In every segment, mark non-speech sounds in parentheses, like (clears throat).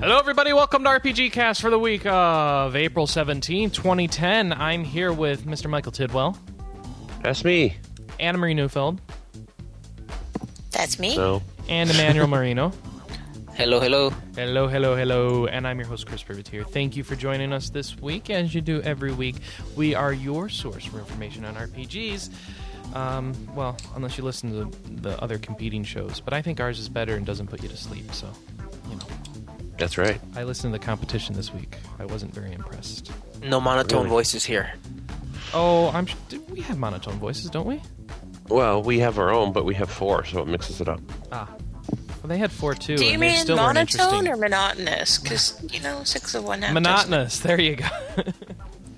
Hello, everybody. Welcome to RPG Cast for the week of April 17, 2010. I'm here with Mr. Michael Tidwell, That's me. Anna Marie Neufeld, That's me. No. and Emmanuel Marino. Hello, hello. Hello, hello, hello, and I'm your host, Chris Privateer. Thank you for joining us this week, as you do every week. We are your source for information on RPGs. Um, well, unless you listen to the other competing shows, but I think ours is better and doesn't put you to sleep, so, you know. That's right. I listened to the competition this week. I wasn't very impressed. No monotone Really? voices here. Oh, I'm. sh- do We have monotone voices, don't we? Well, we have our own, but we have four, so it mixes it up. Ah. Well, they had four too. Do you and they mean still weren't monotone interesting. or monotonous? Because you know, six of one half. monotonous? There you (laughs) go.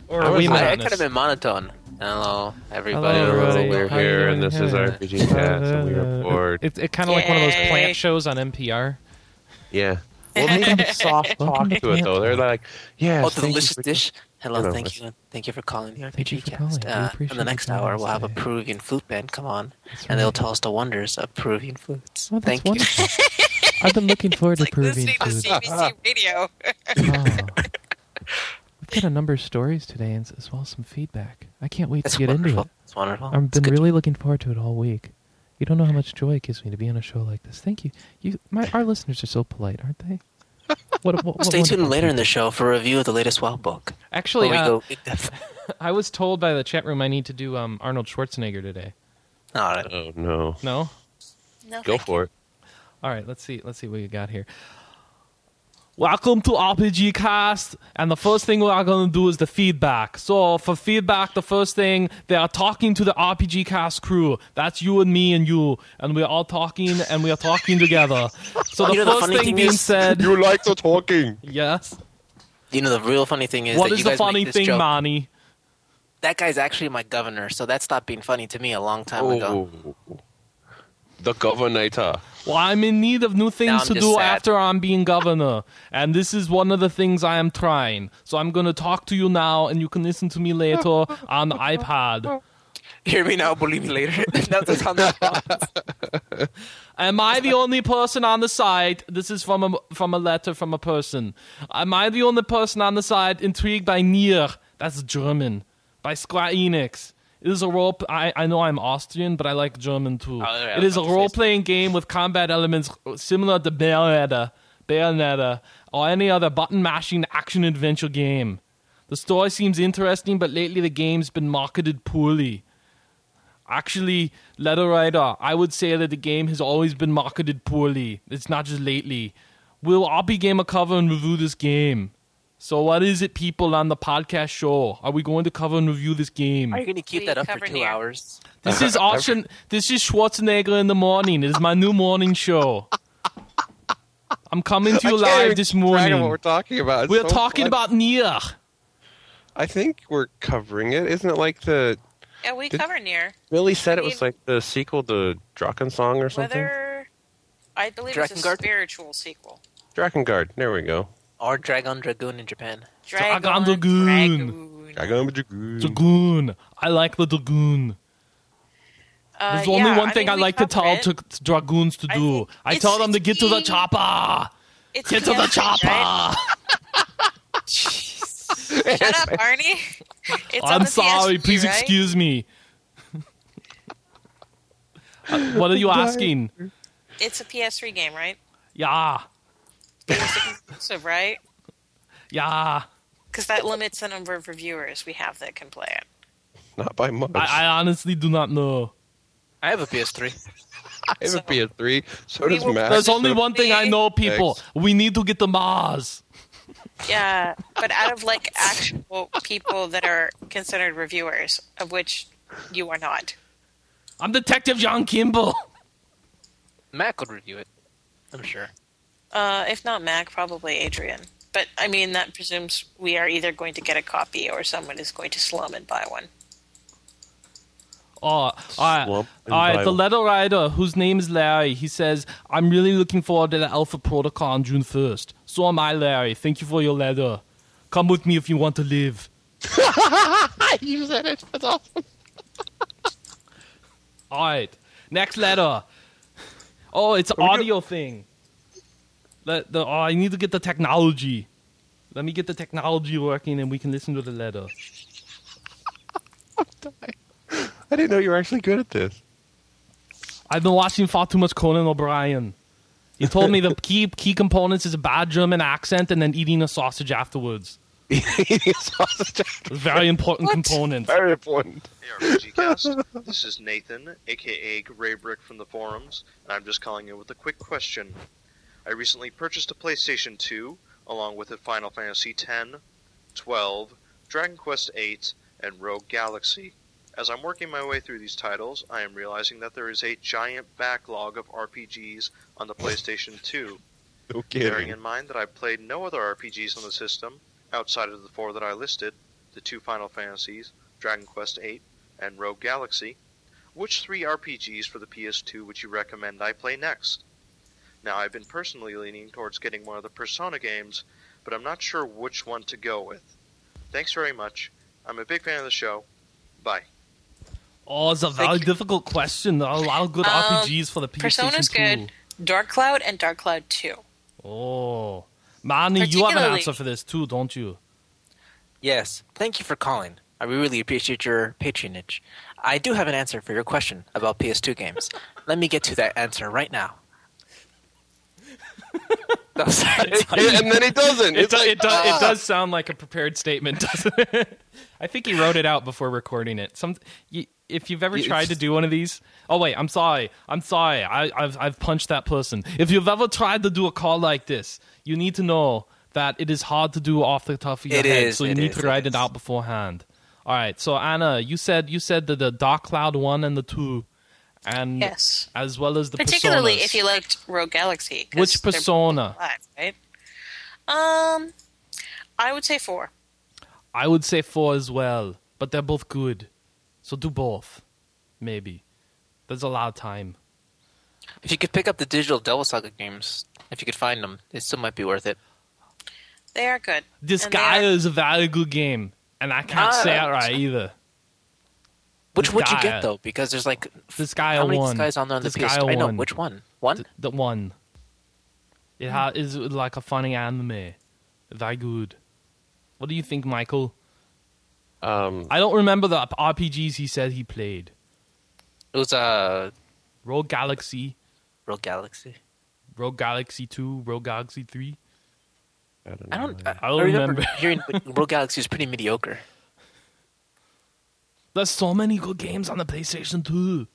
or I are was- we Be I, monotonous? I could have been monotone. Hello, everybody. Hello, Hello, everybody. we're Hi, here, and everybody. this Hi. Uh, is RPG Cast, and we are bored. It's it, kind of like one of those Yay. plant shows on NPR. Oh, yeah. Well, make them (laughs) soft talk to it, though. They're like, yeah. Oh, the delicious dish. Hello, Hello, thank it's- you. and Thank you for calling the Thank you RPG for calling. cast. We Uh, in appreciate the next you joining hour, us we'll have a today. Peruvian flute band come on, That's and they'll right. tell us the wonders of Peruvian flutes. Oh, that's thank (laughs) wonderful. (laughs) I've been looking forward Like to Peruvian listening to food. (laughs) CBC radio. Oh. (laughs) We've got a number of stories today, and s- as well as some feedback. I can't wait That's to get wonderful. into it. That's wonderful. I've It's been good. really looking forward to it all week. You don't know how much joy it gives me to be on a show like this. Thank you. You, my, our listeners are so polite, aren't (laughs) they? What, what, what Stay wonderful tuned later in people. the show for a review of the latest WoW book. Actually, where we uh, go in depth. (laughs) (laughs) I was told by the chat room I need to do um, Arnold Schwarzenegger today. All right. Oh, no. No. No, (laughs) Go for (laughs) it. All right. Let's see. Let's see what we got here. Welcome to RPG Cast, and the first thing we are going to do is the feedback. So, for feedback, the first thing they are talking to the RPG Cast crew. That's you and me and you, and we are all talking, and we are talking together. (laughs) So, the Oh, You know, the first funny thing, thing being is- said, (laughs) You like the talking. yes. You know the real funny thing is What that is you the guys funny make this thing, joke. Monty? That guy's actually my governor, so that stopped being funny to me a long time ago. Oh. The Governator. Well, I'm in need of new Now things I'm to just do sad. after I'm being governor, and this is one of the things I am trying. So I'm gonna talk to you now, and you can listen to me later (laughs) on iPod. Hear me now, believe me later. (laughs) That's what's on the Am I the only person on the site? This is from a from a letter from a person. Am I the only person on the site intrigued by Nier? That's German. By Square Enix. It is a role. p- I, I know I'm Austrian, but I like German too. Oh, yeah, it is a I was role playing game with combat elements similar to Bayonetta, Bayonetta, or any other button mashing action adventure game. The story seems interesting, but lately the game's been marketed poorly. Actually, letter writer, I would say that the game has always been marketed poorly. It's not just lately. Will RP Gamer cover and review this game? So, what is it, people, on the podcast show? Are we going to cover and review this game? Are you going to keep We that up for covered two here. hours? This is Austin. This is Schwarzenegger in the morning. It is my new morning show. I'm coming to you live this morning. what we're talking about. It's We're so talking fun. about Nier. I think we're covering it. Isn't it like the. Yeah, we Did- cover near Billy said it was We've- like the sequel to Draken Song or something? whether. I believe it's a Drakengard? spiritual sequel. Dragon Guard. There we go. Or Dragon Dragoon in Japan? Dragon, Dragoon. Dragoon. Dragon Dagoon. I like the Dagoon. Uh, There's only yeah, one thing I, mean, we like to cover tell it. to, to dragoons to I do. think I it's- tell them to it's get to the being- chopper. It's Get to the PMC, chopper. (laughs) right? (laughs) Shut up, Arnie. (laughs) It's on I'm the sorry. PSP, Please right? excuse (laughs) me. Uh, what are (laughs) you asking? It's a PS3 game, right? Yeah, So right, yeah. because that limits the number of reviewers we have that can play it. Not by much. I, I honestly do not know. I have a PS3. I have a So- PS3. So We does will- Max. There's So only does- one thing I know, people. Thanks. We need to get to Mars. Yeah, but out of like actual people that are considered reviewers, of which you are not. I'm Detective John Kimball. (laughs) Mac would review it. I'm sure. Uh, if not Mac, probably Adrian. But I mean, that presumes we are either going to get a copy or someone is going to slum and buy one. Oh, all right. All Swamp and right. The Bible. letter writer, whose name is Larry, he says, I'm really looking forward to the Alpha Protocol on June 1st. So am I, Larry. Thank you for your letter. Come with me if you want to live. (laughs) you said it. (laughs) That's awesome. All right. Next letter. Oh, it's an audio thing. Let the, oh, I need to get the technology. Let me get the technology working, and we can listen to the letter. I didn't know you were actually good at (laughs) this. I've been watching far too much Conan O'Brien. He told me the key key components is a bad German accent and then eating a sausage afterwards. Eating sausage It's a very important component. very important. Hey, RPG Cast. this is Nathan, aka Graybrick from the forums, and I'm just calling in with a quick question. I recently purchased a PlayStation 2, along with a Final Fantasy X, 12, Dragon Quest VIII, and Rogue Galaxy. As I'm working my way through these titles, I am realizing that there is a giant backlog of RPGs on the PlayStation 2. No Bearing kidding. in mind that I've played no other RPGs on the system outside of the four that I listed, the two Final Fantasies, Dragon Quest VIII, and Rogue Galaxy, which three RPGs for the PS2 would you recommend I play next? Now, I've been personally leaning towards getting one of the Persona games, but I'm not sure which one to go with. Thanks very much. I'm a big fan of the show. Bye. Oh, it's a very Like- difficult question. There are a lot of good Um, RPGs for the PlayStation Persona's 2. good. Dark Cloud and Dark Cloud Two. Oh, Manny, you have an Particularly- answer for this too, don't you? Yes. Thank you for calling. I really appreciate your patronage. I do have an answer for your question about PS2 (laughs) games. Let me get to that answer right (laughs) now. No, sorry, sorry. and then he doesn't. It, do, it, do, "Ah." it does sound like a prepared statement, doesn't it? (laughs) I think he wrote it out before recording it. Some, you, if you've ever It's tried to just- do one of these, oh wait, I'm sorry, I'm sorry, I, I've I've punched that person. If you've ever tried to do a call like this, you need to know that it is hard to do off the top of your It head, is, so you it need is, to it write it, is. out beforehand. All right, so Anna, you said you said that the Dark Cloud one and the two, and Yes. as well as the Particularly personas. if you liked Rogue Galaxy. 'cause which they're persona? Black, right? Um, I would say four. I would say four as well, but they're both good. So do both, maybe. There's a lot of time. If you could pick up the digital Devil Saga games, if you could find them, it still might be worth it. They are good. This And they guy are- is a very good game, and I can't say it Ah. right either. Which would you Disgaea. get though? Because there's like This guy how many one. guys on there on the this PS2? guy I know one. which one. One. The one. It ha- is like a funny anime. Very good. What do you think, Michael? Um, I don't remember the RPGs he said he played. It was uh, Rogue Galaxy, Real Galaxy. Rogue Galaxy 2, Rogue Galaxy 3. I don't know. I don't. I, Uh, I don't remember remember. hearing (laughs) Real Galaxy was pretty mediocre. There's so many good games on the PlayStation 2.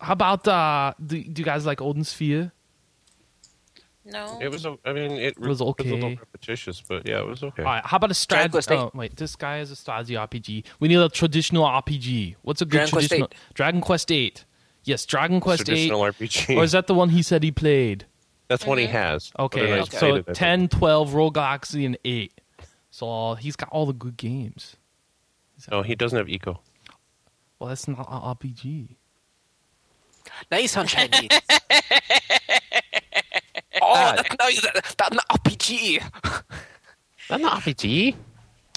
How about uh do, do you guys like Olden Sphere? No. It was. o- I mean, it, was a okay. little repetitious, but yeah, it was okay. All right, how about a Dragon strategy? Quest Oh, wait, this guy is a strategy RPG. We need a traditional RPG. What's a good Dragon Quest traditional Dragon Quest 8? Yes, Dragon Quest 8. Traditional RPG. Or is that the one he said he played? That's one he has. But Okay, then I Okay. so stated it. 10, 12, Rogue Galaxy, and 8. So he's got all the good games. No, he doesn't have eco. Well, that's not an RPG. Now you (laughs) sound Chinese. oh, (laughs) that, now you, that, that, that RPG. That's not RPG.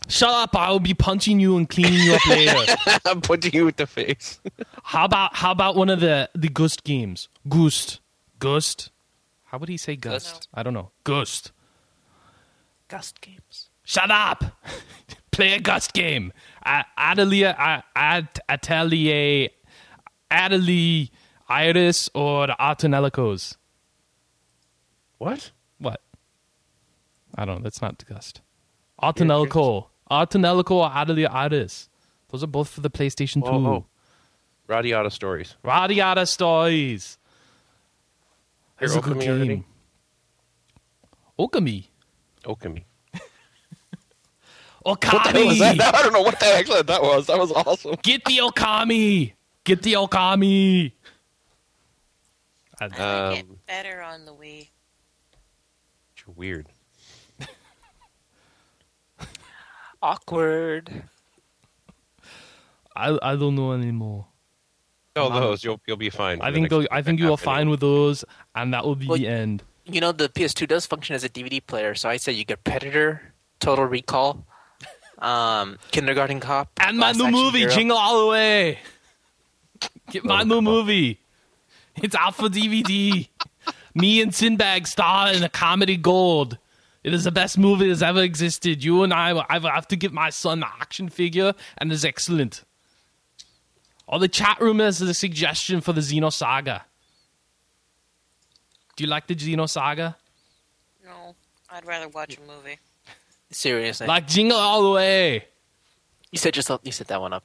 Shut up, I will be punching you and cleaning you up (laughs) later. (laughs) I'm punching you with the face. How about how about one of the the Gust games? Gust, Gust. How would he say Gust? Gust. I don't know. Gust. Gust games. Shut up. (laughs) Play a Gust game. A- Atelier, a- at- Atelier, Atelier, Iris, or Artonelicos. What? What? I don't know. That's not Gust. Artonelico. Artonelico or Atelier Iris. Those are both for the PlayStation 2. Oh, oh. Radiata stories. Radiata Stories. Here, That's a good Okami already? game. Okami. Okami. Okami. I don't know what the heck that was. That was awesome. (laughs) Get the Okami. Get the Okami. I- I like Um, it better on the Wii. You're weird. Awkward. I, I don't know anymore. No, those you'll you'll be fine. I think they'll- I think you are fine with those, and that will be Well, the end. You know the PS2 does function as a DVD player, so I say you get Predator, Total Recall, um, Kindergarten Cop, And my Last new Action movie, Hero. Jingle All the Way. Get my Oh, new God. movie. It's out for DVD. Me and Sinbad star in a comedy gold. It is the best movie that's ever existed. You and I, I have to give my son the action figure, and it's excellent. Or the chat room has a suggestion for the Xenosaga. Do you like the Xenosaga? No, I'd rather watch a movie. Seriously, Like Jingle All the Way. you said just you set that one up.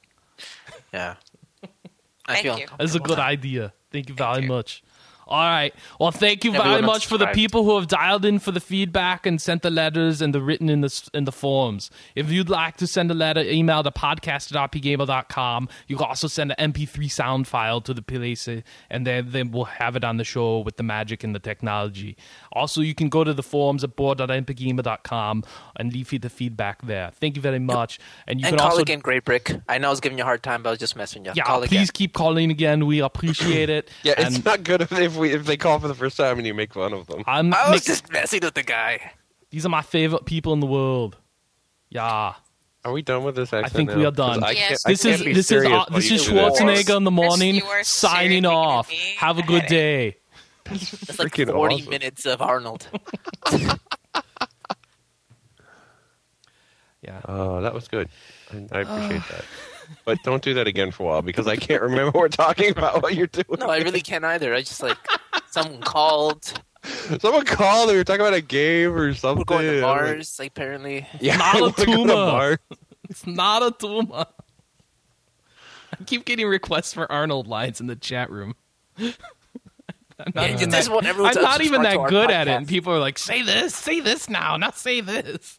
Yeah. I (laughs) Thank feel you. That's a uncomfortable good now. idea. Thank you very much. All right. Well, thank you very Everyone much for the unsubscribed. people who have dialed in for the feedback and sent the letters and the written in the s- in the forms. If you'd like to send a letter, email to podcast at rpgamer.com. You can also send an MP3 sound file to the place, uh, and then, then we'll have it on the show with the magic and the technology. Also, you can go to the forums at board.rpgamer.com and leave the feedback there. Thank you very much. And you And can call also again, Great Brick. I know I was giving you a hard time, but I was just messing you. up. yeah, call please again. keep calling again. We appreciate it. Yeah, And- it's not good if, if we if they call for the first time and you make fun of them. I'm (laughs) I was Nick, just messing with the guy. these are my favorite people in the world. Yeah, Are we done with this? Accent think now? we are done. 'Cause I Yes. can't- I this can't is be this is serious uh, while this you is do this. Schwarzenegger in the morning you are signing seriously gonna off. be Have a good a day. It's like Freaking forty awesome. minutes of Arnold. Yeah, Oh, that was good. I, I appreciate (laughs) that. But don't do that again for a while because I can't remember what we're talking about what you're doing. (laughs) No, I really can't either. I just like someone called. Someone called. We were talking about a game or something. We're going to bars. Like apparently, (laughs) Yeah, Not a we're going to tumor. bars. it's not a tumor. I keep getting requests for Arnold lines in the chat room. I'm not, Yeah, even, this that, is what everyone's I'm not even unsubscribed to that our good at it, and podcast. people are like, "Say this, say this now, not say this."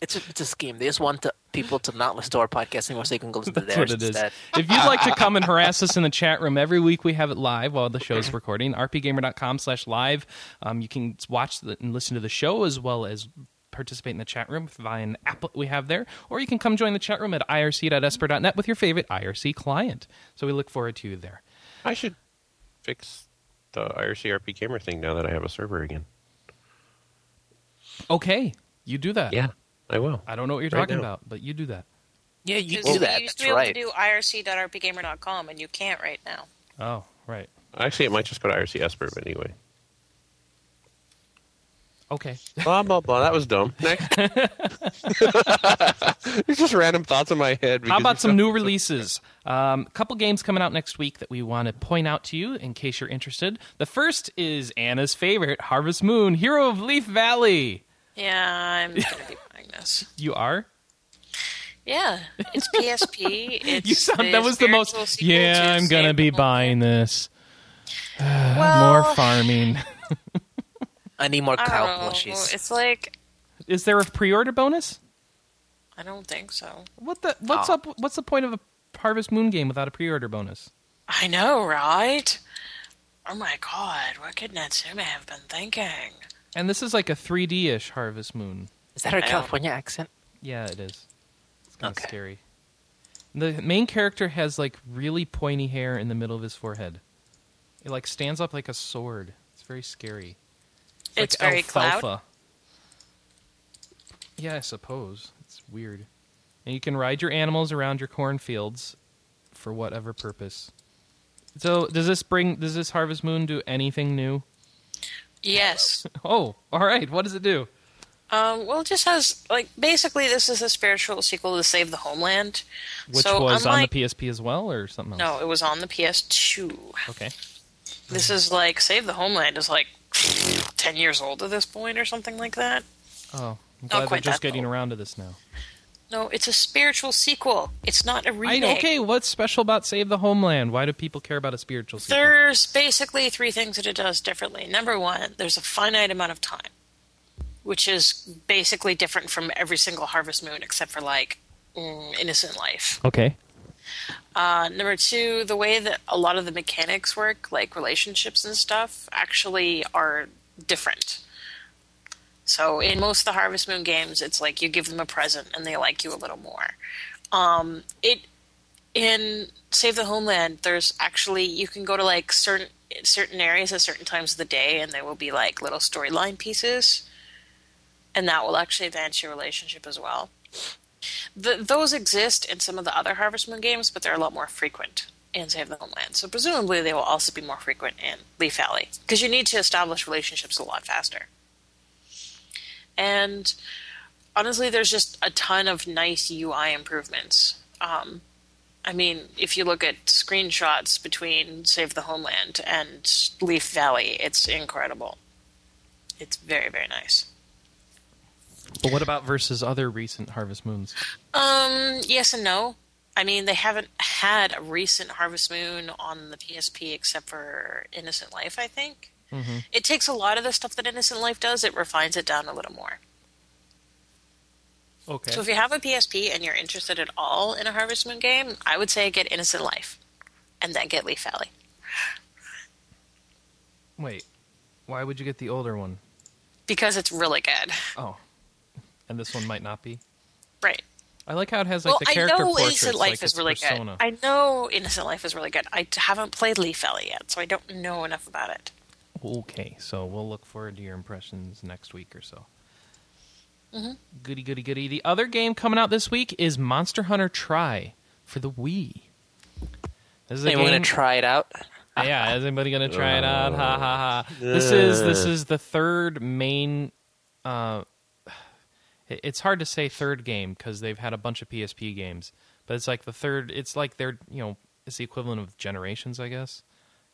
It's a, it's a scheme. They just want to, people to not listen to our podcast anymore, so they can go listen to That's theirs what it is. instead. If you'd (laughs) like to come and harass us in the chat room every week, we have it live while the show's recording. rpgamer.com slash live. Um, you can watch the, and listen to the show as well as participate in the chat room via an app we have there. Or you can come join the chat room at irc.esper.net with your favorite IRC client. So we look forward to you there. I should fix the IRCRP gamer thing now that I have a server again. Okay, you do that. I will. I don't know what you're Right talking now. about, but you do that. Yeah, you Because do that. You used to That's be right. able to do irc.rpgamer.com, and you can't right now. Oh, right. Actually, it might just go to IRC Esper, but anyway. Okay. (laughs) Blah blah blah. That was dumb. Next. (laughs) It's just random thoughts in my head. How because about it's some so- new releases? A couple games coming out next week that we want to point out to you in case you're interested. The first is Anna's favorite, Harvest Moon, Hero of Leaf Valley. Yeah, I'm gonna be buying this. You are? Yeah, it's PSP. (laughs) It's You sound that was the most. spiritual sequel Yeah, I'm gonna Save be the World. buying this. (sighs) Well, More (laughs) farming. I need more I cow don't know. plushies. It's like is there a pre-order bonus? I don't think so. What the? What's Oh. up? What's the point of a Harvest Moon game without a pre-order bonus? I know, right? Oh my god, what could Natsume have been thinking? And this is like a 3D-ish Harvest Moon. Is that her I don't- California accent? Yeah, it is. It's kind of Okay. scary. The main character has like really pointy hair in the middle of his forehead. It like stands up like a sword. It's very scary. It's, like very alfalfa. cloud. Yeah, I suppose it's weird. And you can ride your animals around your cornfields for whatever purpose. So does this bring? Does this Harvest Moon do anything new? Yes. Oh, all right. What does it do? Um, well, it just has like basically this is a spiritual sequel to Save the Homeland. Which so was unlike, on the PSP as well, or something else? No, it was on the PS2. Okay. This is like Save the Homeland is like (laughs) ten years old at this point or something like that. Oh, I'm glad they're quite just that getting old. around to this now. No, it's a spiritual sequel. It's not a I, remake. okay, what's special about Save the Homeland? Why do people care about a spiritual sequel? There's basically three things that it does differently. Number one, there's a finite amount of time, which is basically different from every single Harvest Moon except for like mm, Innocent Life. okay. Uh, number two, the way that a lot of the mechanics work, like relationships and stuff, actually are different. So in most of the Harvest Moon games, it's like you give them a present and they like you a little more. Um, it in Save the Homeland, there's actually you can go to like certain certain areas at certain times of the day, and there will be like little storyline pieces, and that will actually advance your relationship as well. Th those exist in some of the other Harvest Moon games, but they're a lot more frequent. and Save the Homeland. So presumably they will also be more frequent in Leaf Alley because you need to establish relationships a lot faster. And honestly, there's just a ton of nice UI improvements. Um, I mean, if you look at screenshots between Save the Homeland and Leaf Valley, it's incredible. It's very, very nice. But what about versus other recent Harvest Moons? Um, yes and no. I mean, they haven't had a recent Harvest Moon on the PSP except for Innocent Life, I think. Mm-hmm. It takes a lot of the stuff that Innocent Life does, it refines it down a little more. Okay. So if you have a PSP and you're interested at all in a Harvest Moon game, I would say get Innocent Life and then get Leaf Valley. Wait, why would you get the older one? because it's really good. Oh, and this one might not be. Right. I like how it has like Well, the I character know portraits, Innocent like Life it's is really persona. good. I know Innocent Life is really good. I t- haven't played Leaf Valley yet, so I don't know enough about it. Okay, so we'll look forward to your impressions next week or so. Mm-hmm. Goody, goody, goody. The other game coming out this week is Monster Hunter Try for the Wii. This is a Anyone game. gonna try it out? (laughs) yeah, is anybody gonna try it out? Ha ha ha! This is this is the third main. Uh, (sighs) it- it's hard to say third game because they've had a bunch of PSP games, but it's like the third. It's like their you know it's the equivalent of generations, I guess,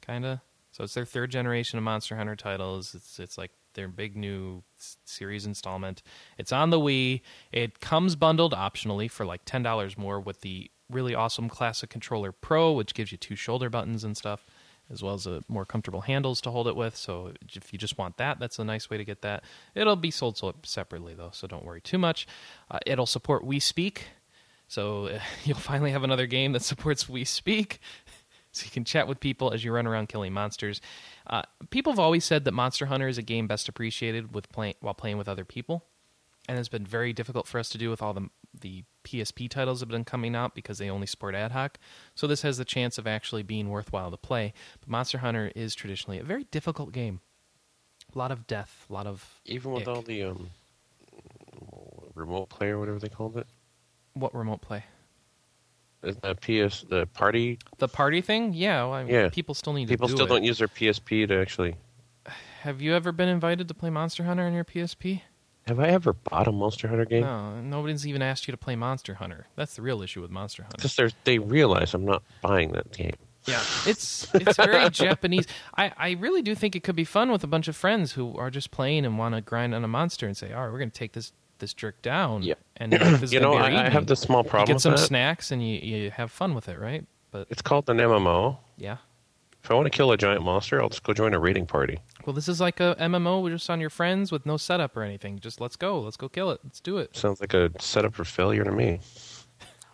kind of. So it's their third generation of Monster Hunter titles. It's it's like their big new s- series installment. It's on the Wii. It comes bundled optionally for like ten dollars more with the really awesome Classic Controller Pro, which gives you two shoulder buttons and stuff, as well as a more comfortable handles to hold it with. So if you just want that, that's a nice way to get that. It'll be sold so- separately though, so don't worry too much. Uh, it'll support Wii Speak, so (laughs) uh, you'll finally have another game that supports Wii Speak (laughs) so you can chat with people as you run around killing monsters. Uh, people have always said that Monster Hunter is a game best appreciated with play- while playing with other people, and it's been very difficult for us to do with all the the PSP titles that have been coming out because they only support ad hoc. So this has the chance of actually being worthwhile to play. But Monster Hunter is traditionally a very difficult game. A lot of death, a lot of Even with Ick. all the um, remote play or whatever they called it, what remote play. Isn't that PS the party The party thing, yeah, well, I mean, Yeah. People still need people to do still it. don't use their PSP to actually. Have you ever been invited to play Monster Hunter on your PSP? Have I ever bought a Monster Hunter game? No, nobody's even asked you to play Monster Hunter. That's the real issue with Monster Hunter. Because they realize I'm not buying that game. Yeah, it's it's very (laughs) Japanese. I, I really do think it could be fun with a bunch of friends who are just playing and want to grind on a monster and say, "All right, we're going to take this this jerk down." Yeah. and this is (clears throat) you gonna know, be our I, I evening. have this small You problem. get some with that. snacks and you, you have fun with it, right? But It's called an MMO. yeah, If I want to kill a giant monster, I'll just go join a raiding party. well, this is like a MMO with just on your friends with no setup or anything. Just let's go, let's go kill it, let's do it. Sounds like a setup for failure to me.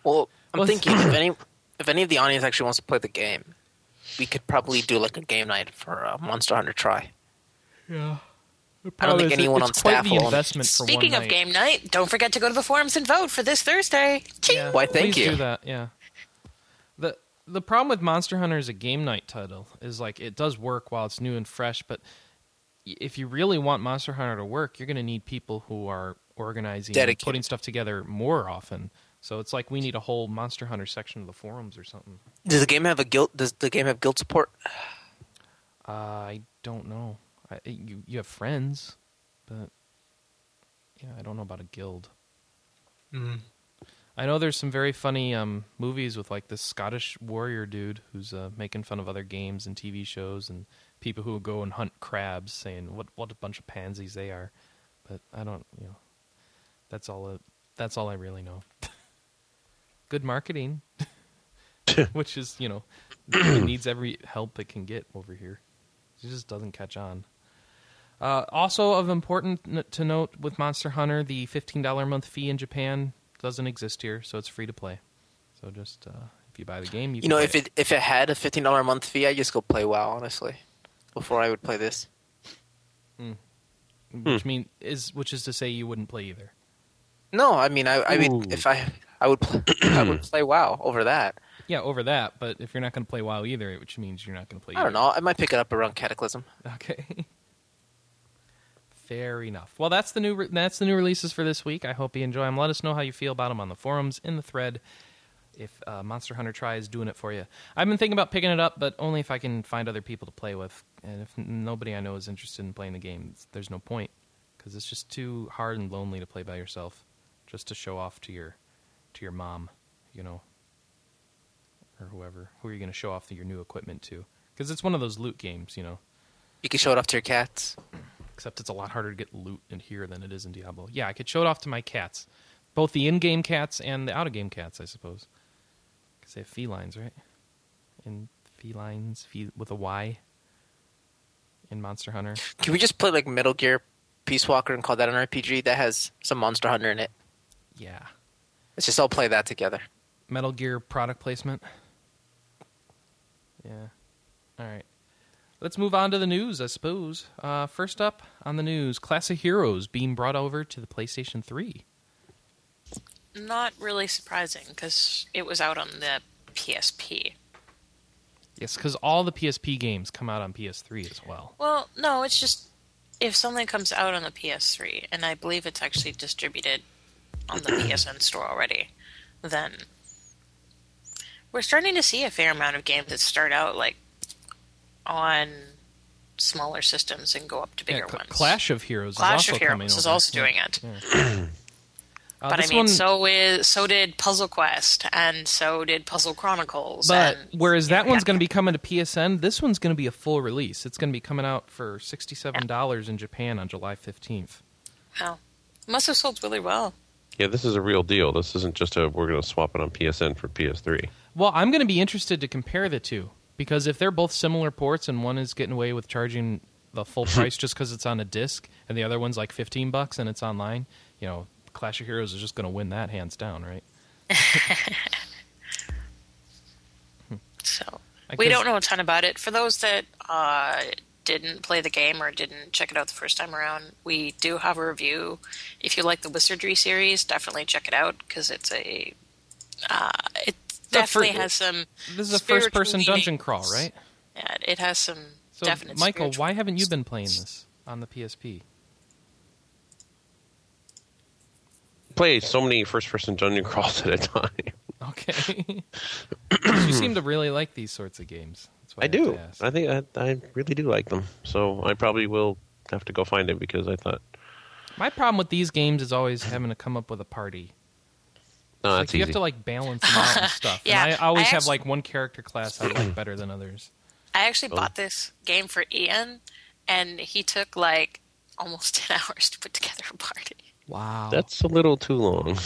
Well, I'm Well, (clears throat) it's- thinking if any if any of the audience actually wants to play the game, we could probably do like a game night for uh, Monster Hunter try. Yeah. I don't think anyone on it's quite staff the will- investment for Speaking one of night. game night, don't forget to go to the forums and vote for this Thursday. Ching! Yeah, Why, thank please you. Do that. Yeah. The the problem with Monster Hunter as a game night title is like it does work while it's new and fresh, but y- if you really want Monster Hunter to work, you're going to need people who are organizing, and Dedicated. putting stuff together more often. So it's like we need a whole Monster Hunter section of the forums or something. Does the game have a guild? Does the game have guild support? Uh, I don't know. I, you you have friends, but yeah, I don't know about a guild. I know there's some very funny um, movies with like this Scottish warrior dude who's uh, making fun of other games and TV shows and people who go and hunt crabs, saying what what a bunch of pansies they are. But I don't, you know, that's all. uh that's all I really know. (laughs) Good marketing, which is you know it needs every help it can get over here. It just doesn't catch on. Uh, also of important n- to note with Monster Hunter, the fifteen dollar month fee in Japan doesn't exist here, so it's free to play. So just uh, if you buy the game, you, You can know, play if it if it had a fifteen dollar a month fee, I'd just go play WoW honestly. Before I would play this, Hmm. which mean is which is to say you wouldn't play either. no, I mean, I, I Ooh. mean, if I I would (clears throat) pl- I would play WoW over that. Yeah, over that. But if you're not going to play WoW either, which means you're not going to play. I don't either. know. I might pick it up around Cataclysm. (laughs) Okay. Fair enough. Well, that's the new re- that's the new releases for this week. I hope you enjoy them. Let us know how you feel about them on the forums in the thread. if uh, Monster Hunter Try is doing it for you. I've been thinking about picking it up, but only if I can find other people to play with. And if n- nobody I know is interested in playing the game, it's- there's no point because it's just too hard and lonely to play by yourself, just to show off to your to your mom, you know, or whoever. Who are you going to show off your new equipment to? Because it's one of those loot games, you know. You can show it off to your cats. Except it's a lot harder to get loot in here than it is in Diablo. Yeah, I could show it off to my cats, both the in-game cats and the out-of-game cats, I suppose. Because they have felines, right? In felines fe- with a Y in Monster Hunter. Can we just play like Metal Gear Peace Walker and call that an RPG that has some Monster Hunter in it? Yeah, Let's just all play that together. Metal Gear product placement. Yeah. All right. Let's move on to the news, I suppose. Uh, first up on the news, Class of Heroes being brought over to the PlayStation 3. Not really surprising because it was out on the PSP. Yes, because all the PSP games come out on PS3 as well. Well, no, it's just if something comes out on the PS3, and I believe it's actually distributed on the (clears throat) PSN store already, then we're starting to see a fair amount of games that start out like on smaller systems and go up to bigger Yeah, Cl- ones. Clash of Heroes Clash is also of coming Heroes is over. also Yeah. doing it. Uh, but I this mean, one- so is so did Puzzle Quest, and so did Puzzle Chronicles. But and, whereas that yeah. one's going to be coming to PSN, this one's going to be a full release. It's going to be coming out for sixty-seven dollars in Japan on July fifteenth. wow, must have sold really well. Yeah, this is a real deal. This isn't just a we're going to swap it on PSN for PS3. Well, I'm going to be interested to compare the two because if they're both similar ports and one is getting away with charging the (laughs) full price just because it's on a disc, and the other one's like fifteen bucks and it's online, you know, Clash of Heroes is just going to win that hands down, right? So I we guess- don't know a ton about it. For those that uh, didn't play the game or didn't check it out the first time around, we do have a review. If you like the Wizardry series, definitely check it out because it's a uh, it The fir- definitely has some. This is a spiritual first-person dungeon leanings. crawl, right? Yeah, it has some So, definite. Michael, spiritual why haven't you leanings. been playing this on the PSP? Play so many first-person dungeon (laughs) crawls at a time. Okay. 'Cause you seem to really like these sorts of games. That's why I, I do. have to ask. I think I, I really do like them. So I probably will have to go find it because I thought My problem with these games is always having to come up with a party. no, Like, Oh, that's you easy. have to like balance them out and (laughs) stuff. Yeah, and I always I have actu- like one character class I (clears throat) like better than others. I actually Oh. bought this game for Ian, and he took like almost (laughs) ten hours to put together a party. Wow. That's a little too long.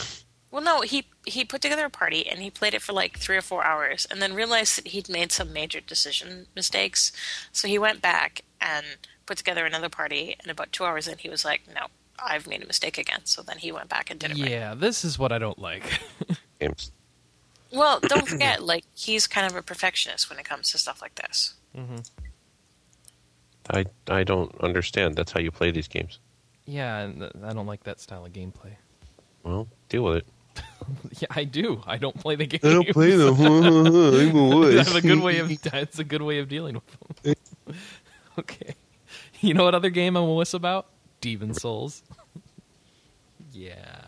Well, no, he he put together a party and he played it for like three or four hours, and then realized that he'd made some major decision mistakes. So he went back and put together another party, and about two hours in, he was like, "No, I've made a mistake again." So then he went back and did it. Right. yeah, this is what I don't like. (laughs) Games. (coughs) Well, don't forget, like he's kind of a perfectionist when it comes to stuff like this. I I don't understand. That's how you play these games. yeah, and th- I don't like that style of gameplay. (laughs) Well, deal with it. Yeah, I do. I don't play the game. them. (laughs) (laughs) I'm a that's a good way of (laughs) that's a good way of dealing with them. (laughs) okay. You know what other game I'm a wuss about? Demon Souls. (laughs) yeah.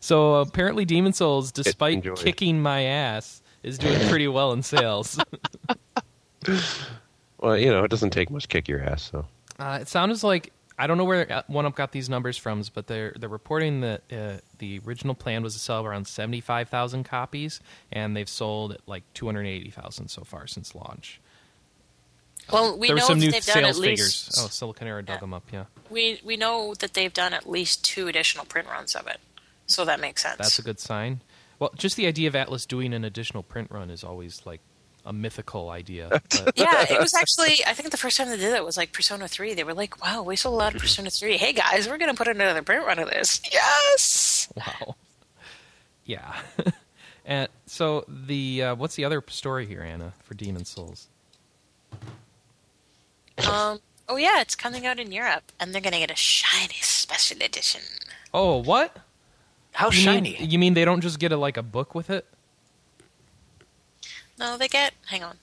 So apparently Demon Souls, despite enjoy. kicking my ass, is doing pretty well in sales. Well, you know, it doesn't take much to kick your ass. So Uh, it sounds like I don't know where uh, one up got these numbers from, but they're they're reporting that uh, the original plan was to sell around seventy five thousand copies, and they've sold like two hundred eighty thousand so far since launch. Well, Oh. we there were know some that new they've sales done at figures. least Oh, Silicon Era dug Yeah. them up. Yeah, we we know that they've done at least two additional print runs of it, so that makes sense. that's a good sign. Well, just the idea of Atlas doing an additional print run is always like a mythical idea. But yeah, (laughs) it was actually. I think the first time they did it was like Persona Three. They were like, "Wow, we sold a lot of Persona Three. Hey guys, we're gonna put another print run of this." (laughs) Yes. wow, yeah. (laughs) and so the uh, what's the other story here, Anna, for Demon Souls? Um. Oh yeah, it's coming out in Europe, and they're gonna get a shiny special edition. Oh, what? Oh, How You mean- shiny! you mean they don't just get a, like a book with it? No, they get. Hang on.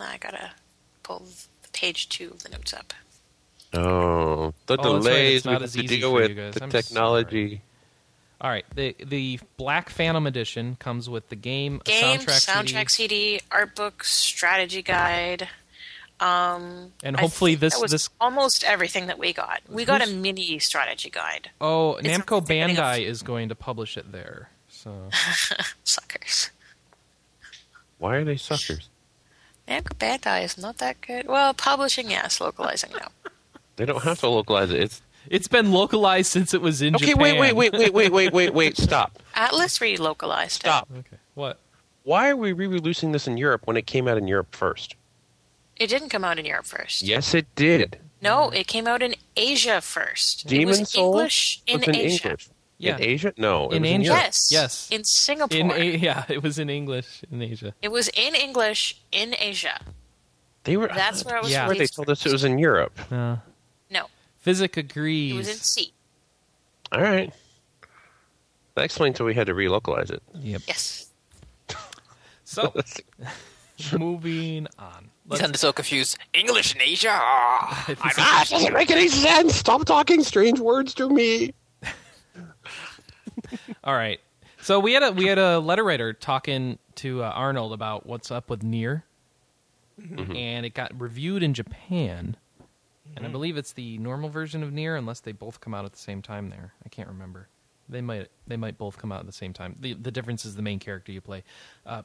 Now I gotta pull the page two of the notes up. oh, Oh, the that's right. It's delays not we as have to easy deal for you with guys. the I'm technology. All right, the the Black Phantom edition comes with the game, a Game, soundtrack, CD, soundtrack CD, art book, strategy guide. Um, and I hopefully think this that was this Mhm. almost everything that we got. We got a Who's- mini strategy guide. oh it's Namco something getting a- Bandai is going to publish it there. So Suckers. Why are they suckers? Namco Bandai is not that good. Well, publishing, yes. Localizing, (laughs) no. They don't have to localize it. It's it's been localized since it was in okay. Japan. Wait, wait, wait, wait, wait, wait, wait, (laughs) wait. Stop, Atlas relocalized it. stop. Okay, what? Why are we re-releasing this in Europe when it came out in Europe first? It didn't come out in Europe first. Yes, it did. No, it came out in Asia first. it Demon was Souls English in was in Asia. English. Yeah. In Asia? No. it In was Asia. Europe. Yes. Yes. In Singapore. In a- yeah, it was in English in Asia. it was in English in Asia. They were. That's where it was Yeah. Where they released. told us it was in Europe. Uh, No, Physic it was in agrees. C. All right. That explains why we had to relocalize it. yep. Yes. (laughs) So moving on. You Let's- sounded so confused. English in Asia? Ah, It I was- know. doesn't make any sense. Stop talking strange words to me. All right. So we had a we had a letter writer talking to uh, Arnold about what's up with Nier, and it got reviewed in Japan, and I believe it's the normal version of Nier, unless they both come out at the same time. There, I can't remember. They might they might both come out at the same time. The the difference is the main character you play. Uh,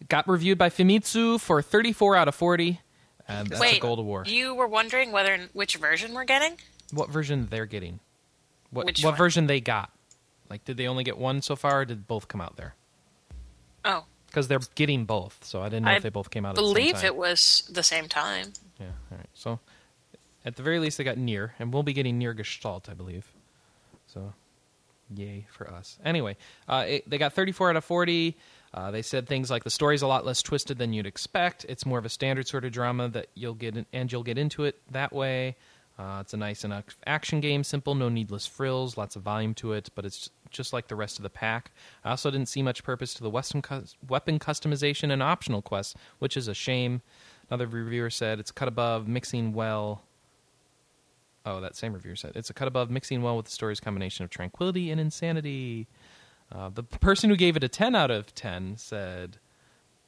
it got reviewed by Famitsu for thirty four out of forty. And that's Wait. a gold award. You were wondering whether which version we're getting? what version they're getting? What Which what one? version they got? Like, did they only get one so far? or Did both come out there? Oh, because they're getting both. So I didn't know I if they both came out. at believe the same it time. was the same time. Yeah. All right. So at the very least, they got near, and we'll be getting near Gestalt, I believe. So yay for us. Anyway, uh, it, they got 34 out of 40. Uh, they said things like the story's a lot less twisted than you'd expect. It's more of a standard sort of drama that you'll get, in, and you'll get into it that way. Uh, it's a nice enough action game, simple, no needless frills, lots of volume to it, but it's just like the rest of the pack. I also didn't see much purpose to the Western cus- weapon customization and optional quests, which is a shame. Another reviewer said it's cut above, mixing well. Oh, that same reviewer said it's a cut above, mixing well with the story's combination of tranquility and insanity. Uh, the person who gave it a 10 out of 10 said,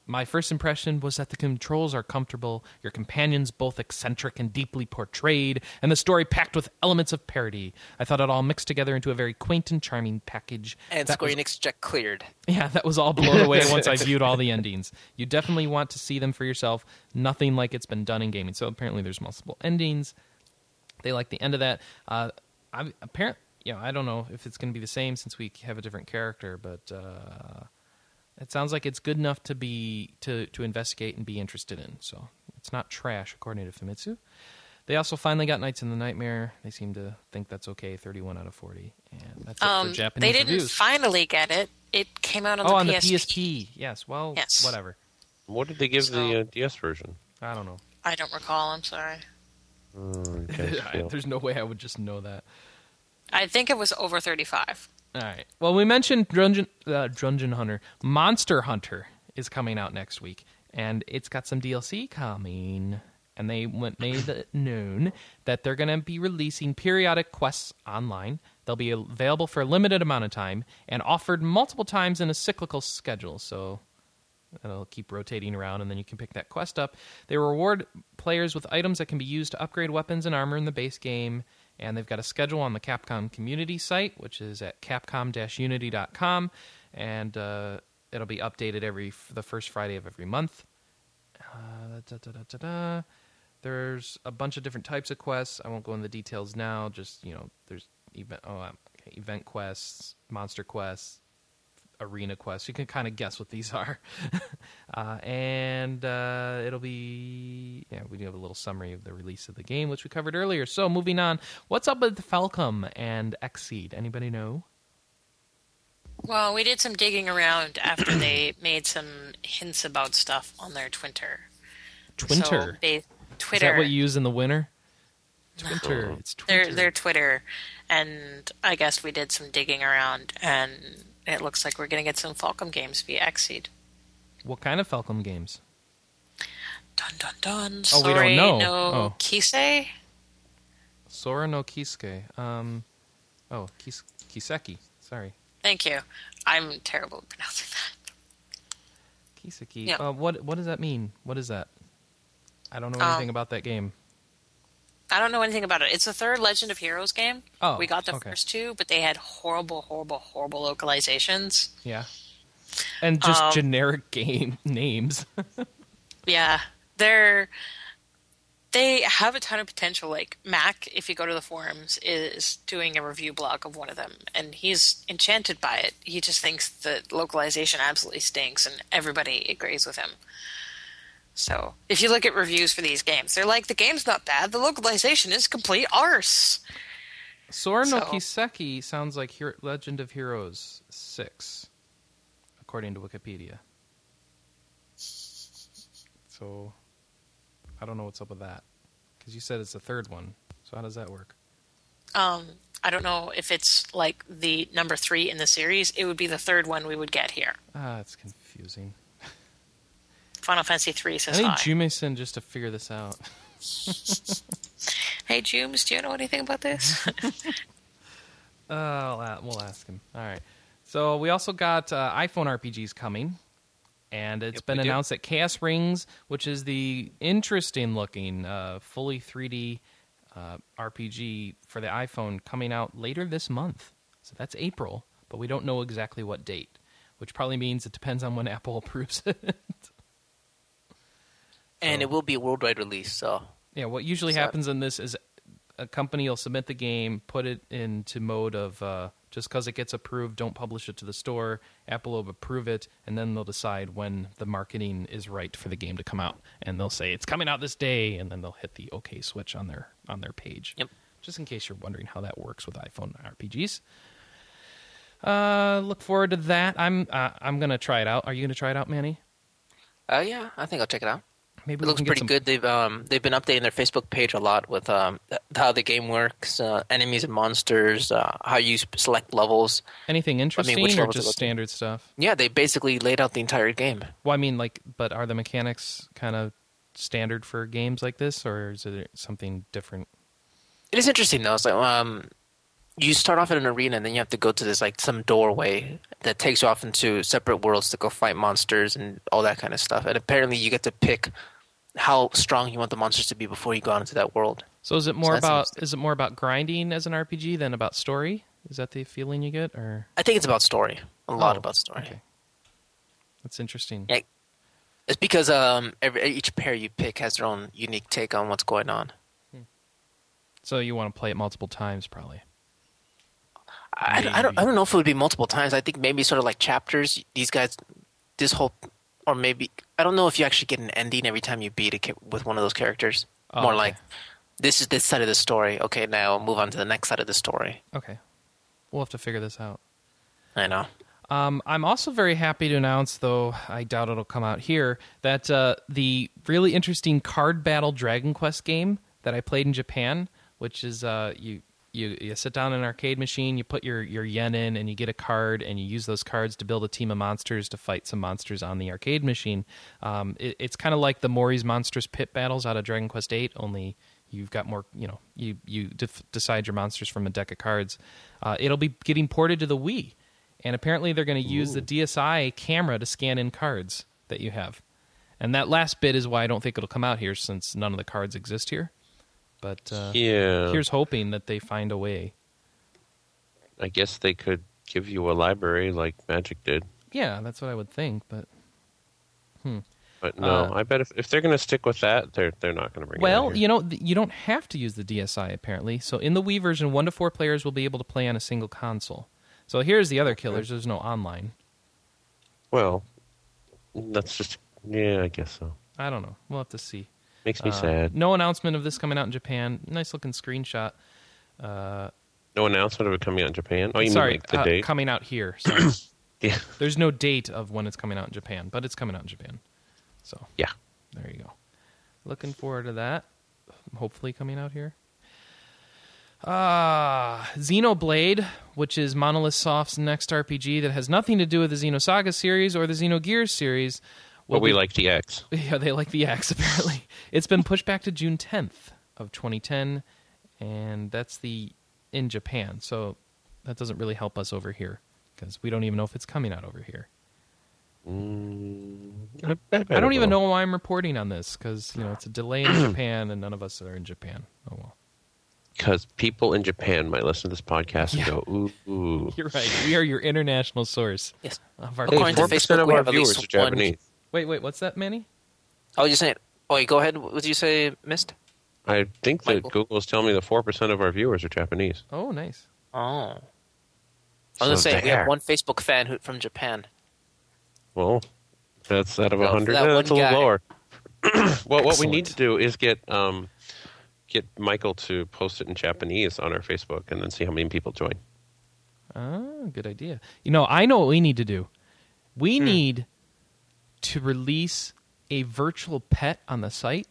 My first impression was that the controls are comfortable, your companions both eccentric and deeply portrayed, and the story packed with elements of parody. I thought it all mixed together into a very quaint and charming package. And That Square was Enix check cleared. yeah, that was all blown away once I viewed all the endings. You definitely want to see them for yourself. Nothing like it's been done in gaming. So apparently, there's multiple endings. They like the end of that. Uh, I'm apparently, you know, I don't know if it's going to be the same since we have a different character, but uh, it sounds like it's good enough to be to to investigate and be interested in. So it's not trash, according to Famitsu. They also finally got Nights in the Nightmare. They seem to think that's okay. Thirty-one out of forty, and that's it Um, for Japanese they didn't reviews finally get it. It came out on oh, the on PSP. the PSP. Yes. Well, Yes. whatever. What did they give the So- uh, DS version? I don't know. I don't recall. I'm sorry. (laughs) I- There's no way I would just know that. I think it was over 35. All right. Well, we mentioned Dungeon uh, Dungeon Hunter. Monster Hunter is coming out next week, and it's got some DLC coming. And they went made it known that they're going to be releasing periodic quests online. They'll be available for a limited amount of time and offered multiple times in a cyclical schedule. So and it'll keep rotating around, and then you can pick that quest up. They reward players with items that can be used to upgrade weapons and armor in the base game, and they've got a schedule on the Capcom community site, which is at capcom-unity.com, and uh, it'll be updated every the first Friday of every month. Uh, da, da, da, da, da. There's a bunch of different types of quests. I won't go into the details now. Just you know, there's event oh, um, okay, event quests, monster quests, arena quests. You can kind of guess what these (laughs) are. uh, and uh, it'll be yeah, we do have a little summary of the release of the game, which we covered earlier. So moving on, what's up with Falcom and Xseed? Anybody know? Well, we did some (clears throat) digging around after they made some hints about stuff on their Twitter. So Twinter. they, Twitter. Is that what you use in the winter? Twinter. It's Twinter. their their Twitter, and I guess we did some digging around, and it looks like we're going to get some Falcom games via Xseed. What kind of Falcom games? Dun dun dun. Oh, we don't Sorry, know. no Oh. Kisei. Sora no Kisuke. Um, oh, Kis- Kiseki. Sorry. Thank you. I'm terrible at pronouncing that. Kiseki. Yeah. Uh, what what does that mean? What is that? I don't know Um, anything about that game. I don't know anything about it. It's the third Legend of Heroes game. Oh, we got the okay. first two, but they had horrible, horrible, horrible localizations. Yeah. And just Um, generic game (laughs) names. Yeah, they're they have a ton of potential. Like Mac, if you go to the forums, is doing a review blog of one of them, and he's enchanted by it. He just thinks the localization absolutely stinks, and everybody agrees with him. So, if you look at reviews for these games, they're like the game's not bad. The localization is complete arse. Sora no so- Kiseki sounds like Hero- Legend of Heroes 6, according to Wikipedia. So, I don't know what's up with that. Because you said it's the third one. So, how does that work? Um, I don't know if it's like the number three in the series. It would be the third one we would get here. Ah, it's confusing. Final Fantasy three I says need hi. Jumeson just to figure this out. (laughs) hey, Jumes, do you know anything about this? Uh, I'll a- we'll ask him. All right. So we also got uh, iPhone RPGs coming, and it's Yep, been we do. announced that Chaos Rings, which is the interesting-looking, uh, fully 3D uh, RPG for the iPhone, coming out later this month. So that's April, but we don't know exactly what date, which probably means it depends on when (laughs) Apple approves it. And it will be a worldwide release, so Yeah, what usually So- happens in this is a company will submit the game, put it into mode of uh, just because it gets approved, don't publish it to the store. Apple will approve it, and then they'll decide when the marketing is right for the game to come out, and they'll say it's coming out this day, and then they'll hit the OK switch on their on their page. Yep. Just in case you're wondering how that works with iPhone RPGs. Uh, look forward to that. I'm uh, I'm gonna try it out. Are you gonna try it out, Manny? uh, yeah, I think I'll check it out. Maybe It we looks can get pretty some- good. They've um they've been updating their Facebook page a lot with um th- how the game works, uh, enemies and monsters, uh, how you s- select levels. Anything interesting or levels it just looks- standard stuff? Yeah, they basically laid out the entire game. Well, I mean, like, but are the mechanics kind of standard for games like this, or is it something different? It is interesting though. It's like um, you start off in an arena, and then you have to go to this like some doorway that takes you off into separate worlds to go fight monsters and all that kind of stuff. And apparently, you get to pick how strong you want the monsters to be before you go out into that world. So is it more that's about interesting. is it more about grinding as an RPG than about story? Is that the feeling you get, or I think it's about story, a lot Oh, about story. okay. that's interesting? Yeah. It's because um, every, each pair you pick has their own unique take on what's going on. So you want to play it multiple times, probably. I, I don't, I don't know if it would be multiple times. I think maybe sort of like chapters. These guys, this whole, or maybe I don't know if you actually get an ending every time you beat a cha- with one of those characters. Oh, More okay. like this is this side of the story. Okay, now move on to the next side of the story. Okay, we'll have to figure this out. I know. Um, I'm also very happy to announce, though I doubt it'll come out here, that uh, the really interesting card battle Dragon Quest game that I played in Japan, which is uh, you, you you sit down in an arcade machine, you put your your yen in, and you get a card, and you use those cards to build a team of monsters to fight some monsters on the arcade machine. Um, it, it's kind of like the Mori's Monsters Pit battles out of Dragon Quest VIII, only you've got more you know you you def- decide your monsters from a deck of cards uh, it'll be getting ported to the wii and apparently they're going to use the dsi camera to scan in cards that you have and that last bit is why i don't think it'll come out here since none of the cards exist here but uh, Yeah. here's hoping that they find a way I guess they could give you a library like Magic did. yeah that's what i would think but But no, Uh, I bet if, if they're going to stick with that, they're they're not going to bring. it Well, out you know, th- you don't have to use the DSi apparently. So in the Wii version, one to four players will be able to play on a single console. So here's the other killers. There's no online. well, that's just yeah, I guess so. I don't know. We'll have to see. Makes me Uh, sad. No announcement of this coming out in Japan. Nice looking screenshot. No announcement of it coming out in Japan. Oh, you Sorry, mean like the uh, date? coming out here. Sorry. yeah, (laughs) There's no date of when it's coming out in Japan, but it's coming out in Japan. So yeah. there you go. Looking forward to that. Hopefully coming out here. Uh, Xenoblade, which is Monolith Soft's next RPG that has nothing to do with the Xenosaga series or the Xenogears series. will But we be- like the X. (laughs) Yeah, they like the axe, apparently. It's been pushed back to June 10th of 2010, and that's the in Japan. So that doesn't really help us over here because we don't even know if it's coming out over here. I, Mm, I don't even know why I'm reporting on this because you know it's a delay in Japan and none of us are in Japan. Oh well, (laughs) because people in Japan might listen to this podcast and go, "Ooh, ooh." you're right. We are your international source Yes. of our. Hey, According to Four business. percent Facebook, of we our have at viewers least are Japanese. Wait, wait, what's that, Manny? I was just saying. Oh, you go ahead. What did you say, Mist? I think that Michael. Google's telling me that four percent of our viewers are Japanese. Oh, nice. Oh. I was gonna So say we there. have one Facebook fan who, from Japan. Well, that's out of Well, a for hundred. that Yeah, that's a one little (clears throat) guy. lower. well, what we Excellent. need to do is get um, get Michael to post it in Japanese on our Facebook, and then see how many people join. Oh, good idea. You know, I know what we need to do. Hmm. We need to release a virtual pet on the site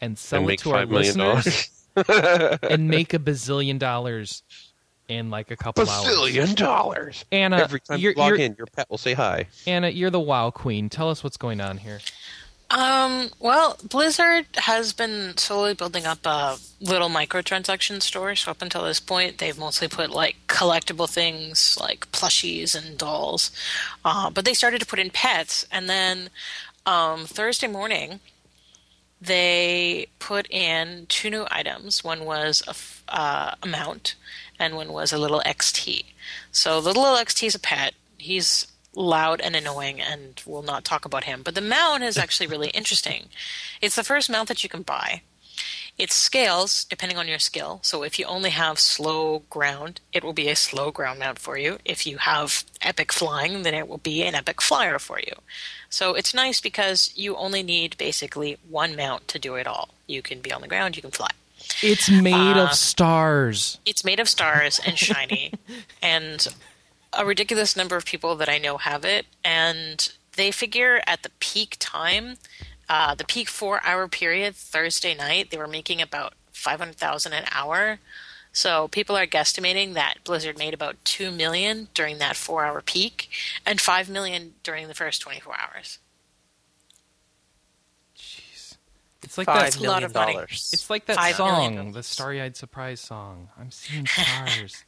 and sell and it make to our five million listeners dollars. (laughs) and make a bazillion dollars in like a couple hours. Bazillion dollars. Uh, Anna, Every time you you're- log you're- in, your pet will say hi. Anna, you're the wow queen. Tell us what's going on here. Um, well, Blizzard has been slowly building up a little microtransaction store. So up until this point, they've mostly put like collectible things like plushies and dolls. Uh, but they started to put in pets, and then um, Thursday morning, they put in two new items. One was a, f- uh, a mount, and one was a little XT. So the little XT is a pet. He's loud and annoying, and we'll not talk about him. But the mount is actually really interesting. It's the first mount that you can buy. It scales depending on your skill. So if you only have slow ground, it will be a slow ground mount for you. If you have epic flying, then it will be an epic flyer for you. So it's nice because you only need basically one mount to do it all. You can be on the ground, you can fly. It's made Ah. of stars. It's made of stars and shiny, and a ridiculous number of people that I know have it. And they figure at the peak time, uh, the peak four hour period, Thursday night, they were making about 500,000 an hour. So people are guesstimating that Blizzard made about 2 million during that four hour peak and 5 million during the first 24 hours. Jeez. It's like Five that. a lot million of money. dollars. It's like that Five million song, dollars. the Starry-Eyed Surprise song. I'm (laughs) seeing stars.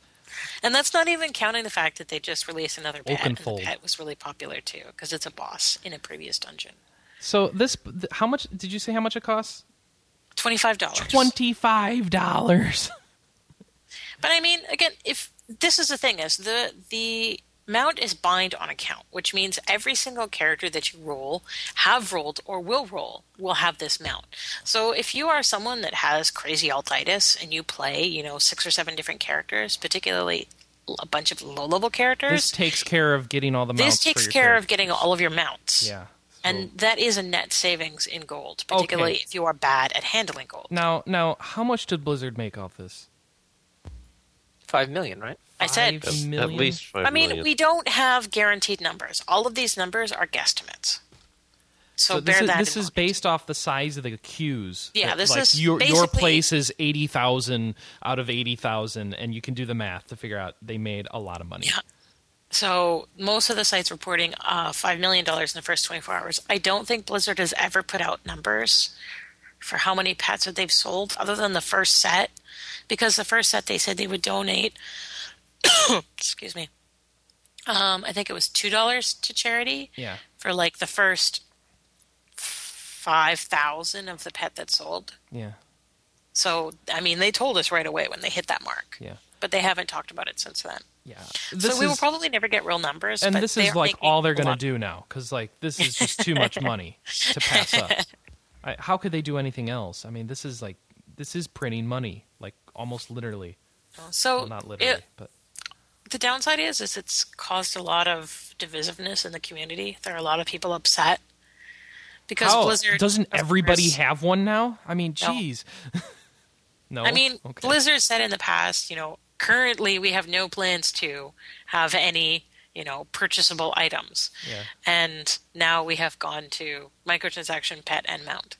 And that's not even counting the fact that they just released another pet. And the Oakenfold. pet was really popular too because it's a boss in a previous dungeon. so this, th- how much did you say? How much it costs? Twenty-five dollars. Twenty-five dollars. But I mean, again, if this is the thing is the the mount is bind on account, which means every single character that you roll, have rolled, or will roll will have this mount. So if you are someone that has crazy altitis and you play, you know, six or seven different characters, particularly a bunch of low level This characters, takes care of getting all the this, mounts. for takes your care of character. getting all of your mounts. Yeah. And So- that is a net savings in gold, particularly Okay. if you are bad at handling gold. now, now, how much did Blizzard make off this? Five million, right? I said- Five At- At million? least five I mean, million. we don't have guaranteed numbers. All of these numbers are guesstimates. So, So bear this is, that this in is mind. based off the size of the queues. Yeah, That, this like, is your your basically- place is eighty thousand out of eighty thousand, and you can do the math to figure out they made a lot of money. Yeah. So most of the sites reporting uh, five million dollars in the first twenty four hours. I don't think Blizzard has ever put out numbers for how many pets that they've sold, other than the first set, because the first set they said they would donate. (coughs) excuse me. Um, I think it was two dollars to charity. Yeah. for like the first five thousand of the pet that sold. yeah, So I mean, they told us right away when they hit that mark, yeah, but they haven't talked about it since then. yeah. This so we will is- probably never get real numbers. and but this they is are like making all they're a gonna lot. do now because like this is just too much money to pass up. (laughs) I, how could they do anything else? I mean, this is like this is printing money, like almost literally. So Well, not literally, it- but the downside is, is it's caused a lot of divisiveness in the community. There are a lot of people upset because How? Blizzard doesn't of everybody course- have one now? I mean, No. jeez. (laughs) no, I mean, Okay. Blizzard said in the past, you know, currently we have no plans to have any, you know, purchasable items. Yeah. And now we have gone to microtransaction, pet, and mount.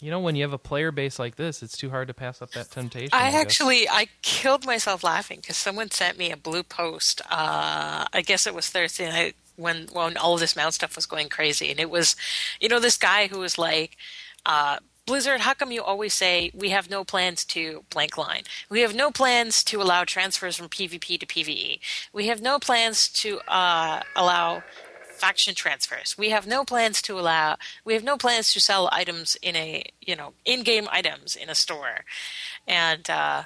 You know, when you have a player base like this, it's too hard to pass up that temptation. I guess. actually I killed myself laughing because someone sent me a blue post. Uh, I guess it was Thursday night when when all of this mount stuff was going crazy, and it was, you know, this guy who was like, uh, Blizzard, how come you always say we have no plans to blank line? We have no plans to allow transfers from PvP to PvE. We have no plans to uh, allow faction transfers. We have no plans to allow. We have no plans to sell items in a you know in-game items in a store, and uh,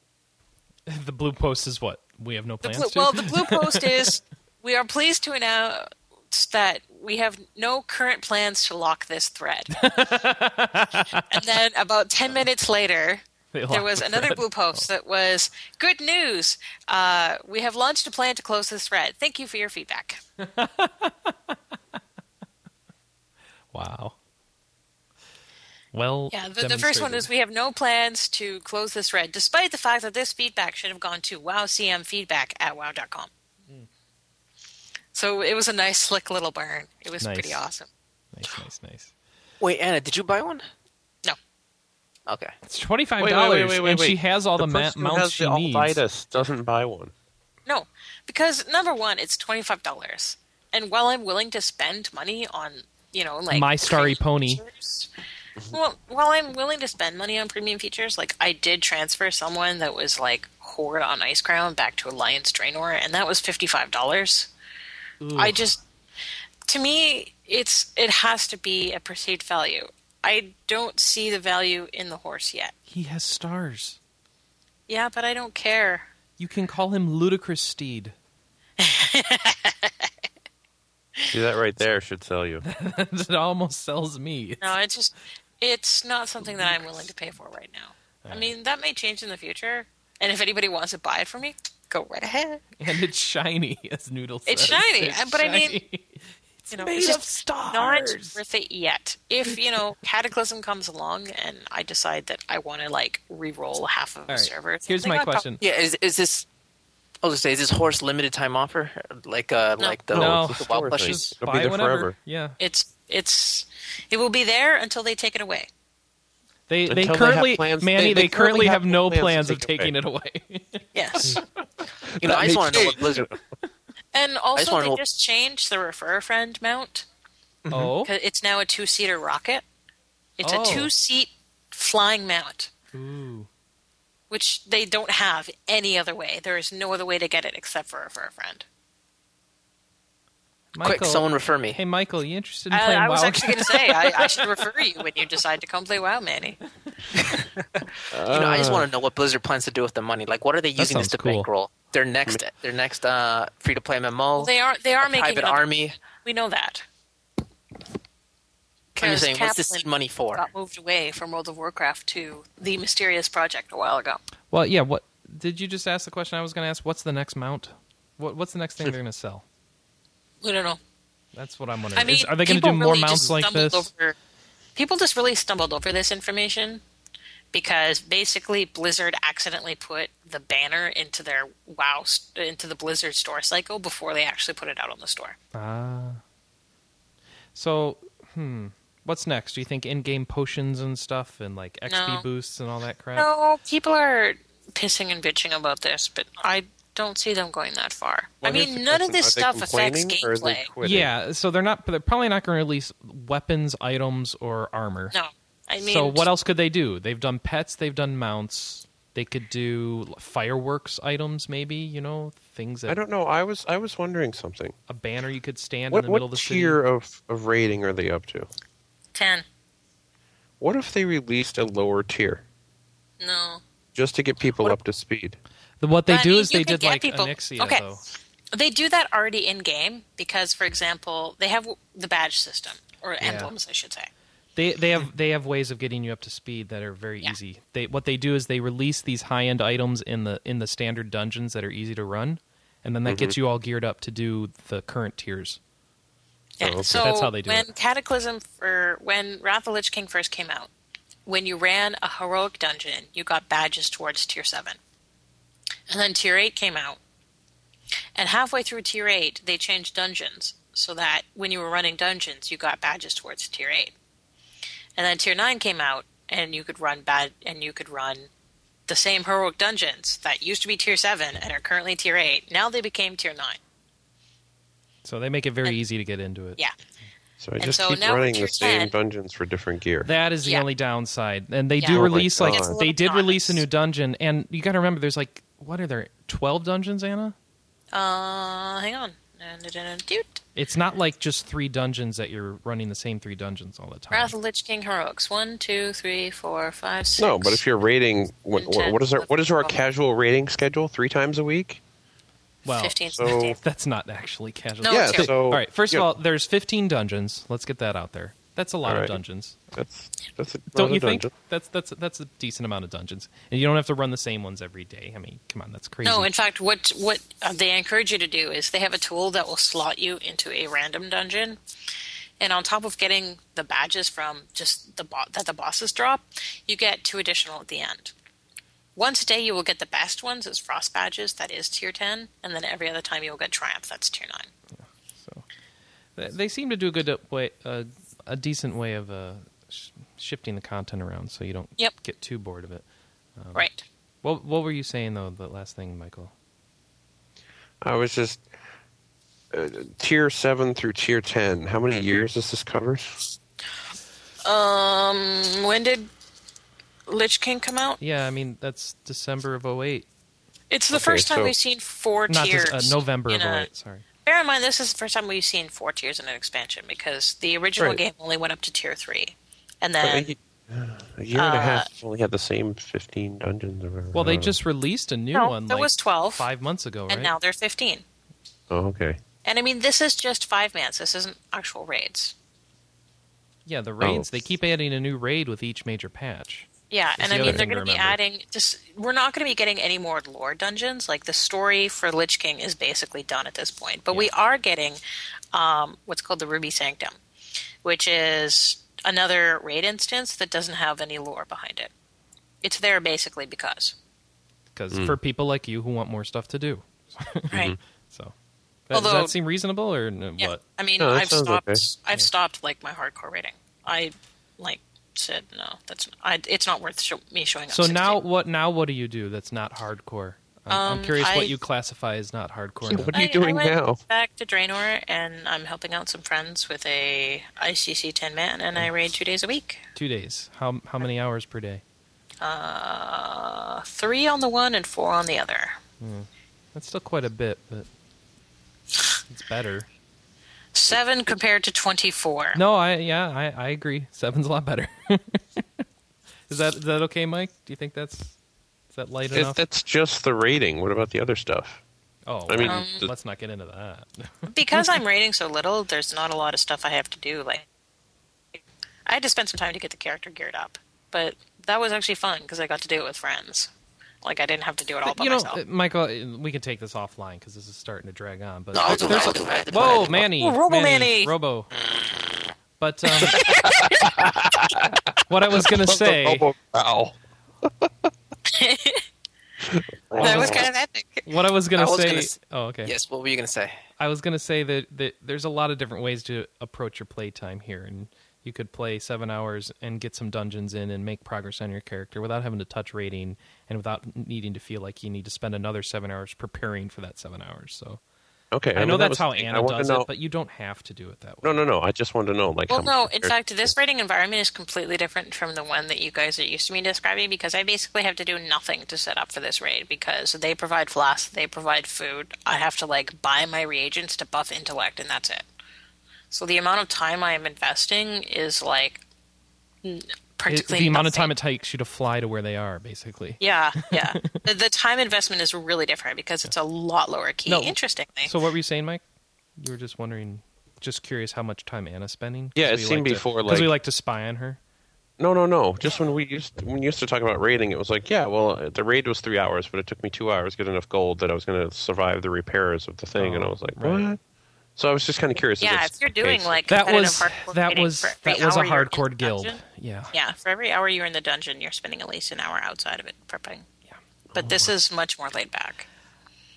(laughs) the blue post is what we have no the plans. blue, to? well, the blue post is we are pleased to announce that we have no current plans to lock (laughs) this thread. and then about 10 minutes later, (laughs) They there locked was the another thread. blue post that was good news. Uh, we have launched a plan to close this thread. Thank you for your feedback. wow. Well, Yeah, the, the first one is we have no plans to close this thread, despite the fact that this feedback should have gone to wowcmfeedback at wow.com. Hmm. So it was a nice, slick little burn. It was Nice. pretty awesome. nice, nice, nice. Wait, Anna, did you buy one? No. Okay. It's twenty five Wait, wait, wait, dollars, wait, and wait, she wait. has all the, ma- person who mounts has she the needs. Altitis doesn't buy one. No, because number one, it's twenty five dollars, and while I'm willing to spend money on you know like My Starry Pony. premium features- well, while I'm willing to spend money on premium features, like I did transfer someone that was like horde on Ice Crown back to Alliance Draenor, and that was fifty five dollars. I just to me, it's it has to be a perceived value. I don't see the value in the horse yet. He has stars. Yeah, but I don't care. You can call him Ludicrous Steed. (laughs) See that right there should sell you. it almost sells me. No, it's just it's not something that I'm willing to pay for right now. I mean, that may change in the future, and if anybody wants to buy it from me, go right ahead. And it's shiny, as Noodle says. It's shiny, It's but I mean- shiny. It's you know, made it's of just stars. Not worth it yet. If you know (laughs) Cataclysm comes along and I decide that I want to like re-roll half of All a right, server, Here's something, my I'd prob- question. Yeah, is is this? I was gonna say, is this horse limited time offer? Like uh, No. like the, No. the Store wild thing. plushies? It'll be Buy there whenever. forever. Yeah, It's it's it will be there until they take it away. they they Until they have currently plans- Manny they- they, they currently currently have have no plans plans to of take taking it it away. Yes, You know, I just That want to know makes- what Blizzard. and just also wanna they know- just changed the refer a friend mount. (laughs) oh, 'Cause It's now a two seater rocket. It's Oh. a two seat flying mount, Ooh. which they don't have any other way. There is no other way to get it except for for a friend. Michael, Quick, someone refer me. Hey, Michael, you interested in I, playing Uh, I was WoW? actually going to say I, I (laughs) should refer you when you decide to come play WoW, Manny. you know, I just want to know what Blizzard plans to do with the money. Like, what are they using this uh. sounds to cool. Mm. bankroll? Their next, their next uh, free to play MMO. They are they are making private another- army. We know that. I'm just Because saying, what's this Kaplan seed money for? Got moved away from World of Warcraft to the mysterious project a while ago. Well, yeah. What did you just ask the question? I was going to ask. What's the next mount? What, what's the next thing they're going to sell? We don't know. That's what I'm wondering. I mean, Is- are they going to people do more really just mounts like stumbled this? Over, people just really stumbled over this information because basically Blizzard accidentally put the banner into their WoW st- into the Blizzard store cycle before they actually put it out on the store. Ah. So, hmm. What's next? Do you think in-game potions and stuff, and like XP No. boosts and all that crap? No, people are pissing and bitching about this, but I don't see them going that far. I Well, here's the mean, none of question. this Are they stuff affects complaining or are they gameplay. quitting? Yeah, so they're not. They're probably not going to release weapons, items, or armor. No, I mean, so what else could they do? They've done pets. They've done mounts. They could do fireworks items, maybe. You know, things that I don't know. I was I was wondering something. a banner you could stand in What the middle of what the tier city. of, of rating are they up to? Ten. What if they released a lower tier No. just to get people up to speed? The, what they But, I do mean, is you they can did get like people- Anixia, Okay. though. They do that already in game because, for example, they have the badge system or emblems, I should say. They they have they have ways of getting you up to speed that are very Yeah. easy. They what they do is they release these high end items in the in the standard dungeons that are easy to run, and then that Mm-hmm. gets you all geared up to do the current tiers. Yeah. okay. So That's how they do when it. Cataclysm or when Wrath of the Lich King first came out, when you ran a heroic dungeon, you got badges towards tier seven, and then tier eight came out, and halfway through tier eight, they changed dungeons so that when you were running dungeons, you got badges towards tier eight, and then tier nine came out, and you could run bad and you could run. The same heroic dungeons that used to be tier seven and are currently tier eight. Now they became tier nine. So they make it very And- easy to get into it. Yeah. So I And just so keep now running through the same 10. dungeons for different gear. That is the Yeah. only downside. And they Yeah. do Oh my release like It's a they little did release a monotonous. new dungeon, and you got to remember there's like what are there twelve dungeons, Anna? Uh, hang on. Dude. It's not like just three dungeons that you're running the same three dungeons all the time. Wrath of the Lich King heroics. One, two, three, four, five, six. No, but if you're rating, what, And 10, what is our what is our 12. casual rating schedule? Three times a week. well, 15, so- 16. that's not actually casual. No, yeah. it's here. So all right. First yeah, of all, there's 15 dungeons. Let's get that out there. That's a lot All of right. dungeons. that's that's a, Don't that's you a dungeon. think? That's that's that's a decent amount of dungeons, and you don't have to run the same ones every day. I mean, come on, that's crazy. No, in fact, what what uh, they encourage you to do is they have a tool that will slot you into a random dungeon, and on top of getting the badges from just the bo- that the bosses drop, you get two additional at the end. Once a day, you will get the best ones as frost badges. That is tier ten, and then every other time you will get triumph. That's tier nine. So they, they seem to do a good uh, way, uh, a decent way of uh, sh- shifting the content around, so you don't Yep. get too bored of it. Right. What what were you saying though? The last thing, Michael. I was just uh, tier seven through tier ten. How Mm-hmm. many years does this cover? Um, when did Lich King come out? Yeah, I mean that's December of 08. It's the Okay, first time so- we've seen four not tiers. Dec- uh, November in of a- 08, Sorry. Bear in mind, this is the first time we've seen four tiers in an expansion because the original Right. game only went up to tier three, and But then a, y- a year Uh, and a half it's only had the same fifteen dungeons or whatever. Well, I they don't know. just released a new no, one. there like, was twelve, five months ago, right? and now they're fifteen. Oh, okay. And I mean, this is just five mans. This isn't actual raids. yeah, Oh. the raids. They keep adding a new raid with each major patch. Yeah, That's and the I other mean, they're thing to going to be remember. adding. Just we're not going to be getting any more lore dungeons. Like the story for Lich King is basically done at this point, but we are getting um, what's called the Ruby Sanctum, which is another raid instance that doesn't have any lore behind it. It's there basically because. Because Hmm. for people like you who want more stuff to do, Mm-hmm. Right. so that, does Although- that seem reasonable or n- Yeah. what? I mean, No, that I've sounds stopped. okay. Yeah. I've stopped like my hardcore rating. I like said no. That's I, it's not worth show, me showing up. So 16. now what? Now what do you do that's not hardcore? I'm, I'm Um, curious I- what you classify as not hardcore. Yeah, now. what are you I- doing I went now? Back to Draenor, and I'm helping out some friends with a ICC ten man, and I raid two days a week. Two days. How how many hours per day? Uh, three on the one and four on the other. That's still quite a bit, but it's better. Seven compared to twenty four. No, I yeah, I, I agree. Seven's a lot better. (laughs) is that is that okay, Mike? Do you think that's is that light It, enough? that's just the rating. What about the other stuff? oh, I mean, well, the- let's not get into that. because I'm raiding so little, there's not a lot of stuff I have to do. Like, I had to spend some time to get the character geared up, but that was actually fun because I got to do it with friends. Like, I didn't have to do it all by you know, myself. uh, Michael, uh, we can take this offline because this is starting to drag on. But No, I'll do it. I'll do it. whoa, Manny, Oh, Robo Manny. Robo. But um, (laughs) what I was Oh, gonna say, Ow. that Oh. was kind of epic. what I was gonna I was say, gonna s- oh okay, Yes, what were you going to say? I was gonna say that, that there's a lot of different ways to approach your playtime here, and you could play seven hours and get some dungeons in and make progress on your character without having to touch rating and without needing to feel like you need to spend another seven hours preparing for that seven hours. So Okay. I, know mean, that that's was how the thing. I Anna wanted to does know, it, but you don't have to do it that way. no, no, no. I just wanted to know, like, Well, how no, much in character- fact, this raiding environment is completely different from the one that you guys are used to me describing because I basically have to do nothing to set up for this raid because they provide flasks, they provide food. I have to, like, buy my reagents to buff intellect, and that's it. So the amount of time I am investing is, like, n- It- practically the amount of nothing. time it takes you to fly to where they are, basically. Yeah, yeah. (laughs) the, the time investment is really different because it's a lot lower key. No. Interestingly, So what were you saying, Mike? You were just wondering, just curious how much time Anna's spending. 'Cause Yeah, it we seemed like to- before, 'cause like- we like to spy on her. No, no, no. Just when we used when you used to talk about raiding, it was like, yeah, well, uh, the raid was three hours, but it took me two hours to get enough gold that I was going to survive the repairs of the thing, and I was like, Oh, right. what? So I was just kind of curious. yeah. if, If you're doing like That competitive was hardcore that raiding was for every that was a hour you're in hardcore the guild. dungeon- Yeah. Yeah, for every hour you're in the dungeon, you're spending at least an hour outside of it prepping. Yeah. But this is much more laid back.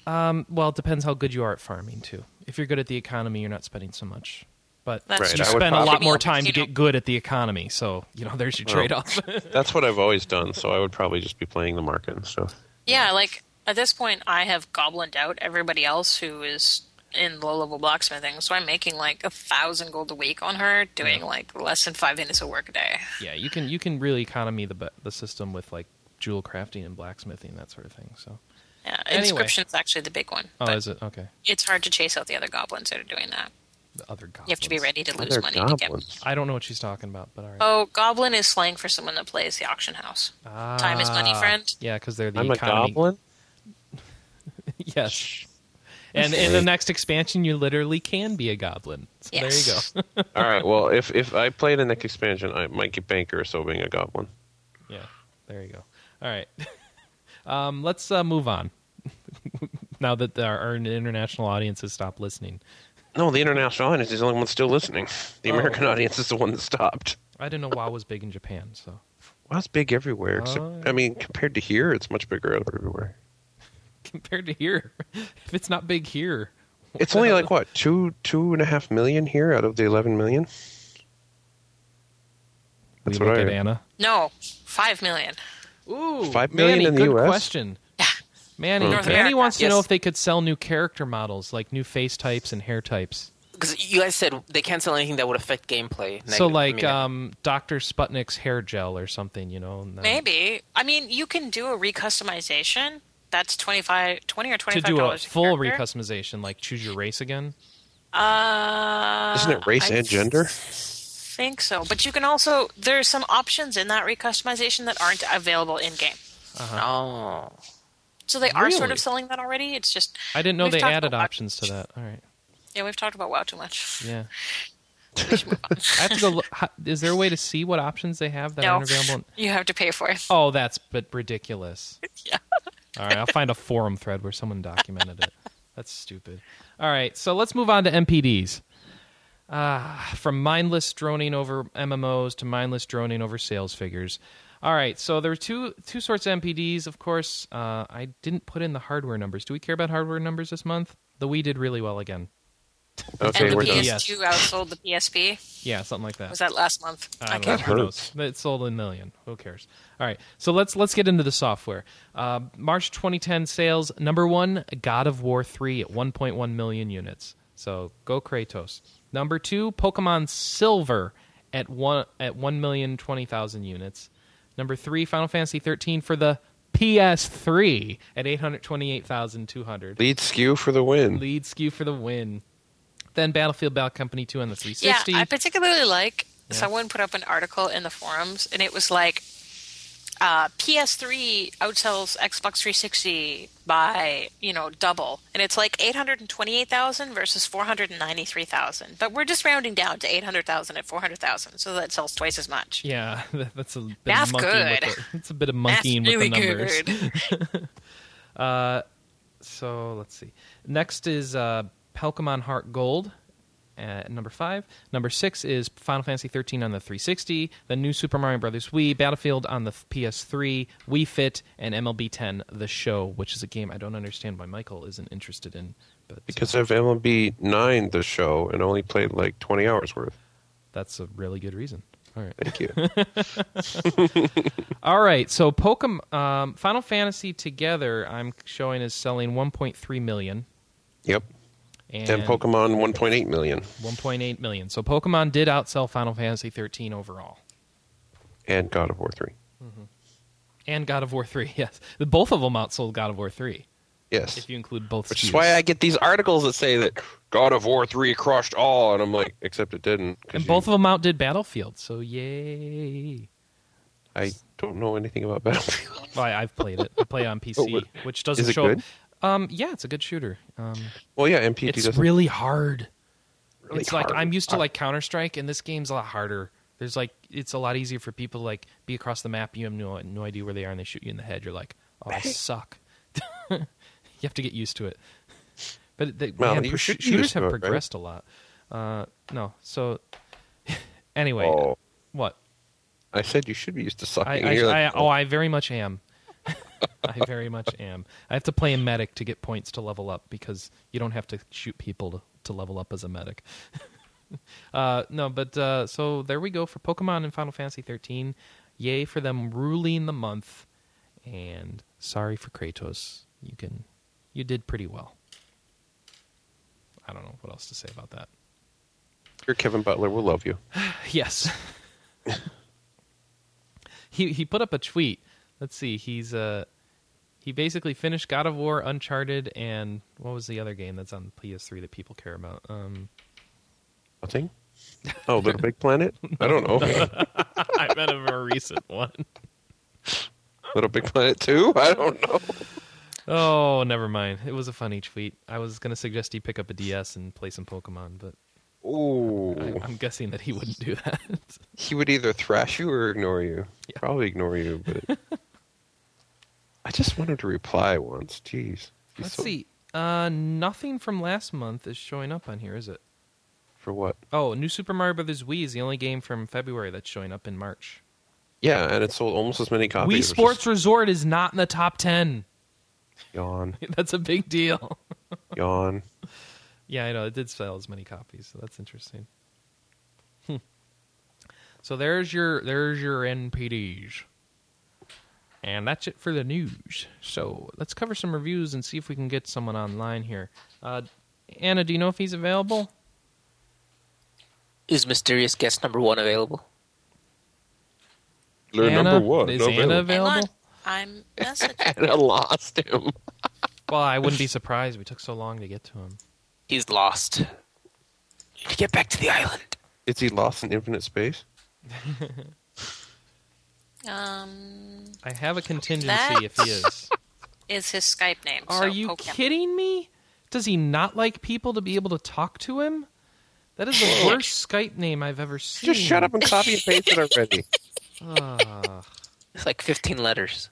Well, it depends how good you are at farming too. If you're good at the economy, you're not spending so much. But That's Right, you I would spend a lot probably- more time to You know- get good at the economy, so you know there's your trade off. that's what I've always done. So I would probably just be playing the market and stuff. Yeah, like at this point, I have goblined out everybody else who is in low level blacksmithing, so I'm making like a thousand gold a week on her, doing like less than five minutes of work a day. (laughs) Yeah, you can you can really economy the be- the system with like jewel crafting and blacksmithing that sort of thing. So Yeah, Anyway. inscription's actually the big one. oh, but is it okay? it's hard to chase out the other goblins that are doing that. The other goblins. You have to be ready to lose They're money to get. goblins. I don't know what she's talking about, but all right. Oh, goblin is slang for someone that plays the auction house. time is money, Ah, friend. Yeah, because they're the I'm a economy. goblin. (laughs) yes, and in the next expansion, you literally can be a goblin. So Yes. There you All right. Well, if if I play the next expansion, I might get banker so being a goblin. go. (laughs) yeah, there you go. All right, (laughs) um, let's uh, move on. (laughs) now that our, our international audience has stopped listening, No, the international audience is the only one still listening. The Oh. American audience is the one that stopped. I didn't know WoW was big in Japan, so (laughs) Well, it's big everywhere. Except, Oh. I mean, compared to here, it's much bigger everywhere. compared to here, (laughs) if it's not big here, It's only like what two two and a half million here out of the eleven million. we That's what look I at heard. Anna. No, five million. Ooh, Five million Manny, in the good US? question. Yeah. Manny, Okay. North Manny America, wants to know yes. if they could sell new character models, like new face types and hair types. Because you guys said they can't sell anything that would affect gameplay. so, Negative- I like mean, um, Doctor Sputnik's hair gel or something, you know? and, uh, Maybe. I mean, you can do a recustomization. That's 25 20 or $25. to do a a full character. recustomization, like choose your race again. Uh, Isn't it race I and gender? think so. But you can also, there's some options in that recustomization that aren't available in game. oh, So they are sort Really? of selling that already. It's just, I didn't know We've they talked added about- options to that. All right, yeah, we've talked about WoW too much. (laughs) yeah. I have to go. Look, how, is there a way to see what options they have that No. aren't available? You have to pay for it. Oh, that's but ridiculous. Yeah. All right, I'll find a forum thread where someone documented it. That's stupid. All right, so let's move on to MPDs. Ah, from mindless droning over MMOs to mindless droning over sales figures. All right, so there are two two sorts of MPDs. Of course, uh, I didn't put in the hardware numbers. Do we care about hardware numbers this month? The Wii did really well again. Okay, and the we're done. Yeah. PS2 outsold the PSP. Yeah, something like that. Was that last month? I can't don't know. Who That knows? It sold a million. Who cares? All right. So let's let's get into the software. Uh, March 2010 sales number one: God of War 3 at 1.1 million units. So go Kratos. Number two: Pokemon Silver at one at 1 million 20,000 units. Number three: Final Fantasy 13 for the PS3 at 828,200. Lead skew for the win. Lead skew for the win. Then Battlefield Battle Company 2 on the 360. Yeah, I particularly like Yeah. someone put up an article in the forums, and it was like, uh, PS3 outsells Xbox 360 by you know double, and it's like 828,000 versus 493,000. But we're just rounding down to 800,000 at 400,000, so that sells twice as much. Yeah, (laughs) that, that's a bit Math of monkeying good. with the, it's a bit of That's monkeying really with the numbers. (laughs) good. So let's see. Next is uh, Pokemon Heart Gold at number five. Number six is Final Fantasy 13 on the 360, the new Super Mario Brothers Wii, Battlefield on the PS3, Wii Fit, and MLB 10 The Show, which is a game I don't understand why Michael isn't interested in. But Because I've MLB nine the show and only played like twenty hours worth. that's a really good reason. All right. Thank you. (laughs) All right, so Pokemon, um, Final Fantasy together, I'm showing is selling 1.3 million, yep. and, And Pokemon one point eight million. 1.8 million. So Pokemon did outsell Final Fantasy 13 overall. And God of War three. And God of War 3, (laughs) yes. The- Both of them outsold God of War 3, Yes. if you include both Which SKUs. is why I get these articles that say that God of War three crushed all, and I'm like, except it didn't. 'cause And you- both of them outdid Battlefield, so yay. I don't know anything about Battlefield. (laughs) Well, I, I've played it. I play it on PC, Oh, what- which doesn't is it show good? Um, yeah, it's a good shooter. Um, Well, yeah, MPT it's doesn't. really hard. Really it's like hard. I'm used to like Counter Strike, and this game's a lot harder. There's like it's a lot easier for people to like be across the map. You have no, no idea where they are, and they shoot you in the head. You're like, oh, I suck. (laughs) you have to get used to it. But they, Well, man, you pro- should get shooters used to have it, right? progressed a lot. Uh, no, so (laughs) anyway, Oh. what? I said you should be used to I, sucking. I, and you're I, like, oh, I very much am. (laughs) I very much am. I have to play a medic to get points to level up because you don't have to shoot people to, to level up as a medic. (laughs) uh, no, but uh, so there we go for Pokemon and Final Fantasy 13. Yay for them ruling the month, and sorry for Kratos. You can, you did pretty well. I don't know what else to say about that. Your Kevin Butler will love you. Yes. (laughs) he he put up a tweet. Let's see. He's uh he basically finished God of War, Uncharted, and what was the other game that's on PS3 that people care about? Um, Nothing. Oh, Little Big Planet. I (laughs) don't know. (laughs) I meant a more recent one. Little Big Planet Two. I don't know. Oh, never mind. It was a funny tweet. I was gonna suggest he pick up a DS and play some Pokemon, but Ooh, I'm guessing that he wouldn't do (laughs) that. he would either thrash you or ignore you. Probably ignore you, (laughs) but I just wanted to reply once. Jeez. Be Let's so- see. Uh, nothing from last month is showing up on here, is it? for what? Oh, New Super Mario Brothers Wii is the only game from February that's showing up in March. Yeah, and it sold almost as many copies. Wii which is Sports Resort is not in the top ten. (laughs) Yawn. That's a big deal. Yawn. yeah, I know it did sell as many copies, so that's interesting. Hmm. So there's your there's your NPDs, and that's it for the news. So let's cover some reviews and see if we can get someone online here. Uh, Anna, do you know if he's available? Is mysterious guest number one available? Learn Anna? number one. Is no Anna available. Hang on. available? I'm (laughs) messaging. Anna lost him. Well, I wouldn't be surprised. We took so long to get to him. He's lost. You get back to the island. Is he lost in infinite space? Um, I have a contingency That- if he is. is his Skype name? so Are you poke him. kidding me? Does he not like people to be able to talk to him? That is the worst Skype name I've ever seen. Just shut up and copy and (laughs) paste it already. Ah, It's like 15 letters.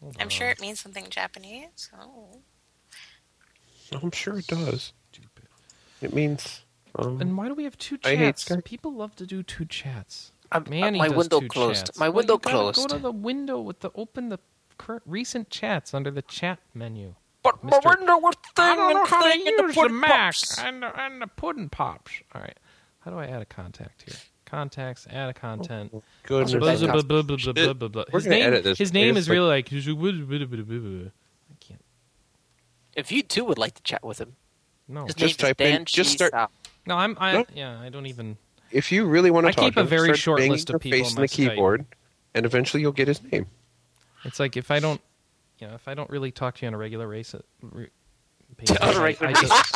hold I'm on. sure it means something Japanese. Oh. I'm sure it does. It means. Um, And why do we have two I hate chats? Skype. People love to do two chats. I'm, Manny Uh, my does window two closed. chats. My Well, window you gotta closed. Go to the window with the open the current recent chats under the chat menu. But Mr. window was thing I don't know how to thing and the use the pudding Mac pops. and the, and the pudding pops. All right, how do I add a contact here? Contacts, add a content. goodness. Blah, Bad blah, blah, blah, blah, blah, Shit. blah, blah. We're His gonna name, edit this. his I name guess, is like- really like. I can't. If you too would like to chat with him, No, his Just name is type in- Dan just start- Cheesau. no, I'm. I, No. Yeah, I don't even. If you really want to I talk, keep a to him, very start short banging list of your people Face on in my the Skype. keyboard, and eventually you'll get (laughs) his name. It's like if I don't, you know, if I don't really talk to you on a regular race, uh, (laughs) re, basis, On a I- regular I just-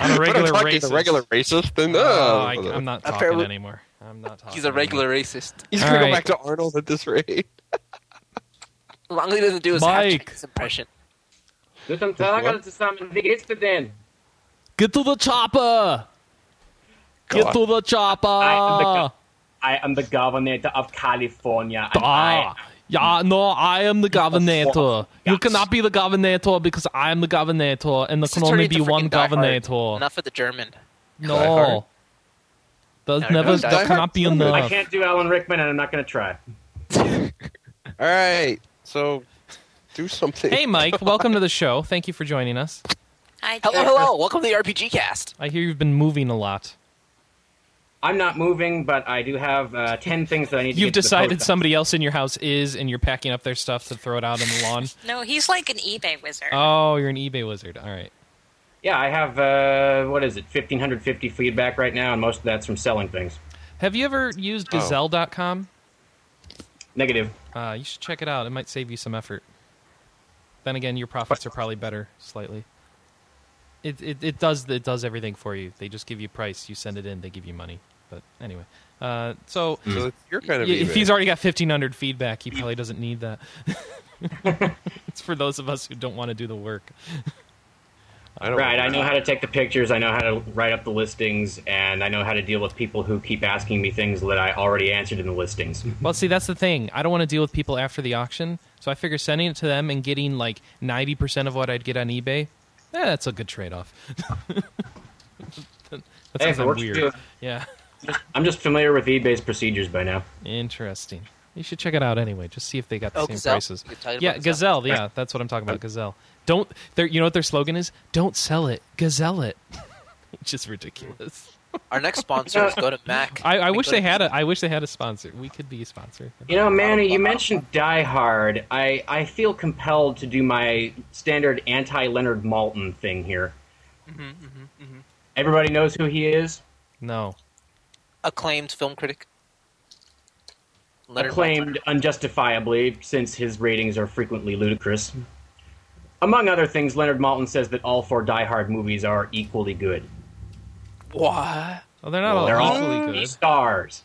on a regular talking race, to regular racist, then No, uh, I, I'm not talking Apparently- anymore. I'm not talking. He's a regular racist. (laughs) He's All gonna right. go back to Arnold at this rate. As long as he doesn't do his Mike. half-Chinese impression. Lutam Tagel zusammen, wie geht's dir denn? Get to the chopper. Get God. to the chopper. I am the, go- I am the governor of California. and I- Ah, yeah, no, I am the governor. You Yes. cannot be the governor because I am the governor, and there This is can only turning be into one freaking Die Hard. governor. Enough of the German. Die Hard. No, there's No, never no, Die there cannot Hard. be I I enough. can't do Alan Rickman, and I'm not going to try. All right, so do something. Hey, Mike, welcome to the show. Thank you for joining us. Hi, (laughs) Hello, Jack. hello. Welcome to the RPG cast. I hear you've been moving a lot. I'm not moving, but I do have uh, ten things that I need. to You've get to the decided post office. somebody else in your house is, and you're packing up their stuff to throw it out on the lawn. No, he's like an eBay wizard. Oh, you're an eBay wizard. All right. Yeah, I have uh, what is it, fifteen hundred fifty feedback right now, and most of that's from selling things. Have you ever used Oh. Gazelle.com? Negative. Uh, you should check it out. It might save you some effort. Then again, your profits are probably better slightly. It, it it does it does everything for you. They just give you price. You send it in. They give you money. But anyway, uh, so Mm. so it's your kind of y- if eBay. he's already got fifteen hundred feedback, he probably doesn't need that. (laughs) it's for those of us who don't want to do the work. I don't Right. I know how to take the pictures. I know how to write up the listings, and I know how to deal with people who keep asking me things that I already answered in the listings. Well, see, that's the thing. I don't want to deal with people after the auction, so I figure sending it to them and getting like ninety percent of what I'd get on eBay, eh, that's a good trade-off. (laughs) that Hey, if sounds it works for weird. you. Yeah, I'm just familiar with eBay's procedures by now. interesting. You should check it out anyway. Just see if they got the Oh, same Gazelle. prices. You could tell you Yeah, about Gazelle. Gazelle. (laughs) Yeah, that's what I'm talking about. Gazelle. Don't. their- You know what their slogan is? Don't sell it. Gazelle it. (laughs) Which is ridiculous. Our next sponsor is Go to Mac. I, I and wish Go to they had a. I wish they had a sponsor. We could be a sponsor. You know, Manny, you mentioned Die Hard. I, I feel compelled to do my standard anti Leonard Malton thing here. Mm-hmm, Everybody knows who he is. No. Acclaimed film critic. Leonard acclaimed unjustifiably since his ratings are frequently ludicrous. Among other things, Leonard Maltin says that all four Die Hard movies are equally good. Maltin. Why? Oh, they're not all They're all Mm. equally three good. (laughs) stars.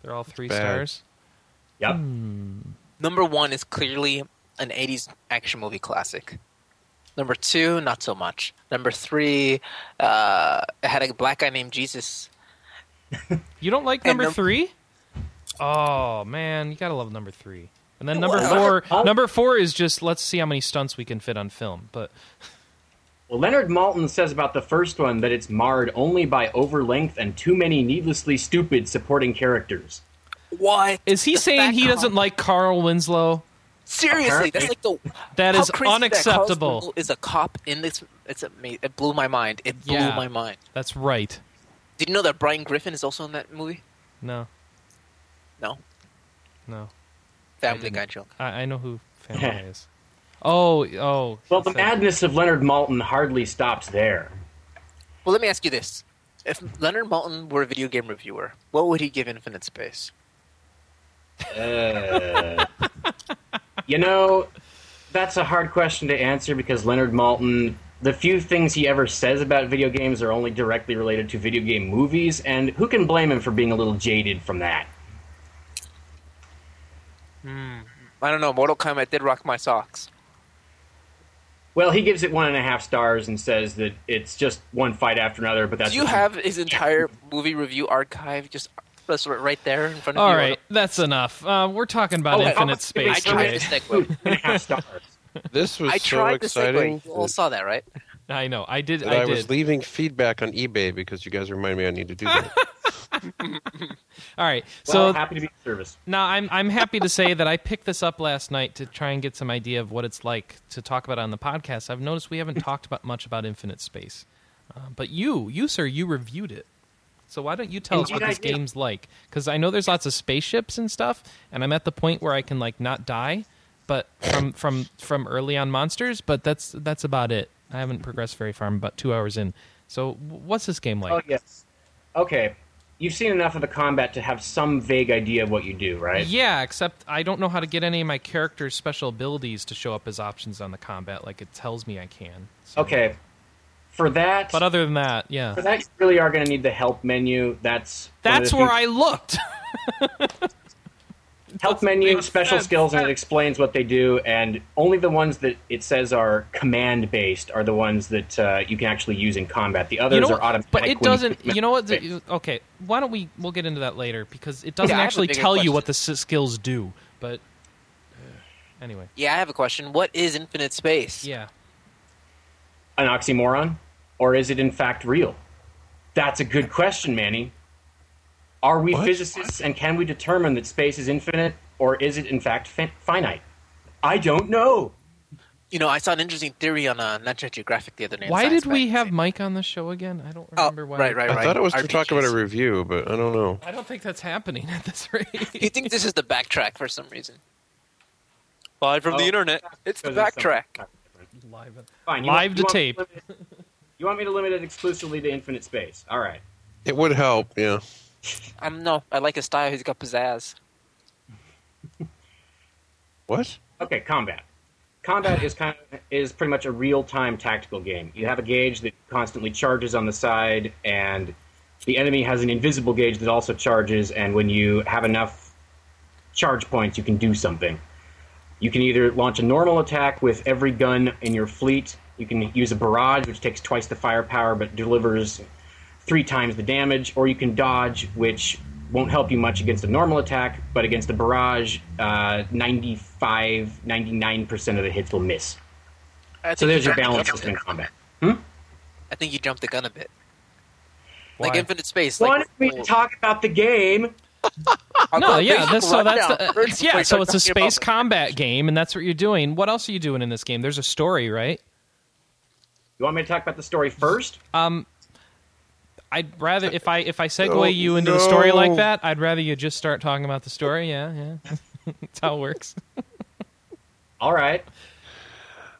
They're all three Bad. stars. Yep. Number one is clearly an 80s action movie classic. Number two, not so much. Number three, uh, it had a black guy named Jesus. You don't like And number num- three? Oh man, you gotta love number three. And then number Well, four. I'll- Number four is just let's see how many stunts we can fit on film. But Well, Leonard Maltin says about the first one that it's marred only by overlength and too many needlessly stupid supporting characters. What? is he The saying fat he cop. doesn't like Carl Winslow? Seriously, that's like the That how is crazy unacceptable. That Carl Smigel is a cop in this. It's amazing. It blew my mind. It blew Yeah. my mind. That's right. Did you know that Brian Griffin is also in that movie? No, No, no. Family didn't. Guy joke. I, I know who (laughs) family is. Oh, oh. Well, the so- madness of Leonard Maltin hardly stops there. Well, let me ask you this: If Leonard Maltin were a video game reviewer, what would he give Infinite Space? Uh, (laughs) you know, that's a hard question to answer because Leonard Maltin, the few things he ever says about video games are only directly related to video game movies, and who can blame him for being a little jaded from that? I don't know. Mortal Kombat did rock my socks. Well, he gives it one and a half stars and says that it's just one fight after another, but that's Do you what- have his entire movie review archive just just right there in front of All you? right, that's enough. Uh, we're talking about Oh, infinite how much did they space I tried today. to two segue. and a half stars. (laughs) This was I so tried to exciting. segue. You all saw that, right? I know. I did. that I, I, was did. leaving feedback on eBay because you guys reminded me I need (laughs) to do that. All right. Well, So happy to be of service. Now I'm I'm happy to say that I picked this up last night to try and get some idea of what it's like to talk about it on the podcast. I've noticed we haven't talked about much about Infinite Space, uh, but you, you sir, you reviewed it. So why don't you tell us Indeed what I this did. game's like? Because I know there's lots of spaceships and stuff, and I'm at the point where I can like not die, but from from from early on monsters. But that's that's about it. I haven't progressed very far. I'm about two hours in. So w- what's this game like? Oh yes. Okay, you've seen enough of the combat to have some vague idea of what you do, right? Yeah, except I don't know how to get any of my character's special abilities to show up as options on the combat. Like it tells me I can. So- Okay. For that, But other than that, yeah, for that, you really are going to need the help menu. That's one of that's the where things- I looked. (laughs) help menu make special sense. skills, and it explains what they do. And only the ones that it says are command based are the ones that uh, you can actually use in combat. The others you know, are automatic. what? but it (laughs) when you doesn't. click You know what? menu. the- Okay, why don't we? We'll get into that later because it doesn't Yeah, I have a actually bigger tell you what the s- skills do. But uh, anyway, Yeah, I have a question. What is Infinite Space? yeah, An oxymoron, or is it in fact real? That's a good question, Manny. Are we What? physicists, and can we determine that space is infinite, or is it in fact fin- finite? I don't know. You know, I saw an interesting theory on uh, National Geographic the other day. in why Science did we Magazine. have Mike on the show again? I don't Oh, remember why. right, right, I right. thought it was to talk about RPGs. a review, but I don't know. I don't think that's happening at this (laughs) You rate. think this is the backtrack for some reason? Live from Oh. the internet. It's the backtrack. Live at- Fine. Live to me tape. limit it- you want me to limit it exclusively to infinite space? All right. It would help, yeah. Um, no, I like his style. He's got pizzazz. What? Okay, combat. Combat is kind of, is pretty much a real time tactical game. You have a gauge that constantly charges on the side, and the enemy has an invisible gauge that also charges. And when you have enough charge points, you can do something. You can either launch a normal attack with every gun in your fleet. You can use a barrage, which takes twice the firepower but delivers three times the damage, or you can dodge, which won't help you much against a normal attack, but against a barrage, uh, 95, 99% of the hits will miss. I think So there's you jumped your the balance gun a system in bit. combat. I think you jumped the gun a bit. Like Why? Infinite Space. Like, Wanted me to talk about the game. I'll No, go yeah, Facebook that's, so right that's now. the, We're it's, yeah, talking so it's a about space it. combat game, and that's what you're doing. What else are you doing in this game? There's a story, right? You want me to talk about the story first? I'd rather if I if I segue Oh, you into the story no. like that, I'd rather you just start talking about the story. Yeah, yeah, (laughs) that's how it works. All right.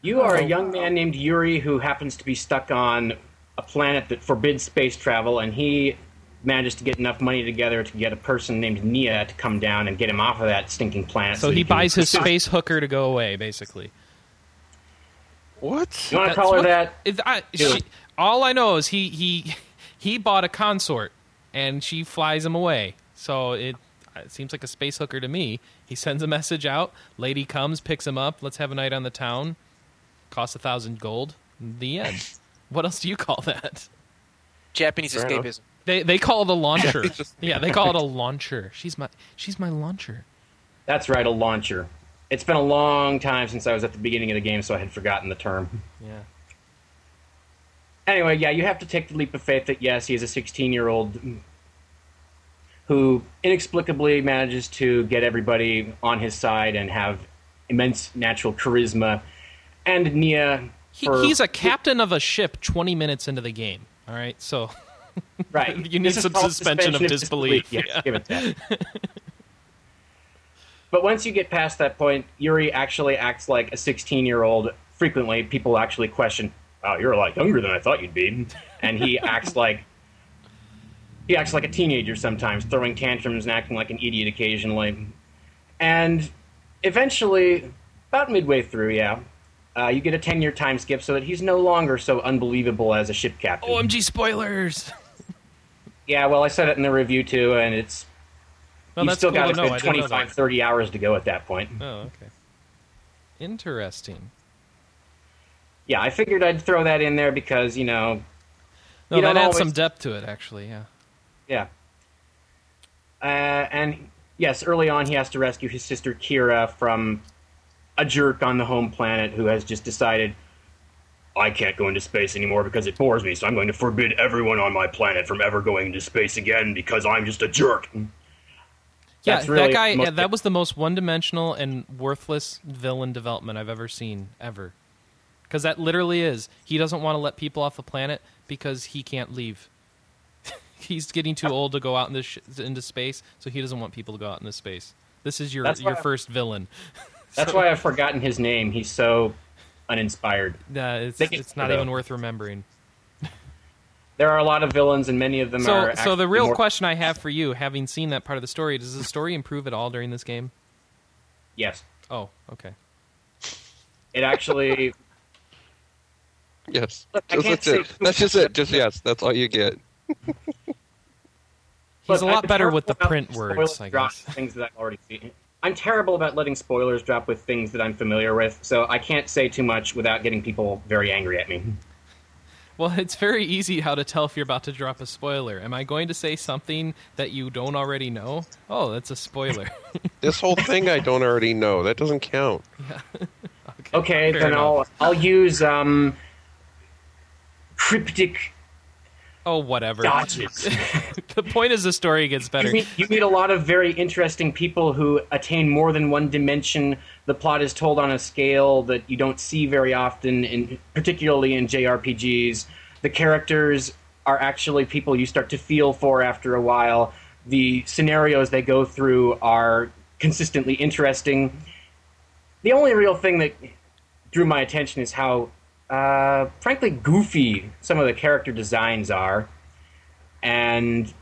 You are a young man named Yuri who happens to be stuck on a planet that forbids space travel, and he manages to get enough money together to get a person named Nia to come down and get him off of that stinking planet. So he can- buys (laughs) his space hooker to go away, basically. What? You want That's to call her what- that? If I, Yeah. she, all I know is he he he bought a consort, and she flies him away. So it, it seems like a space hooker to me. He sends a message out. Lady comes, picks him up. Let's have a night on the town. Costs a thousand gold. The end. (laughs) what else do you call that? Japanese Fair enough. escapism. They they call it a launcher. Just- yeah, they call it a launcher. She's my she's my launcher. That's right, a launcher. It's been a long time since I was at the beginning of the game, so I had forgotten the term. Yeah. Anyway, yeah, you have to take the leap of faith that yes, he is a 16 year old who inexplicably manages to get everybody on his side and have immense natural charisma. And Nia, He, for- he's a captain of a ship. Twenty minutes into the game. All right, (laughs) so. right. (laughs) You need This is some called suspension of disbelief, Yes, yeah. give (laughs) it that. but once you get past that point, Yuri actually acts like a 16 year old. Frequently, people actually question, "Wow, you're a lot younger than I thought you'd be," and (laughs) he acts like he acts like a teenager sometimes, throwing tantrums and acting like an idiot occasionally. And eventually, about midway through, yeah. Uh, you get a 10 year time skip so that he's no longer so unbelievable as a ship captain. OMG! Spoilers. Yeah, well, I said it in the review too, and it's Well, you've that's still cool got to a know. good I didn't know that. 25, 30 hours to go at that point. Oh, okay. Interesting. Yeah, I figured I'd throw that in there because you know, No, You that don't adds some always- depth to it, actually. Yeah. yeah. Uh, and yes, early on, he has to rescue his sister Kira from a jerk on the home planet who has just decided. I can't go into space anymore because it bores me, so I'm going to forbid everyone on my planet from ever going into space again because I'm just (laughs) a jerk. Yeah, That's really that guy. most- yeah, that was the most one-dimensional and worthless villain development I've ever seen, ever. Because that literally is. He doesn't want to let people off the planet because he can't leave. (laughs) He's getting too old to go out into, sh- into space, so he doesn't want people to go out into space. This is your That's why your I- first villain. That's why I've forgotten his name. He's so uninspired. Uh, it's, They can- it's not even worth remembering. There are a lot of villains, and many of them So, are. so actually the real more- question I have for you, having seen that part of the story, does the story improve at all during this game? Yes, Oh, okay. (laughs) it actually. Yes. Look, I Just- can't that's it. say- That's just it. Just yes. That's all you get. He's Look, a lot I'm better with the terrible print about words, spoilers I drop guess. (laughs) Things that I've already seen. I'm terrible about letting spoilers drop with things that I'm familiar with, so I can't say too much without getting people very angry at me. Well, it's very easy how to tell if you're about to drop a spoiler. Am I going to say something that you don't already know? Oh, that's a spoiler. (laughs) This whole thing I don't already know. That doesn't count. Okay, fair then enough. I'll uh, I'll use um, cryptic Oh, whatever. dodges. (laughs) the point is the story gets better. you, meet, you meet a lot of very interesting people who attain more than one dimension. The plot is told on a scale that you don't see very often, in, particularly in JRPGs. The characters are actually people you start to feel for after a while. The scenarios they go through are consistently interesting. The only real thing that drew my attention is how, uh, frankly, goofy some of the character designs are. And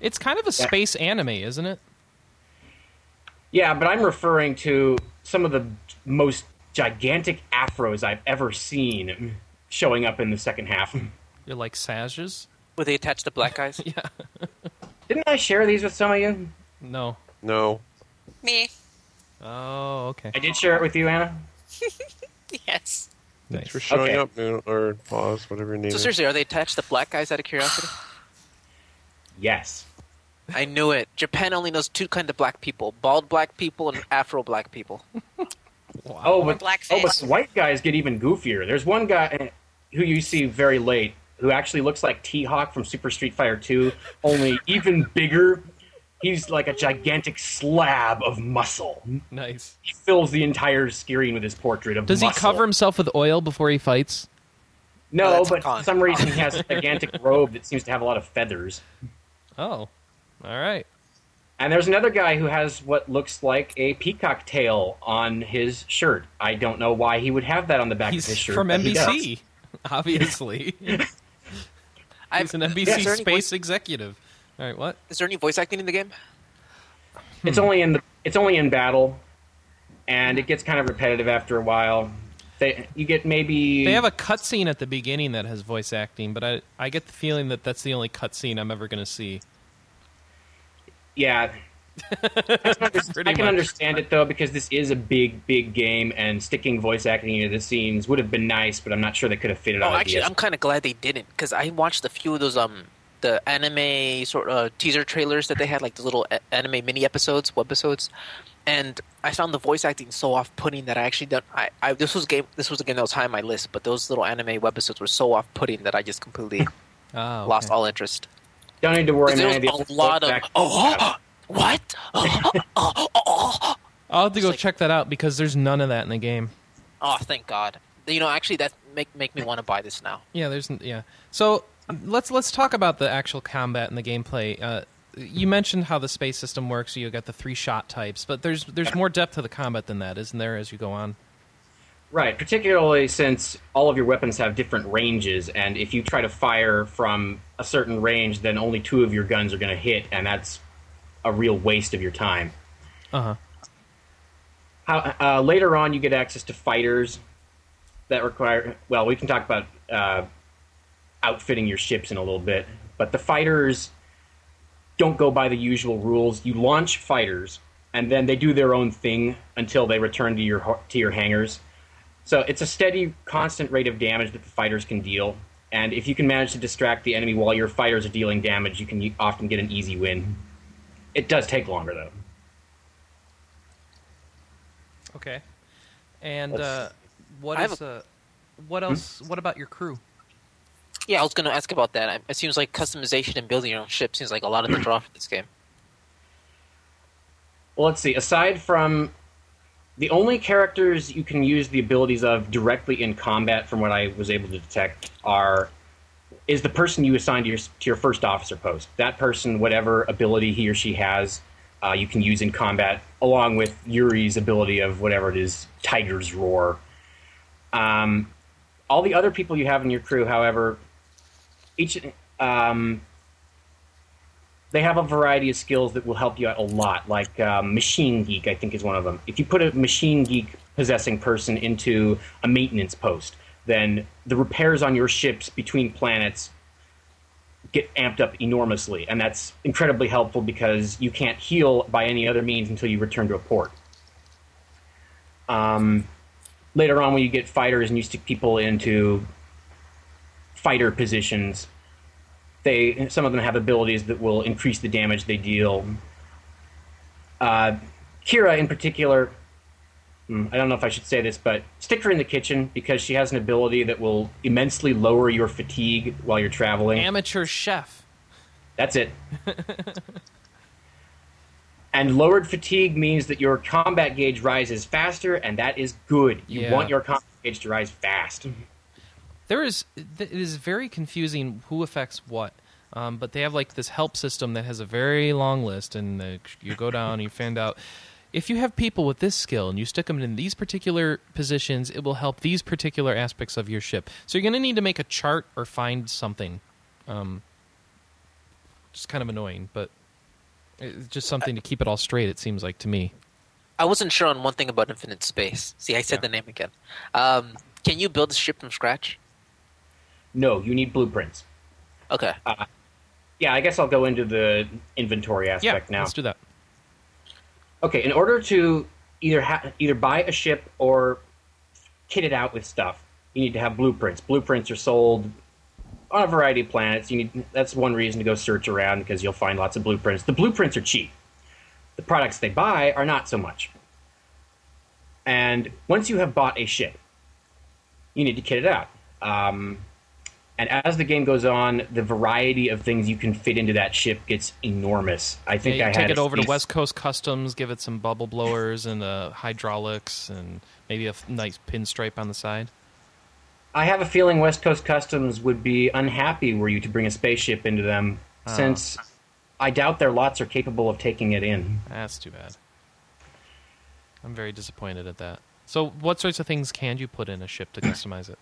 It's kind of a space anime, isn't it? Yeah, but I'm referring to some of the most gigantic afros I've ever seen showing up in the second half. You're like (laughs) Sages? Where they attach the black eyes. Didn't I share these with some of you? No. No. Me, Oh, okay. I did share it with you, Anna. yes. Thanks for Nice. showing Okay. up, Noodle- or pause, whatever your name So is. seriously, are they attached to black eyes out (sighs) of curiosity? Yes. I knew it. Japan only knows two kind of black people: bald black people and Afro black people. Oh, but blackface. oh, but the white guys get even goofier. There's one guy eh, who you see very late who actually looks like T Hawk from Super Street Fighter Two, only even bigger. He's like a gigantic slab of muscle. Nice. He fills the entire screen with his portrait of Does he muscle. cover himself with oil before he fights? Oh, No, that's but con. for some reason he has a gigantic (laughs) robe that seems to have a lot of feathers. Oh. All right. And there's another guy who has what looks like a peacock tail on his shirt. I don't know why he would have that on the back of his He's shirt. from but he does. NBC. (laughs) Obviously, (laughs) (laughs) I've, he's an NBC is there any space executive. All right, what? Is there any voice acting in the game? It's only in the it's only in battle, and it gets kind of repetitive after a while. They you get maybe They have a cutscene at the beginning that has voice acting, but I I get the feeling that that's the only cutscene I'm ever going to see. yeah. I can, understand, Pretty I can much. understand it though because this is a big, big game, and sticking voice acting into the scenes would have been nice, but I'm not sure they could have fitted Oh, all. actually, I'm kind of glad they didn't because I watched a few of those um the anime sort of teaser trailers that they had, like the little a- anime mini episodes, webisodes, and I found the voice acting so off-putting that I actually don't. I, I this was game this was a game that was high on my list, but those little anime webisodes were so off-putting that I (laughs) just completely Oh, okay. lost all interest. Don't need to worry, 'Cause there man. the was a lot of voice acting- oh what (laughs) oh, oh, oh, oh, I'll have to go like- check that out because there's none of that in the game. oh, thank God. You know, actually, that make make me want to buy this now. Yeah, there's n- yeah. So let's let's talk about the actual combat and the gameplay. Uh, you mentioned how the space system works. So you got the three shot types, but there's there's more depth to the combat than that, isn't there? As you go on. Right, particularly since all of your weapons have different ranges, and if you try to fire from a certain range, then only two of your guns are going to hit, and that's a real waste of your time. Uh huh. How, uh, later on, you get access to fighters that require. Well, we can talk about uh, outfitting your ships in a little bit, but the fighters don't go by the usual rules. You launch fighters, and then they do their own thing until they return to your ho- to your hangars. So it's a steady, constant rate of damage that the fighters can deal. And if you can manage to distract the enemy while your fighters are dealing damage, you can u- often get an easy win. It does take longer though. Okay. And uh, That's- what I have Hmm? is uh, what else? What about your crew? Yeah, I was going to ask about that. It seems like customization and building your own ship seems like a lot of the draw for this game. Well, let's see. Aside from the only characters you can use the abilities of directly in combat, from what I was able to detect, are is the person you assign to your to your first officer post. That person, whatever ability he or she has, uh, you can use in combat, along with Yuri's ability of whatever it is, Tiger's Roar. Um, all the other people you have in your crew, however, each um, they have a variety of skills that will help you out a lot. Like um, machine geek, I think is one of them. If you put a machine geek possessing person into a maintenance post, then the repairs on your ships between planets get amped up enormously, and that's incredibly helpful because you can't heal by any other means until you return to a port. Um, later on, when you get fighters and you stick people into fighter positions, they some of them have abilities that will increase the damage they deal. Uh, Kira, in particular, hmm, I don't know if I should say this, but stick her in the kitchen because she has an ability that will immensely lower your fatigue while you're traveling. Amateur chef. That's it. and lowered fatigue means that your combat gauge rises faster, and that is good. You Yeah. Mm-hmm. want your combat gauge to rise fast. There is th- it is very confusing who affects what. Um, but they have like this help system that has a very long list, and uh, you go down and you find out if you have people with this skill and you stick them in these particular positions, it will help these particular aspects of your ship. So you're going to need to make a chart or find something. Um, just kind of annoying, but it's just something to keep it all straight. It seems like to me. I wasn't sure on one thing about Infinite Space. See, I said Yeah. the name again. Um, can you build a ship from scratch? No, you need blueprints. Okay. Yeah, I guess I'll go into the inventory aspect now. let's do that. Okay, in order to either ha- either buy a ship or kit it out with stuff, you need to have blueprints. Blueprints are sold on a variety of planets. You need that's one reason to go search around because you'll find lots of blueprints. The blueprints are cheap. The products they buy are not so much. And once you have bought a ship, you need to kit it out. Um, and as the game goes on, the variety of things you can fit into that ship gets enormous. I Yeah, think you I can take had it at over to least- West Coast Customs, give it some bubble blowers and uh, hydraulics, and maybe a f- nice pinstripe on the side. I have a feeling West Coast Customs would be unhappy were you to bring a spaceship into them, since I doubt their lots are capable of taking it in. That's too bad. I'm very disappointed at that. So, what sorts of things can you put in a ship to customize it?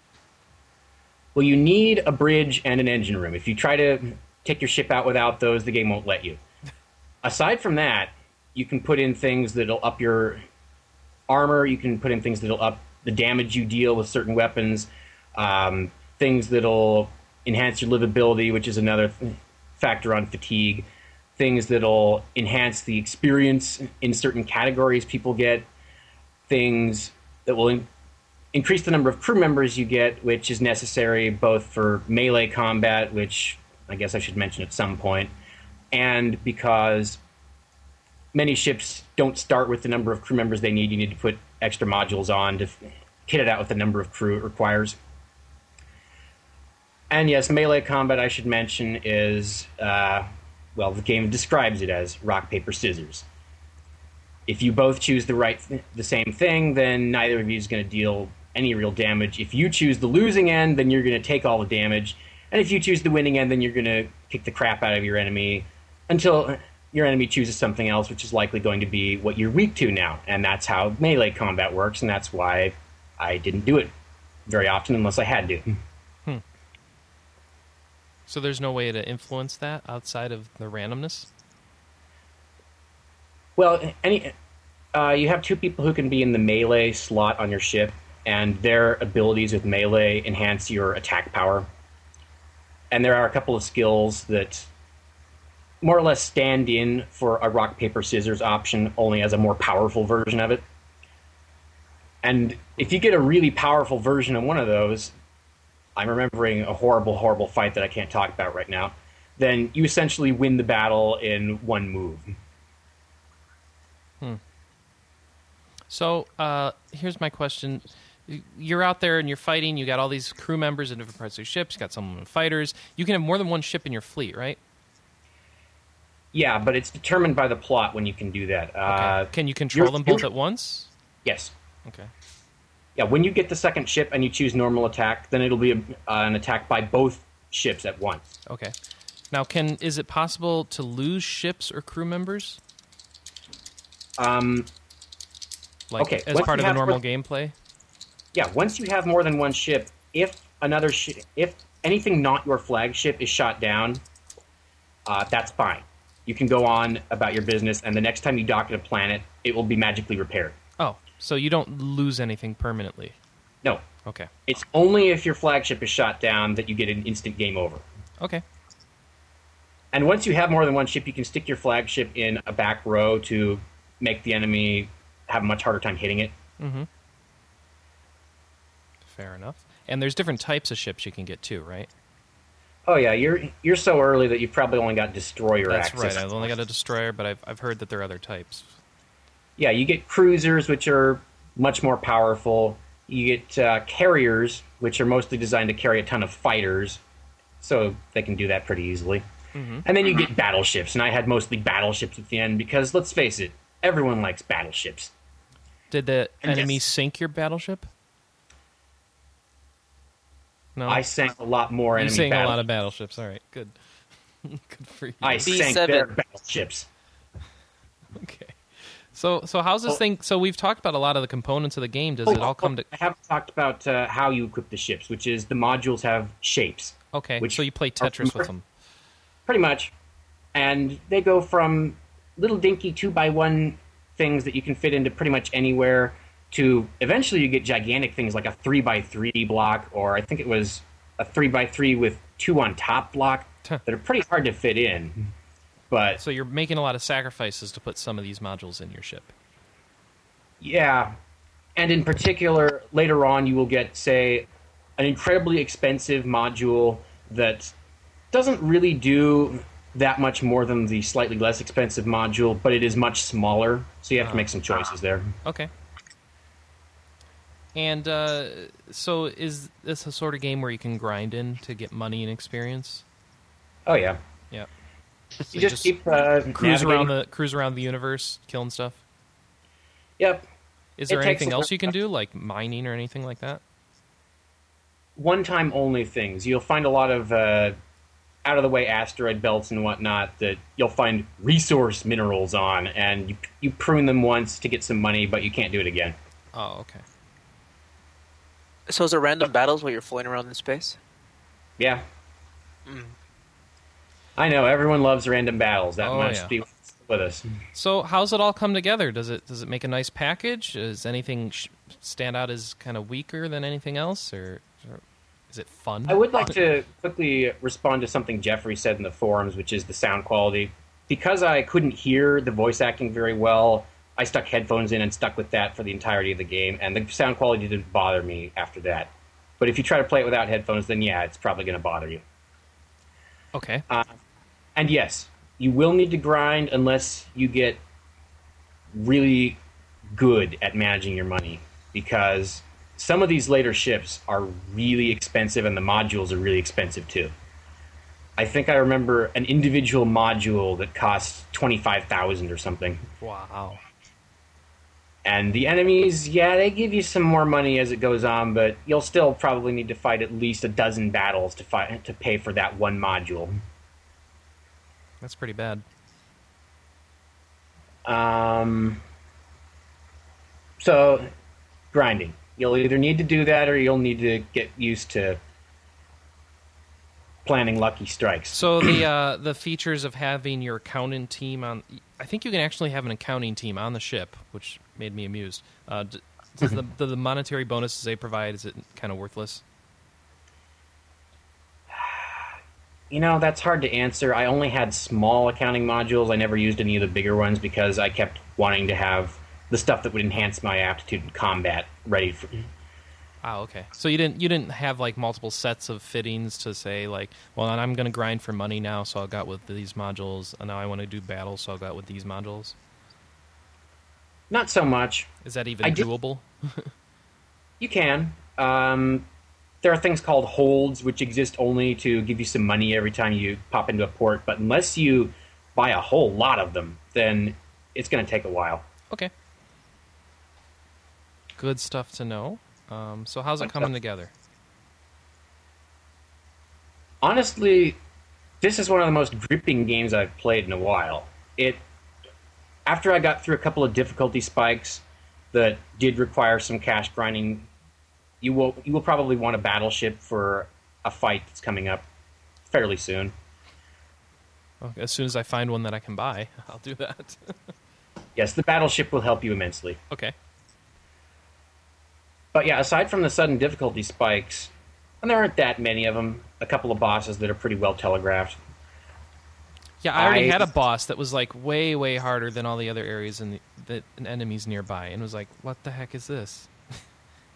Well, you need a bridge and an engine room. If you try to take your ship out without those, the game won't let you. Aside from that, you can put in things that'll up your armor. You can put in things that'll up the damage you deal with certain weapons. Um, things that'll enhance your livability, which is another th- factor on fatigue. Things that'll enhance the experience in certain categories people get. Things that will in- increase the number of crew members you get, which is necessary both for melee combat, which I guess I should mention at some point, and because many ships don't start with the number of crew members they need. You need to put extra modules on to f- kit it out with the number of crew it requires. And yes, melee combat, I should mention, is, uh, well, the game describes it as rock, paper, scissors. If you both choose the right, the same thing, then neither of you is going to deal any real damage. If you choose the losing end, then you're going to take all the damage, and if you choose the winning end, then you're going to kick the crap out of your enemy until your enemy chooses something else, which is likely going to be what you're weak to now. And that's how melee combat works, and that's why I didn't do it very often unless I had to. So there's no way to influence that outside of the randomness. Well, any uh, you have two people who can be in the melee slot on your ship, and their abilities with melee enhance your attack power. And there are a couple of skills that more or less stand in for a rock paper scissors option, only as a more powerful version of it. And if you get a really powerful version of one of those, I'm remembering a horrible, horrible fight that I can't talk about right now. Then you essentially win the battle in one move. So uh, here's my question: You're out there and you're fighting. You got all these crew members in different parts of your ships. You got some with fighters. You can have more than one ship in your fleet, right? Yeah, but it's determined by the plot when you can do that. Uh, can you control you're- them both you're- at once? yes. Okay. Yeah, when you get the second ship and you choose normal attack, then it'll be a, uh, an attack by both ships at once. Okay. Now, can is it possible to lose ships or crew members? Um, Like Okay, as once part of you the have- normal gameplay? yeah, once you have more than one ship, if another shi if anything not your flagship is shot down, uh, that's fine. You can go on about your business, and the next time you dock at a planet, it will be magically repaired. Oh, so you don't lose anything permanently. No, Okay. it's only if your flagship is shot down that you get an instant game over. Okay. And once you have more than one ship, you can stick your flagship in a back row to make the enemy have a much harder time hitting it. Fair enough. And there's different types of ships you can get too, right? Oh yeah, you're you're so early that you probably only got destroyer That's access. right. I've only got a destroyer, but I've I've heard that there are other types. yeah, you get cruisers, which are much more powerful. You get uh, carriers, which are mostly designed to carry a ton of fighters, so they can do that pretty easily. Mm-hmm. And then you get battleships, and I had mostly battleships at the end because let's face it, everyone likes battleships. Did the And enemy yes. sink your battleship? No. I sank a lot more You're enemy saying a battleships. lot of battleships. All right. Good. (laughs) good for you. I sank B7. their battleships. Okay. So so how's this Oh. thing so we've talked about a lot of the components of the game. Does it all come to I haven't talked about uh, how you equip the ships, which is the modules have shapes, Okay. oh, which so you play are Tetris with them. pretty much, and they go from little dinky two by one things that you can fit into pretty much anywhere to eventually you get gigantic things like a three by three block, or I think it was a three by three with two on top block Huh. that are pretty hard to fit in. But So you're making a lot of sacrifices to put some of these modules in your ship. Yeah. And in particular, later on, you will get, say, an incredibly expensive module that doesn't really do that much more than the slightly less expensive module, but it is much smaller. So you have to make some Ah. choices there. Okay. And uh, so is this a sort of game where you can grind in to get money and experience? Oh, yeah. Yeah. You So just, keep uh, cruise navigating- around the cruise around the universe, killing stuff. Yep. Is It there takes a anything while. else you can do, like mining or anything like that? one time only things. You'll find a lot of uh, out of the way asteroid belts and whatnot that you'll find resource minerals on, and you, you prune them once to get some money, but you can't do it again. Oh, okay. So is there random battles where you're floating around in space? Yeah. Mm. I know everyone loves random battles. That Oh, much yeah. be with us. So how's it all come together? Does it does it make a nice package? Does anything sh- stand out as kind of weaker than anything else, or, or is it fun? I would like to quickly respond to something Jeffrey said in the forums, which is the sound quality. Because I couldn't hear the voice acting very well, I stuck headphones in and stuck with that for the entirety of the game, and the sound quality didn't bother me after that. But if you try to play it without headphones, then yeah, it's probably going to bother you. Okay. Uh, And yes, you will need to grind unless you get really good at managing your money because some of these later ships are really expensive and the modules are really expensive too. I think I remember an individual module that cost 25,000 or something. Wow. And the enemies, yeah, they give you some more money as it goes on, but you'll still probably need to fight at least a dozen battles to fight to pay for that one module. That's pretty bad. Um, so, grinding. You'll either need to do that or you'll need to get used to planning lucky strikes. So the uh, the features of having your accounting team on, I think you can actually have an accounting team on the ship, which made me amused. Uh, d- does the, the, the monetary bonuses they provide is it kind of worthless? You know, that's hard to answer. I only had small accounting modules. I never used any of the bigger ones because I kept wanting to have the stuff that would enhance my aptitude in combat ready for. Ah, okay. So you didn't you didn't have like multiple sets of fittings to say like, well, I'm going to grind for money now, so I'll go out with these modules, and now I want to do battles, so I'll go out with these modules. Not so much. Is that even I did- doable? You can. Um, there are things called holds, which exist only to give you some money every time you pop into a port. But unless you buy a whole lot of them, then it's going to take a while. Okay. Good stuff to know. Um, so how's it Good coming stuff. together? Honestly, this is one of the most gripping games I've played in a while. It after I got through a couple of difficulty spikes that did require some cash grinding, you will you will probably want a battleship for a fight that's coming up fairly soon. Okay, Oh, as soon as I find one that I can buy, (laughs) I'll do that. Yes, the battleship will help you immensely. okay. But yeah, aside from the sudden difficulty spikes, and there aren't that many of them, a couple of bosses that are pretty well telegraphed. Yeah, I already I- had a boss that was like way, way harder than all the other areas and the, the enemies nearby, and was like, "What the heck is this?" (laughs) I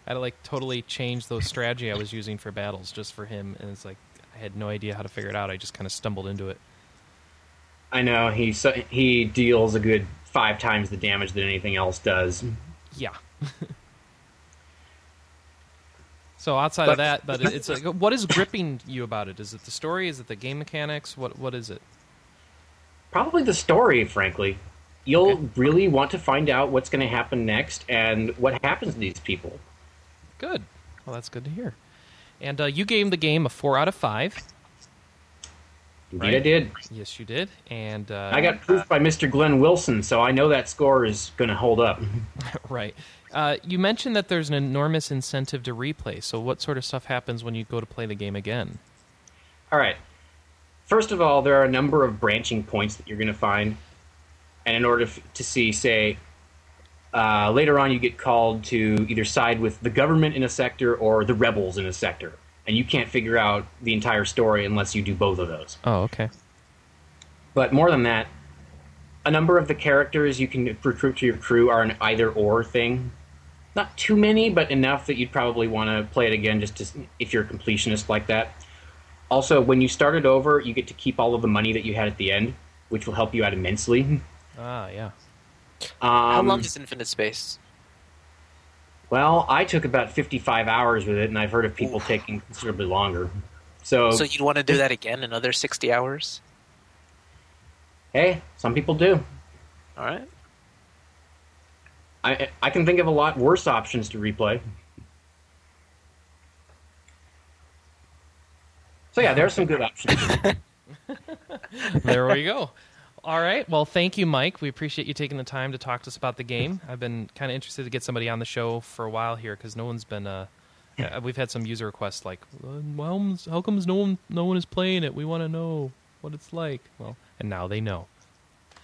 had to like totally change the strategy I was using for battles just for him, and it's like I had no idea how to figure it out. I just kind of stumbled into it. I know he so, he deals a good five times the damage that anything else does. Mm-hmm. Yeah. (laughs) so outside of that, but it- it's like, what is gripping you about it? Is it the story? Is it the game mechanics? What What is it? Probably the story, frankly. You'll really want to find out what's going to happen next and what happens to these people. Good. Well, that's good to hear. And uh, you gave the game a four out of five. Indeed, I Right. did. Yes, you did. And uh, I got proof by Mr. Glenn Wilson, so I know that score is going to hold up. Mm-hmm. Right. Uh, you mentioned that there's an enormous incentive to replay. So, what sort of stuff happens when you go to play the game again? All right. First of all, there are a number of branching points that you're going to find, and in order f- to see, say, uh, later on, you get called to either side with the government in a sector or the rebels in a sector, and you can't figure out the entire story unless you do both of those. Oh, okay. But more than that, a number of the characters you can recruit to your crew are an either or thing. Not too many, but enough that you'd probably want to play it again just to, if you're a completionist like that. Also, when you start it over, you get to keep all of the money that you had at the end, which will help you out immensely. Um, Ah, yeah. How long is Infinite Space? well, I took about 55 hours with it, and I've heard of people taking considerably longer. So, So you'd want to do that again, another sixty hours? hey, some people do. All right. I, I can think of a lot worse options to replay. So yeah, there are some (laughs) good options. There we go. All right. Well, thank you, Mike. We appreciate you taking the time to talk to us about the game. I've been kind of interested to get somebody on the show for a while here because no one's been uh, Uh, we've had some user requests like, well, how comes no one no one is playing it? We want to know what it's like. Well, and now they know.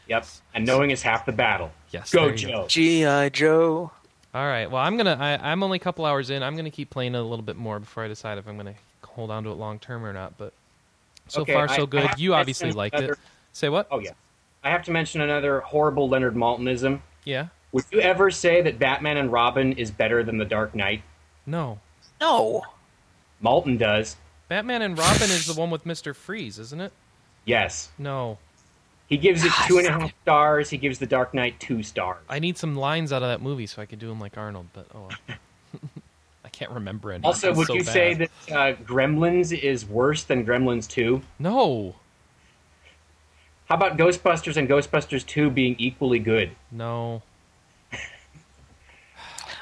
Yep. And knowing is half the battle. Yes, Go, there you go. Joe. G.I. Joe. All right. Well, I'm gonna. I, I'm only a couple hours in. I'm gonna keep playing it a little bit more before I decide if I'm gonna hold on to it long term or not. But so Okay, far, I- so I good. have You to obviously mention liked it. another- Say what? Oh, yeah. I have to mention another horrible Leonard Maltonism. Yeah. Would you ever say that Batman and Robin is better than The Dark Knight? No. No. Malton does. Batman and Robin is the one with Mister Freeze, isn't it? Yes. No. He gives it two and a half stars. He gives The Dark Knight two stars. I need some lines out of that movie so I could do them like Arnold. But oh, well. (laughs) (laughs) I can't remember any. Also, It's would so you bad. say that uh, Gremlins is worse than Gremlins 2? No. How about Ghostbusters and Ghostbusters 2 being equally good? No.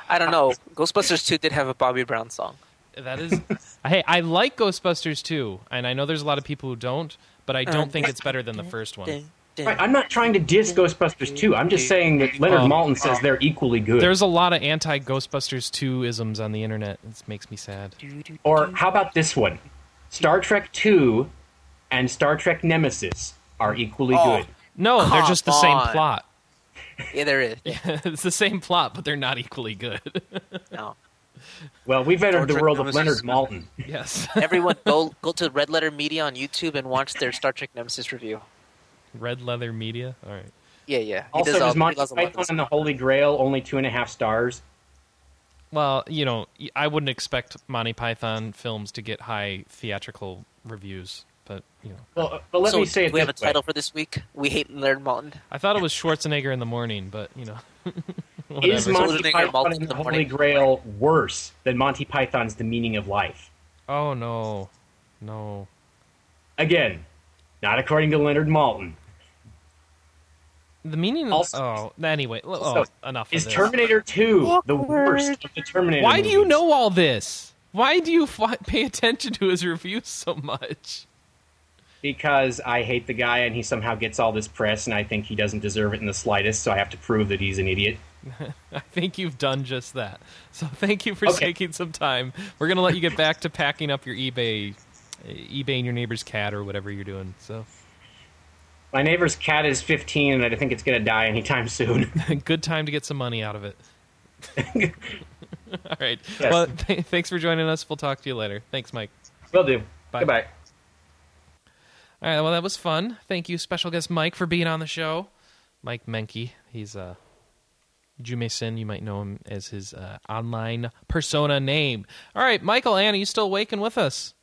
I don't know. Ghostbusters 2 did have a Bobby Brown song. That (laughs) is. hey, I like Ghostbusters too, and I know there's a lot of people who don't, but I don't think it's better than the first one. Right, I'm not trying to diss Ghostbusters 2. I'm just saying that Leonard Oh. Maltin says they're equally good. There's a lot of anti Ghostbusters 2 isms on the internet. It makes me sad. Or how about this one? Star Trek 2 and Star Trek Nemesis are equally Oh. good. No, they're Come just the same on. plot. (laughs) Yeah, there is. it's the same plot, but they're not equally good. (laughs) No. Well, we've Star entered the Trek world of Nemesis. Leonard Maltin. yes. Everyone, go go to Red Letter Media on YouTube and watch their Star Trek Nemesis review. (laughs) Red Leather Media. All right. Yeah, yeah. He Also, all- does he Monty does a lot of Python this. and the Holy Grail only two and a half stars? Well, you know, I wouldn't expect Monty Python films to get high theatrical reviews, but, you know. Well, uh, but let so me say it do we have a this title way. for this week? We hate Leonard Maltin. I thought it was Schwarzenegger in the morning, but, you know. Is whatever. Schwarzenegger Monty Python Maltin and in the the Holy morning. Grail worse than Monty Python's The Meaning of Life? Oh, no. No. Again, not according to Leonard Maltin. The meaning of. Also- oh, anyway. l- Also, oh, enough. of Is this. Terminator 2 the worst of the Terminator Why do you movies? know all this? Why do you fi- pay attention to his reviews so much? (laughs) Because I hate the guy and he somehow gets all this press and I think he doesn't deserve it in the slightest, so I have to prove that he's an idiot. I think you've done just that. So thank you for Okay. taking some time. We're gonna let you get back to packing up your eBay, eh, eBay and your neighbor's cat or whatever you're doing. So (laughs) My neighbor's cat is 15 and I think it's going to die anytime (laughs) soon. good time to get some money out of (laughs) it. (laughs) all right. Yes. Well, (laughs) th- thanks for joining us. We'll talk to you later. Thanks, Mike. Will do. Bye. Goodbye. All right. Well, that was fun. Thank you, special guest Mike, for being on the show. Mike Menke. He's uh, Jume Sin. You might know him as his uh, online persona name. All right, Michael, Anna, you still waking with us?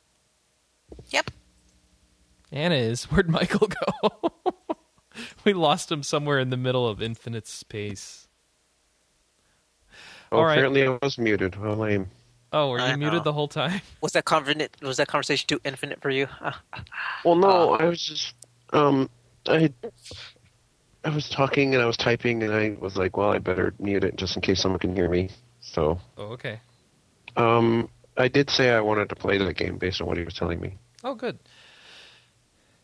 Yep. Anna is. (laughs) Where'd Michael go? (laughs) we lost him somewhere in the middle of infinite space. Oh, All right. apparently I was muted. How lame. Oh, were you I know. muted the whole time? Was that conver- Was that conversation too infinite for you? Ah, Well, no, I was just um, I I was talking and I was typing and I was like, well, I better mute it just in case someone can hear me. So, Oh, okay. um, I did say I wanted to play the game based on what he was telling me. Oh, good.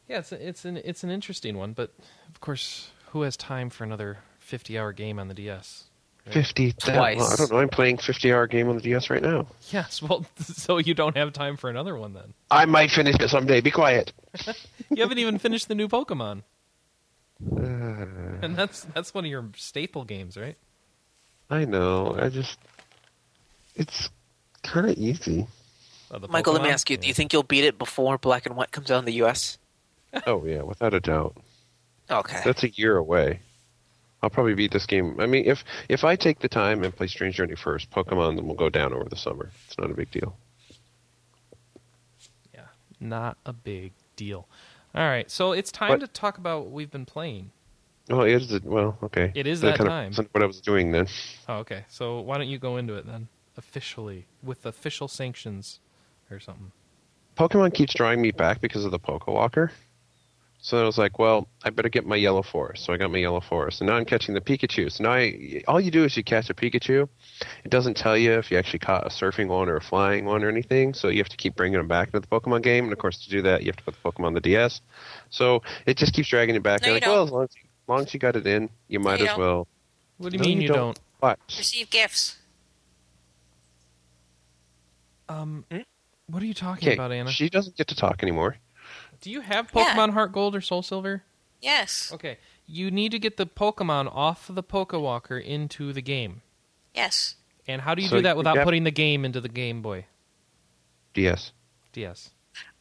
Yeah, it's a, it's an it's an interesting one, but of course, who has time for another fifty-hour game on the DS? Fifty Twice. well, I don't know. I'm playing fifty-hour game on the DS right now. (laughs) Yes, well, (laughs) so you don't have time for another one then. I might finish it someday. Be quiet. You haven't even finished the new Pokemon, Uh, and that's that's one of your staple games, right? I know. I just it's kind of easy. Oh, the Michael, let me Pokemon? ask you: Do Yeah. you think you'll beat it before Black and White comes out in the U.S.? (laughs) Oh yeah, without a doubt. Okay. That's a year away. I'll probably beat this game. I mean, if if I take the time and play Strange Journey first, Pokemon will go down over the summer. It's not a big deal. Yeah, not a big deal. All right, so it's time But- to talk about what we've been playing. Well, it is. Well, okay. It is that kind time. Of wasn't what I was doing then. Oh, okay. So why don't you go into it then, officially, with official sanctions or something? Pokemon keeps drawing me back because of the Pokewalker. So I was like, well, I better get my yellow forest. So I got my yellow forest. And now I'm catching the Pikachu. So now I, all you do is you catch a Pikachu. It doesn't tell you if you actually caught a surfing one or a flying one or anything. So you have to keep bringing them back into the Pokemon game. And of course, to do that, you have to put the Pokemon on the DS. So it just keeps dragging you back. No, And you like, well, don't. as long as, you, as long as you got it in, you might you as don't. well. What do you No, mean you, don't? What? Receive gifts. Um, what are you talking Okay, about, Anna? she doesn't get to talk anymore. Do you have Yeah. Pokemon Heart Gold or Soul Silver? Yes. Okay, you need to get the Pokemon off the Pokewalker into the game. Yes. And how do you So do that you without get- putting the game into the Game Boy DS. DS?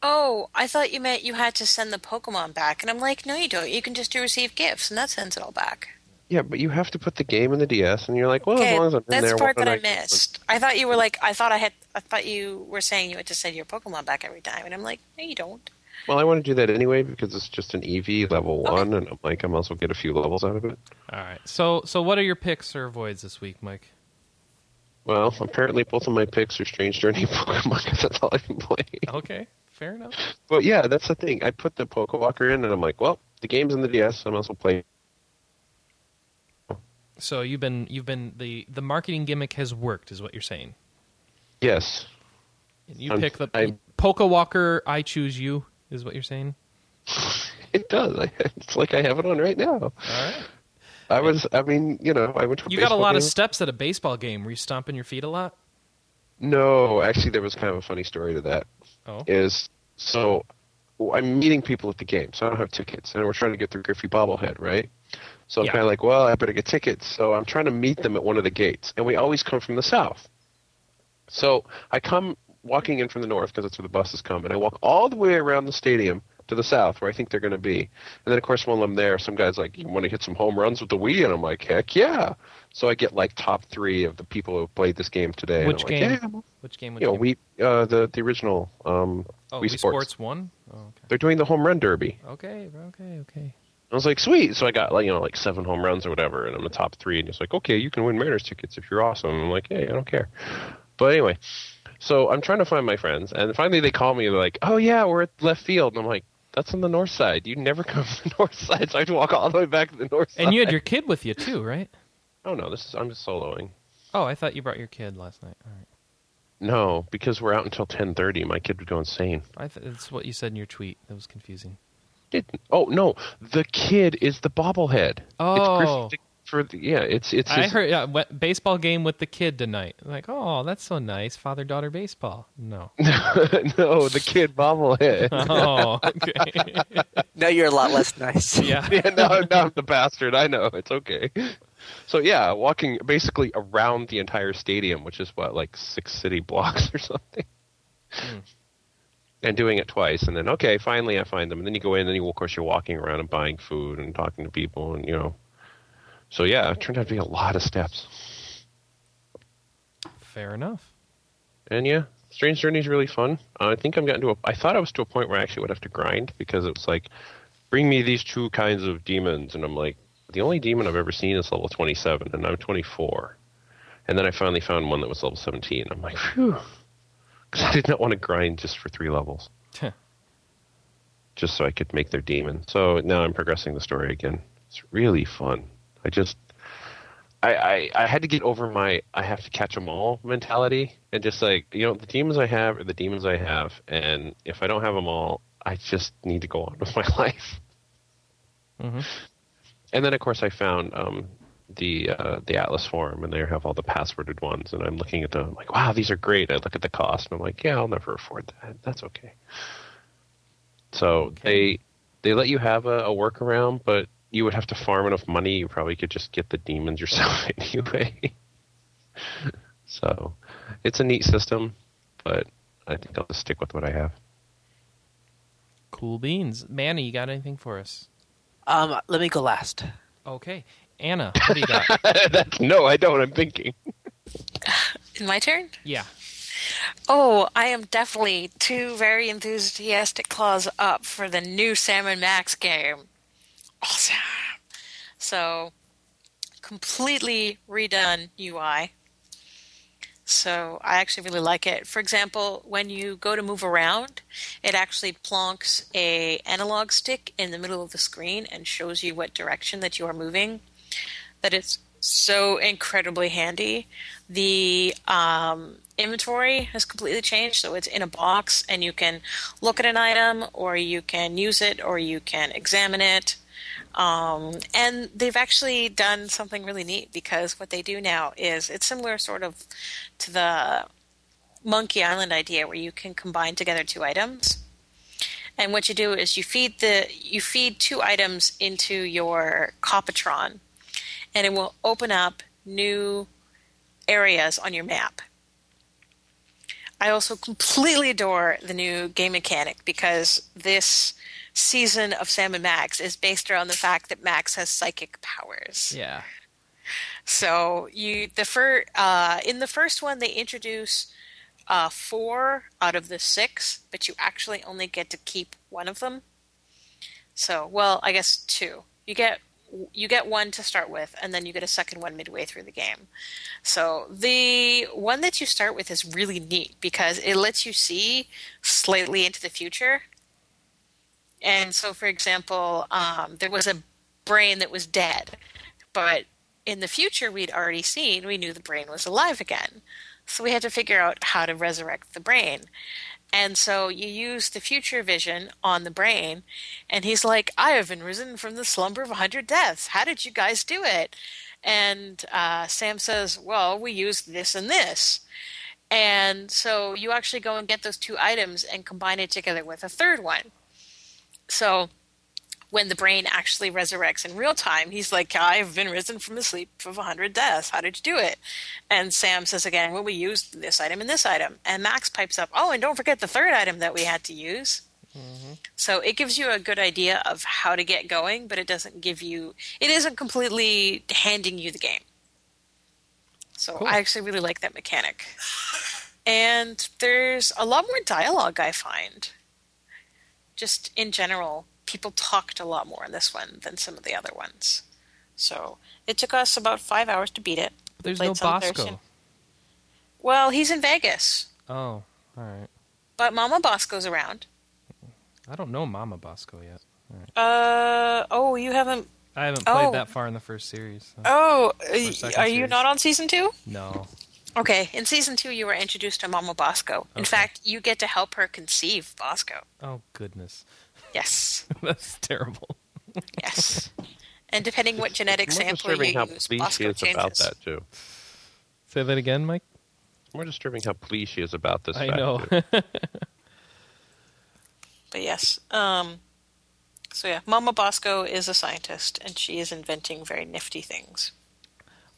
Oh, I thought you meant you had to send the Pokemon back, and I'm like, no, you don't. You can just do receive gifts, and that sends it all back. Yeah, but you have to put the game in the DS, and you're like, well, as okay, long as I'm in that's there, the part why that I don't I- missed. I thought you were like, I thought I had, I thought you were saying you had to send your Pokemon back every time, and I'm like, no, you don't. Well, I want to do that anyway because it's just an EV level one, and I'm like, I might as well get a few levels out of it. All right. So, so what are your picks or avoids this week, Mike? Well, apparently both of my picks are Strange Journey (laughs) and Pokemon 'cause that's all I can play. Okay, fair enough. But yeah, that's the thing. I put the Pokewalker in, and I'm like, well, the game's in the DS, I might as well play. So you've been you've been the the marketing gimmick has worked, is what you're saying. Yes. (laughs) And you I'm- pick the I'm- Pokewalker. I choose you, is what you're saying. It does. I, it's like I have it on right now. All right. I was, I mean, you know, I went to. You got a baseball lot of game. steps at a baseball game. Were you stomping your feet a lot? No, actually, there was kind of a funny story to that. Oh, Is so, well, I'm meeting people at the game, so I don't have tickets, and we're trying to get the Griffey bobblehead, right? So I'm Yeah. kind of like, well, I better get tickets. So I'm trying to meet them at one of the gates, and we always come from the south. So I come walking in from the north because that's where the buses come, and I walk all the way around the stadium to the south where I think they're going to be. And then, of course, while I'm there, some guy's like, you want to hit some home runs with the Wii? And I'm like, heck yeah. So I get like top three of the people who played this game today. and Which I'm game? Like, yeah, which game? Which you know, game? we uh, the the original. Um, oh, Wii Wii Sports. Sports one. Oh, they're doing the home run derby. okay, okay, okay, okay. I was like, sweet. So I got like you know like seven home runs or whatever, and I'm the top three. And it's like, okay, you can win Mariners tickets if you're awesome. I'm like, hey, I don't care. But anyway, so I'm trying to find my friends, and finally they call me. They're like, oh yeah, we're at left field, and I'm like, that's on the north side. You never come (laughs) to the north side, so I have to walk all the way back to the north side. And you had your kid with you too, right? oh no, this is I'm just soloing. Oh, I thought you brought your kid last night. All right. No, because we're out until 10:30. My kid would go insane. I th- that's what you said in your tweet. That was confusing. didn't. Oh no, the kid is the bobblehead. Oh. it's Griffey for the, yeah, it's it's. I his- heard yeah, we- baseball game with the kid tonight. Like, oh, that's so nice, father daughter baseball. (laughs) No. (laughs) no, the kid bobblehead. (laughs) Oh, okay. (laughs) Now you're a lot less (laughs) nice. yeah. yeah, no, I'm not the bastard. I know it's okay. So yeah, walking basically around the entire stadium, which is what like six city blocks or something. And doing it twice, and then okay, finally I find them, and then you go in, and then you, of course you're walking around and buying food and talking to people, and you know, so yeah, it turned out to be a lot of steps. Fair enough. (laughs) And yeah, Strange Journey is really fun. Uh, I think I'm gotten to a. I thought I was to a point where I actually would have to grind because it was like, bring me these two kinds of demons, and I'm like, the only demon I've ever seen is level 27, and I'm 24. And then I finally found one that was level 17. I'm like, phew, (laughs) because I did not want to grind just for three levels, Huh. just so I could make their demon. So now I'm progressing the story again. It's really fun. I just I, I, I had to get over my I have to catch 'em all mentality and just like you know the demons I have are the demons I have and if I don't have 'em all I just need to go on (laughs) with my life. Mhm. And then of course I found um, the uh, the Atlas forum and they have all the passworded ones and I'm looking at them I'm like wow these are great I look at the cost and I'm like yeah I'll never afford that that's okay. So they they let you have a, a workaround, but you would have to farm enough money. You probably could just get the demons yourself (laughs) anyway. so it's a neat system, but I think I'll just stick with what I have. (laughs) Cool beans. Manny, you got anything for us? Um, let me go last. Okay. Anna, what do you got? That's no, I don't. I'm thinking. In my turn. yeah. Oh, I am definitely two very enthusiastic claws up for the new Salmon Max game. Awesome. So, completely redone UI. So, I actually really like it. For example, when you go to move around, it actually plonks a analog stick in the middle of the screen and shows you what direction that you are moving. That it's so incredibly handy. The um, inventory has completely changed, so it's in a box, and you can look at an item, or you can use it, or you can examine it. Um, and they've actually done something really neat because what they do now is it's similar, sort of, to the Monkey Island idea where you can combine together two items. And what you do is you feed the you feed two items into your Copatron, and it will open up new areas on your map. I also completely adore the new game mechanic because this season of Sam and Max is based around the fact that Max has psychic powers. Yeah. So you the fir- uh, in the first one they introduce uh, four out of the six, but you actually only get to keep one of them. So well, I guess two. You get you get one to start with, and then you get a second one midway through the game. So the one that you start with is really neat because it lets you see slightly into the future. And so, for example, um, there was a brain that was dead, but in the future we'd already seen, we knew the brain was alive again. So we had to figure out how to resurrect the brain. And so you use the future vision on the brain, and he's like, I have been risen from the slumber of a 100 deaths. How did you guys do it? And uh, Sam says, Well, we used this and this. And so you actually go and get those two items and combine it together with a third one. So when the brain actually resurrects in real time, he's like, I've been risen from the sleep of 100 deaths. How did you do it? And Sam says again, Well, we used this item and this item. And Max pipes up, Oh, and don't forget the third item that we had to use. So it gives you a good idea of how to get going, but it doesn't give you, it isn't completely handing you the game. So I actually really like that mechanic. And there's a lot more dialogue, I find. Just in general, people talked a lot more in this one than some of the other ones. So it took us about five hours to beat it. We There's played no some Thursday- Bosco. Well, he's in Vegas, Oh, all right. but Mama Bosco's around. I don't know Mama Bosco yet. Uh oh, you haven't. I haven't played Oh. that far in the first series. so- Oh, Or second are you series. not on season two? No. Okay, in season two, you were introduced to Mama Bosco. In Okay. fact, you get to help her conceive Bosco. Oh goodness, (laughs) Yes, that's terrible. (laughs) yes. and depending what genetic More sample you disturbing how use, pleased she Bosco is changes. about that too. Say that again, Mike. More disturbing how pleased she is about this. I fact, know. too. But yes. Um, so yeah, Mama Bosco is a scientist, and she is inventing very nifty things.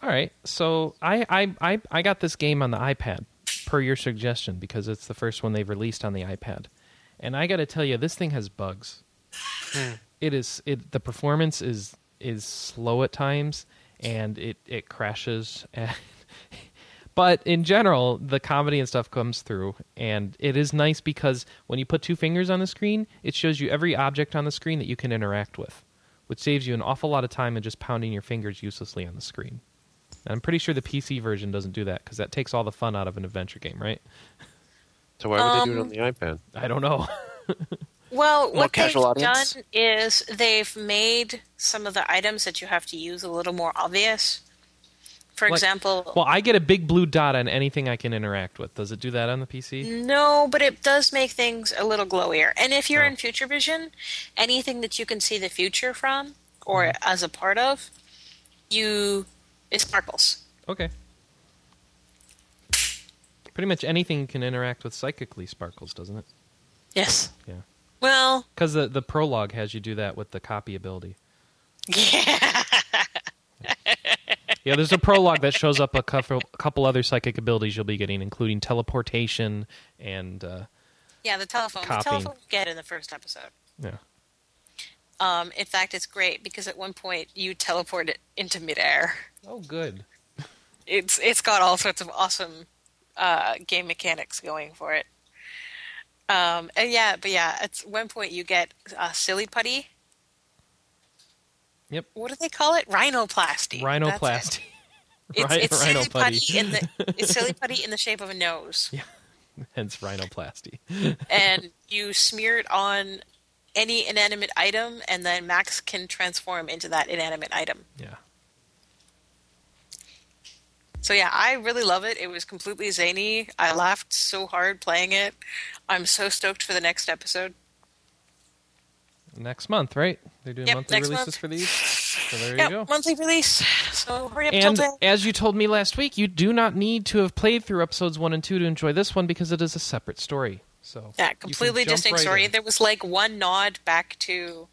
All right, so I, I I I got this game on the iPad per your suggestion because it's the first one they've released on the iPad, and I got to tell you, this thing has bugs. it is it the performance is is slow at times, and it it crashes. (laughs) and- but in general, the comedy and stuff comes through, and it is nice because when you put two fingers on the screen, it shows you every object on the screen that you can interact with, which saves you an awful lot of time in just pounding your fingers uselessly on the screen. And I'm pretty sure the PC version doesn't do that because that takes all the fun out of an adventure game, right? So why would they Um, do it on the (laughs) iPad? I don't know. (laughs) Well, what they've casual audience? done is they've made some of the items that you have to use a little more obvious. For Like- example, well, I get a big blue dot on anything I can interact with. Does it do that on the Mm. PC? no, but it does make things a little glowier. And if you're Oh. in future vision, anything that you can see the future from or Mm-hmm. as a part of, you it sparkles. Okay. Pretty much anything you can interact with psychically sparkles, doesn't it? Yes. Yeah. Well, Because the, the prologue has you do that with the copy ability. yeah. Yeah, there's a prologue that shows up a couple, couple other psychic abilities you'll be getting, including teleportation and uh, Yeah, the telephone. Copying. The telephone you get in the first episode. yeah. Um, in fact, it's great because at one point you teleport it into midair. Oh, good. It's it's got all sorts of awesome uh, game mechanics going for it. Um, and yeah, but yeah, at one point you get uh, silly putty. Yep. What do they call it? Rhinoplasty. That's Rhinoplasty. it. It's, Rhi- it's silly rhinoputty. putty in the it's silly putty in the shape of a nose, (laughs) Hence rhinoplasty. and you smear it on any inanimate item, and then Max can transform into that inanimate item. Yeah. So yeah, I really love it. It was completely zany. I laughed so hard playing it. I'm so stoked for the next episode. Next month, right? They're doing Yep, monthly next releases month. for these? So there yeah, you go. monthly release. So hurry up till And then. as you told me last week, you do not need to have played through episodes one and two to enjoy this one because it is a separate story. So you Yeah, can completely jump distinct right story. in. There was like one nod back to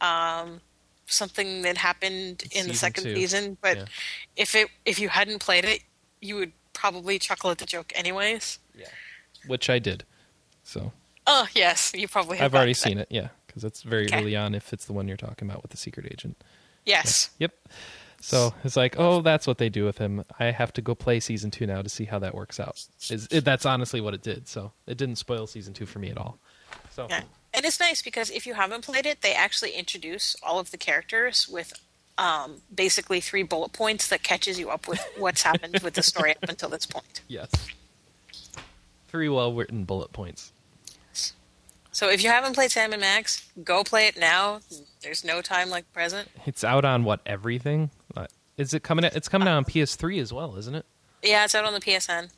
um, something that happened in Season the second two. season, but Yeah. if it if you hadn't played it, you would probably chuckle at the joke anyways. Which I did. So Oh yes, you probably. Have I've already seen it. Yeah, because that's very Okay. early on. If it's the one you're talking about with the secret agent. Yes, Yep. So it's like, oh, that's what they do with him. I have to go play season two now to see how that works out. Is it, that's honestly what it did. So it didn't spoil season two for me at all. So yeah. and it's nice because if you haven't played it, they actually introduce all of the characters with. Um, basically, three bullet points that catches you up with what's happened with the story up until this point. yes, three well written bullet points. So, if you haven't played Sam and Max, go play it now. There's no time like present. It's out on what everything? Uh, Is it coming? Out, it's coming out on PS3 as well, isn't it? Yeah, it's out on the PSN.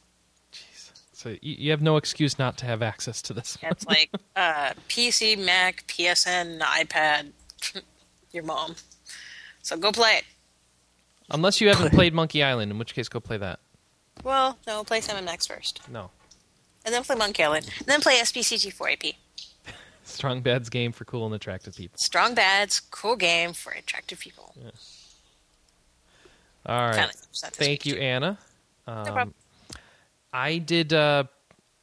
So you, you have no excuse not to have access to this. (laughs) It's like uh, PC, Mac, PSN, iPad, (laughs) your mom. So go play it. Unless you haven't played Monkey Island, in which case go play that. Well, no, play Sam and Max first, No, and then play Monkey Island, and then play SPCG4AP. Strong Bad's game for cool and attractive people. Strong bads, cool game for attractive people. All right. Kinda upset this Thank week, you, too. Anna. No problem. I did uh,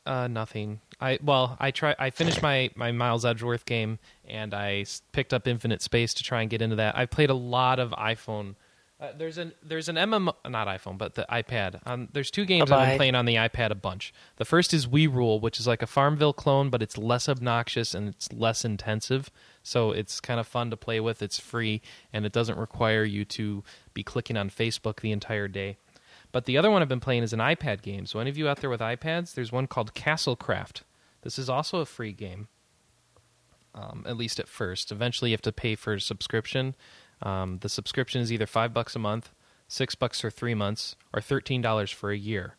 uh, nothing. I well, I try. I finished my my Miles Edgeworth game, and I s- picked up Infinite Space to try and get into that. I played a lot of iPhone. Uh, there's an there's an MMO, not iPhone, but the iPad. Um, there's two games I've been Bye-bye. playing on the iPad a bunch. The first is We Rule, which is like a Farmville clone, but it's less obnoxious and it's less intensive. So it's kind of fun to play with. It's free and it doesn't require you to be clicking on Facebook the entire day. But the other one I've been playing is an iPad game. So any of you out there with iPads, there's one called Castlecraft. This is also a free game, um, at least at first. Eventually, you have to pay for a subscription. Um, the subscription is either five bucks a month, six bucks for three months, or thirteen dollars for a year.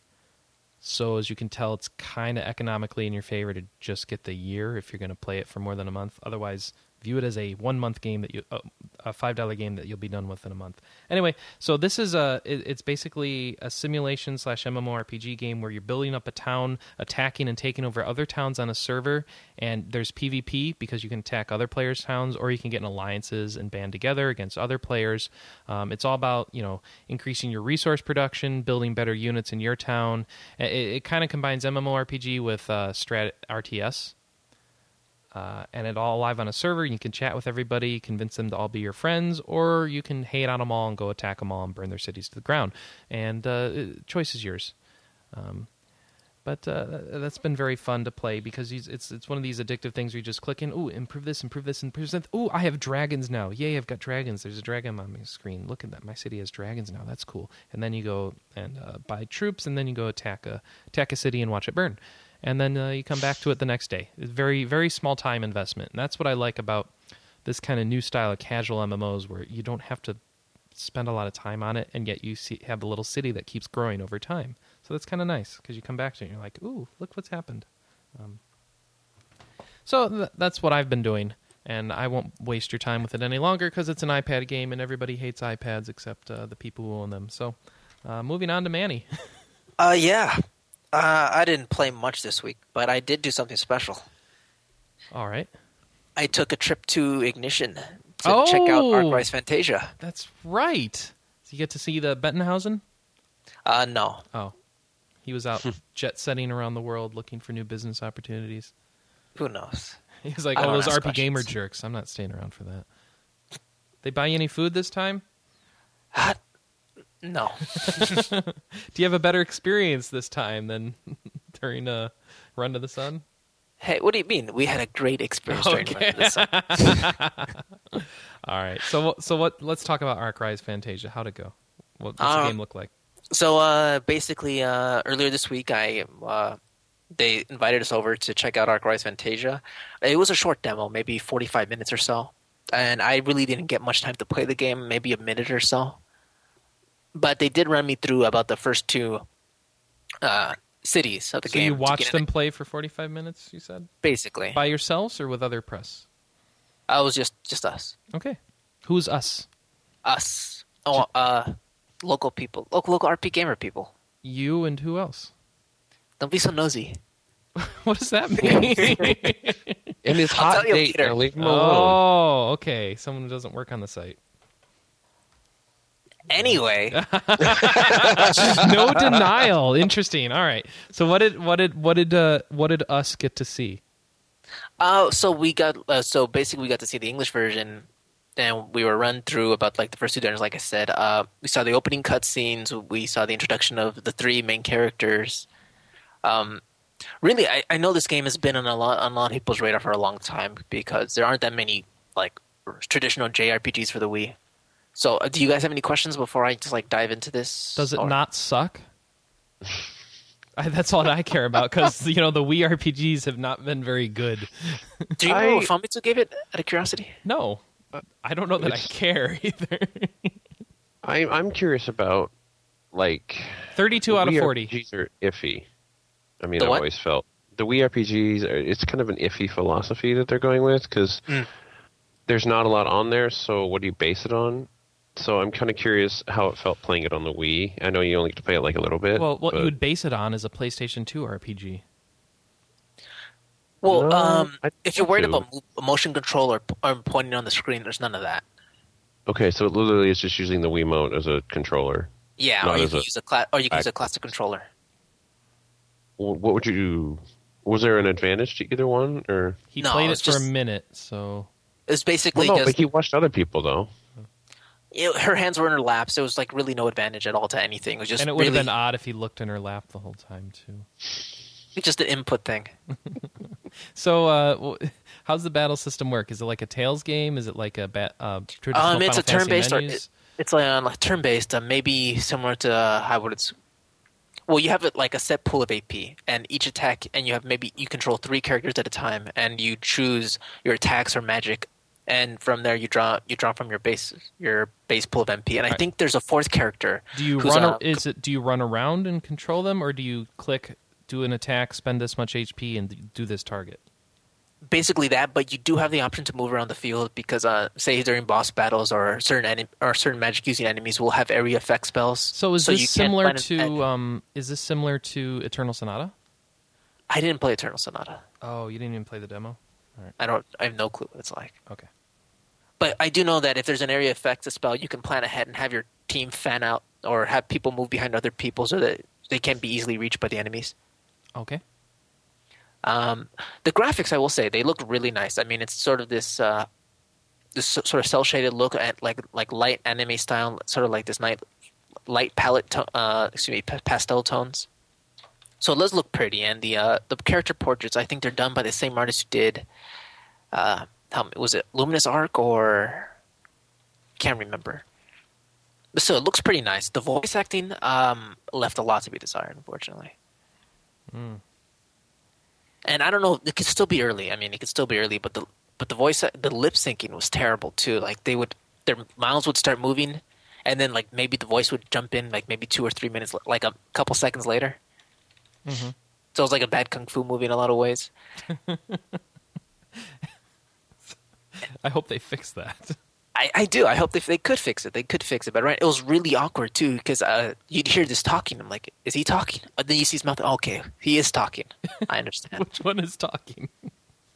So as you can tell, it's kind of economically in your favor to just get the year if you're going to play it for more than a month. Otherwise, view it as a one month game that you uh, a five dollar game that you'll be done with in a month. Anyway, so this is a it- it's basically a simulation slash MMORPG game where you're building up a town, attacking and taking over other towns on a server, and there's PvP because you can attack other players' towns, or you can get in alliances and band together against other players. Um, it's all about you know increasing your resource production, building better units in your town. It, it kind of combines MMORPG with uh, strat RTS, uh, and it all live on a server. You can chat with everybody, convince them to all be your friends, or you can hate on them all and go attack them all and burn their cities to the ground. And uh, choice is yours but uh, that's been very fun to play because these- it's it's one of these addictive things where you just click in. Ooh, improve this, improve this, improve this. Ooh, I have dragons now. Yay, I've got dragons. There's a dragon on my screen. Look at that. My city has dragons now. That's cool. And then you go and uh, buy troops, and then you go attack a attack a city and watch it burn. And then uh, you come back to it the next day. It's very very small time investment, and that's what I like about this kind of new style of casual MMOs where you don't have to spend a lot of time on it, and yet you see, have a little city that keeps growing over time. So that's kind of nice because you come back to it and you're like, ooh, look what's happened. Um, so th- that's what I've been doing, and I won't waste your time with it any longer because it's an iPad game and everybody hates iPads except uh, the people who own them. So uh, moving on to Manny. (laughs) Uh, yeah. Uh, I didn't play much this week, but I did do something special. All right. I took a trip to Ignition to Oh! check out Arkwright Fantasia. That's right. So you get to see the Bettenhausen? Uh, no. Oh. He was out jet setting around the world looking for new business opportunities. Who knows? (laughs) He was like, I "Oh, don't those ask RP gamer questions. jerks. I'm not staying around for that." They buy you any food this time? (laughs) No. Do you have a better experience this time than (laughs) during a run to the sun? Hey, what do you mean? We had a great experience during Okay. this. All right. So what- so what? Let's talk about Arcrise Fantasia. How'd it go? What, what's the Um, game look like? So uh, basically, uh, earlier this week, I uh, they invited us over to check out Arkwright's Fantasia. It was a short demo, maybe forty-five minutes or so, and I really didn't get much time to play the game, maybe a minute or so. But they did run me through about the first two uh, cities of the So game. you to watched get an- them play for 45 minutes. You said basically. by yourselves or with other press? I was just just us. Okay. Who's us? us. Oh, uh, local people, local, local RP gamer people. You and who else? Don't be so nosy. (laughs) What does (laughs) that mean? And his I'll hot tell you date. later. Now leave him alone. oh, okay. Someone who doesn't work on the site. Anyway, no denial. Interesting. All right. So what did what did what did uh, what did us get to see? uh, so we got uh, so basically we got to see the English version, and we were run through about like the first two dinners. Like I said, uh, we saw the opening cutscenes. We saw the introduction of the three main characters. Um, really, I, I know this game has been on a lot on a lot of people's radar for a long time because there aren't that many like traditional JRPGs for the Wii. So, uh, do you guys have any questions before I just like dive into this? Does it Or- not suck? I, that's all that I care about because you know the Wii RPGs have not been very good. Do you know what I- Famitsu gave it? Out of curiosity. No, I don't know that I care (laughs) either. I, I'm curious about like Thirty-two out of Wii forty. RPGs are iffy. I mean, The I've what? always felt the Wii RPGs. Are, it's kind of an iffy philosophy that they're going with because Hmm. there's not a lot on there. So what do you base it on? So I'm kind of curious how it felt playing it on the Wii. I know you only get to play it like a little bit. Well, what but- you would base it on is a PlayStation Two RPG. Well, No, um, I if you're worried think about mo- motion control or, or pointing on the screen, there's none of that. okay, so it literally it's just using the Wii Wiimote as a controller. Yeah, Not or you as can a- use a cla- or you can I- use a classic controller. Wh- What would you? do? Was there an advantage to either one, or He No, played it it's for a just- minute, so It's well, basically no? But just he watched other people though. you know, her hands were in her lap, so it was like really no advantage at all to anything. It was just and it would really have been odd if he looked in her lap the whole time too. uh, just an input thing. So, uh, w- (laughs) how's the battle system work? Is it like a Tails game? Is it like a ba- uh, traditional Um, it's Final a turn-based. Fantasy Or, menus? it- it's like, uh, like turn-based, uh, maybe similar to uh, how would it's. Well, you have it like a set pool of AP, and each attack, and you have maybe you control three characters at a time, and you choose your attacks or magic, and from there you draw you draw from your base your base pool of MP, and I Right. think there's a fourth character. do you who's, run? uh, a- is it do you run around and control them, or do you click, do an attack, spend this much HP, and do this target? basically that, but you do have the option to move around the field because, uh, say, during boss battles or certain enem- or certain magic using enemies will have area effect spells. So, is you this can't similar plan an attack. to? Um, is this similar to Eternal Sonata? I didn't play Eternal Sonata. Oh, you didn't even play the demo. I don't. I have no clue what it's like. Okay. But I do know that if there's an area effect spell, you can plan ahead and have your team fan out or have people move behind other people so that they can't be easily reached by the enemies. Okay. Um, the graphics, I will say, they look really nice. I mean, it's sort of this uh, this so- sort of cell shaded look at like like light anime style, sort of like this night light palette, to- uh, excuse me, pa- pastel tones. So it does look pretty, and the uh, the character portraits, I think they're done by the same artist who did. Uh, how, was it Luminous Arc or can't remember. But so it looks pretty nice. The voice acting um, left a lot to be desired, unfortunately. And I don't know. It could still be early. I mean, it could still be early, but the but the voice the lip syncing was terrible too. Like they would their mouths would start moving, and then like maybe the voice would jump in like maybe two or three minutes like a couple seconds later. So it was like a bad kung fu movie in a lot of ways. I hope they fix that. (laughs) I, I do. I hope they, they could fix it. They could fix it. But right, it was really awkward too because uh, you'd hear this talking. I'm like, is he talking? And then you see his mouth. Okay, he is talking. (laughs) I understand. Which one is talking? (laughs)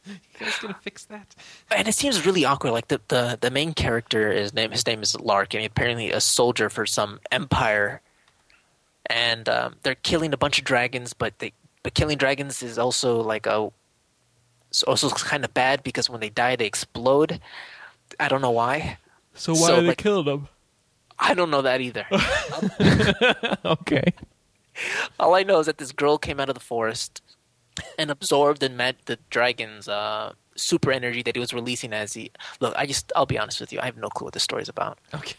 you guys gonna fix that? and it seems really awkward. Like the, the, the main character, his name his name is Lark, and he apparently a soldier for some empire. And um, they're killing a bunch of dragons, but they but killing dragons is also like a it's also kind of bad because when they die, they explode. I don't know why. So why So, they like- killed him? I don't know that either. (laughs) Okay. All I know is that this girl came out of the forest and absorbed and met the dragon's uh, super energy that he was releasing as he. Look, I just I'll be honest with you. I have no clue what this story's about. Okay.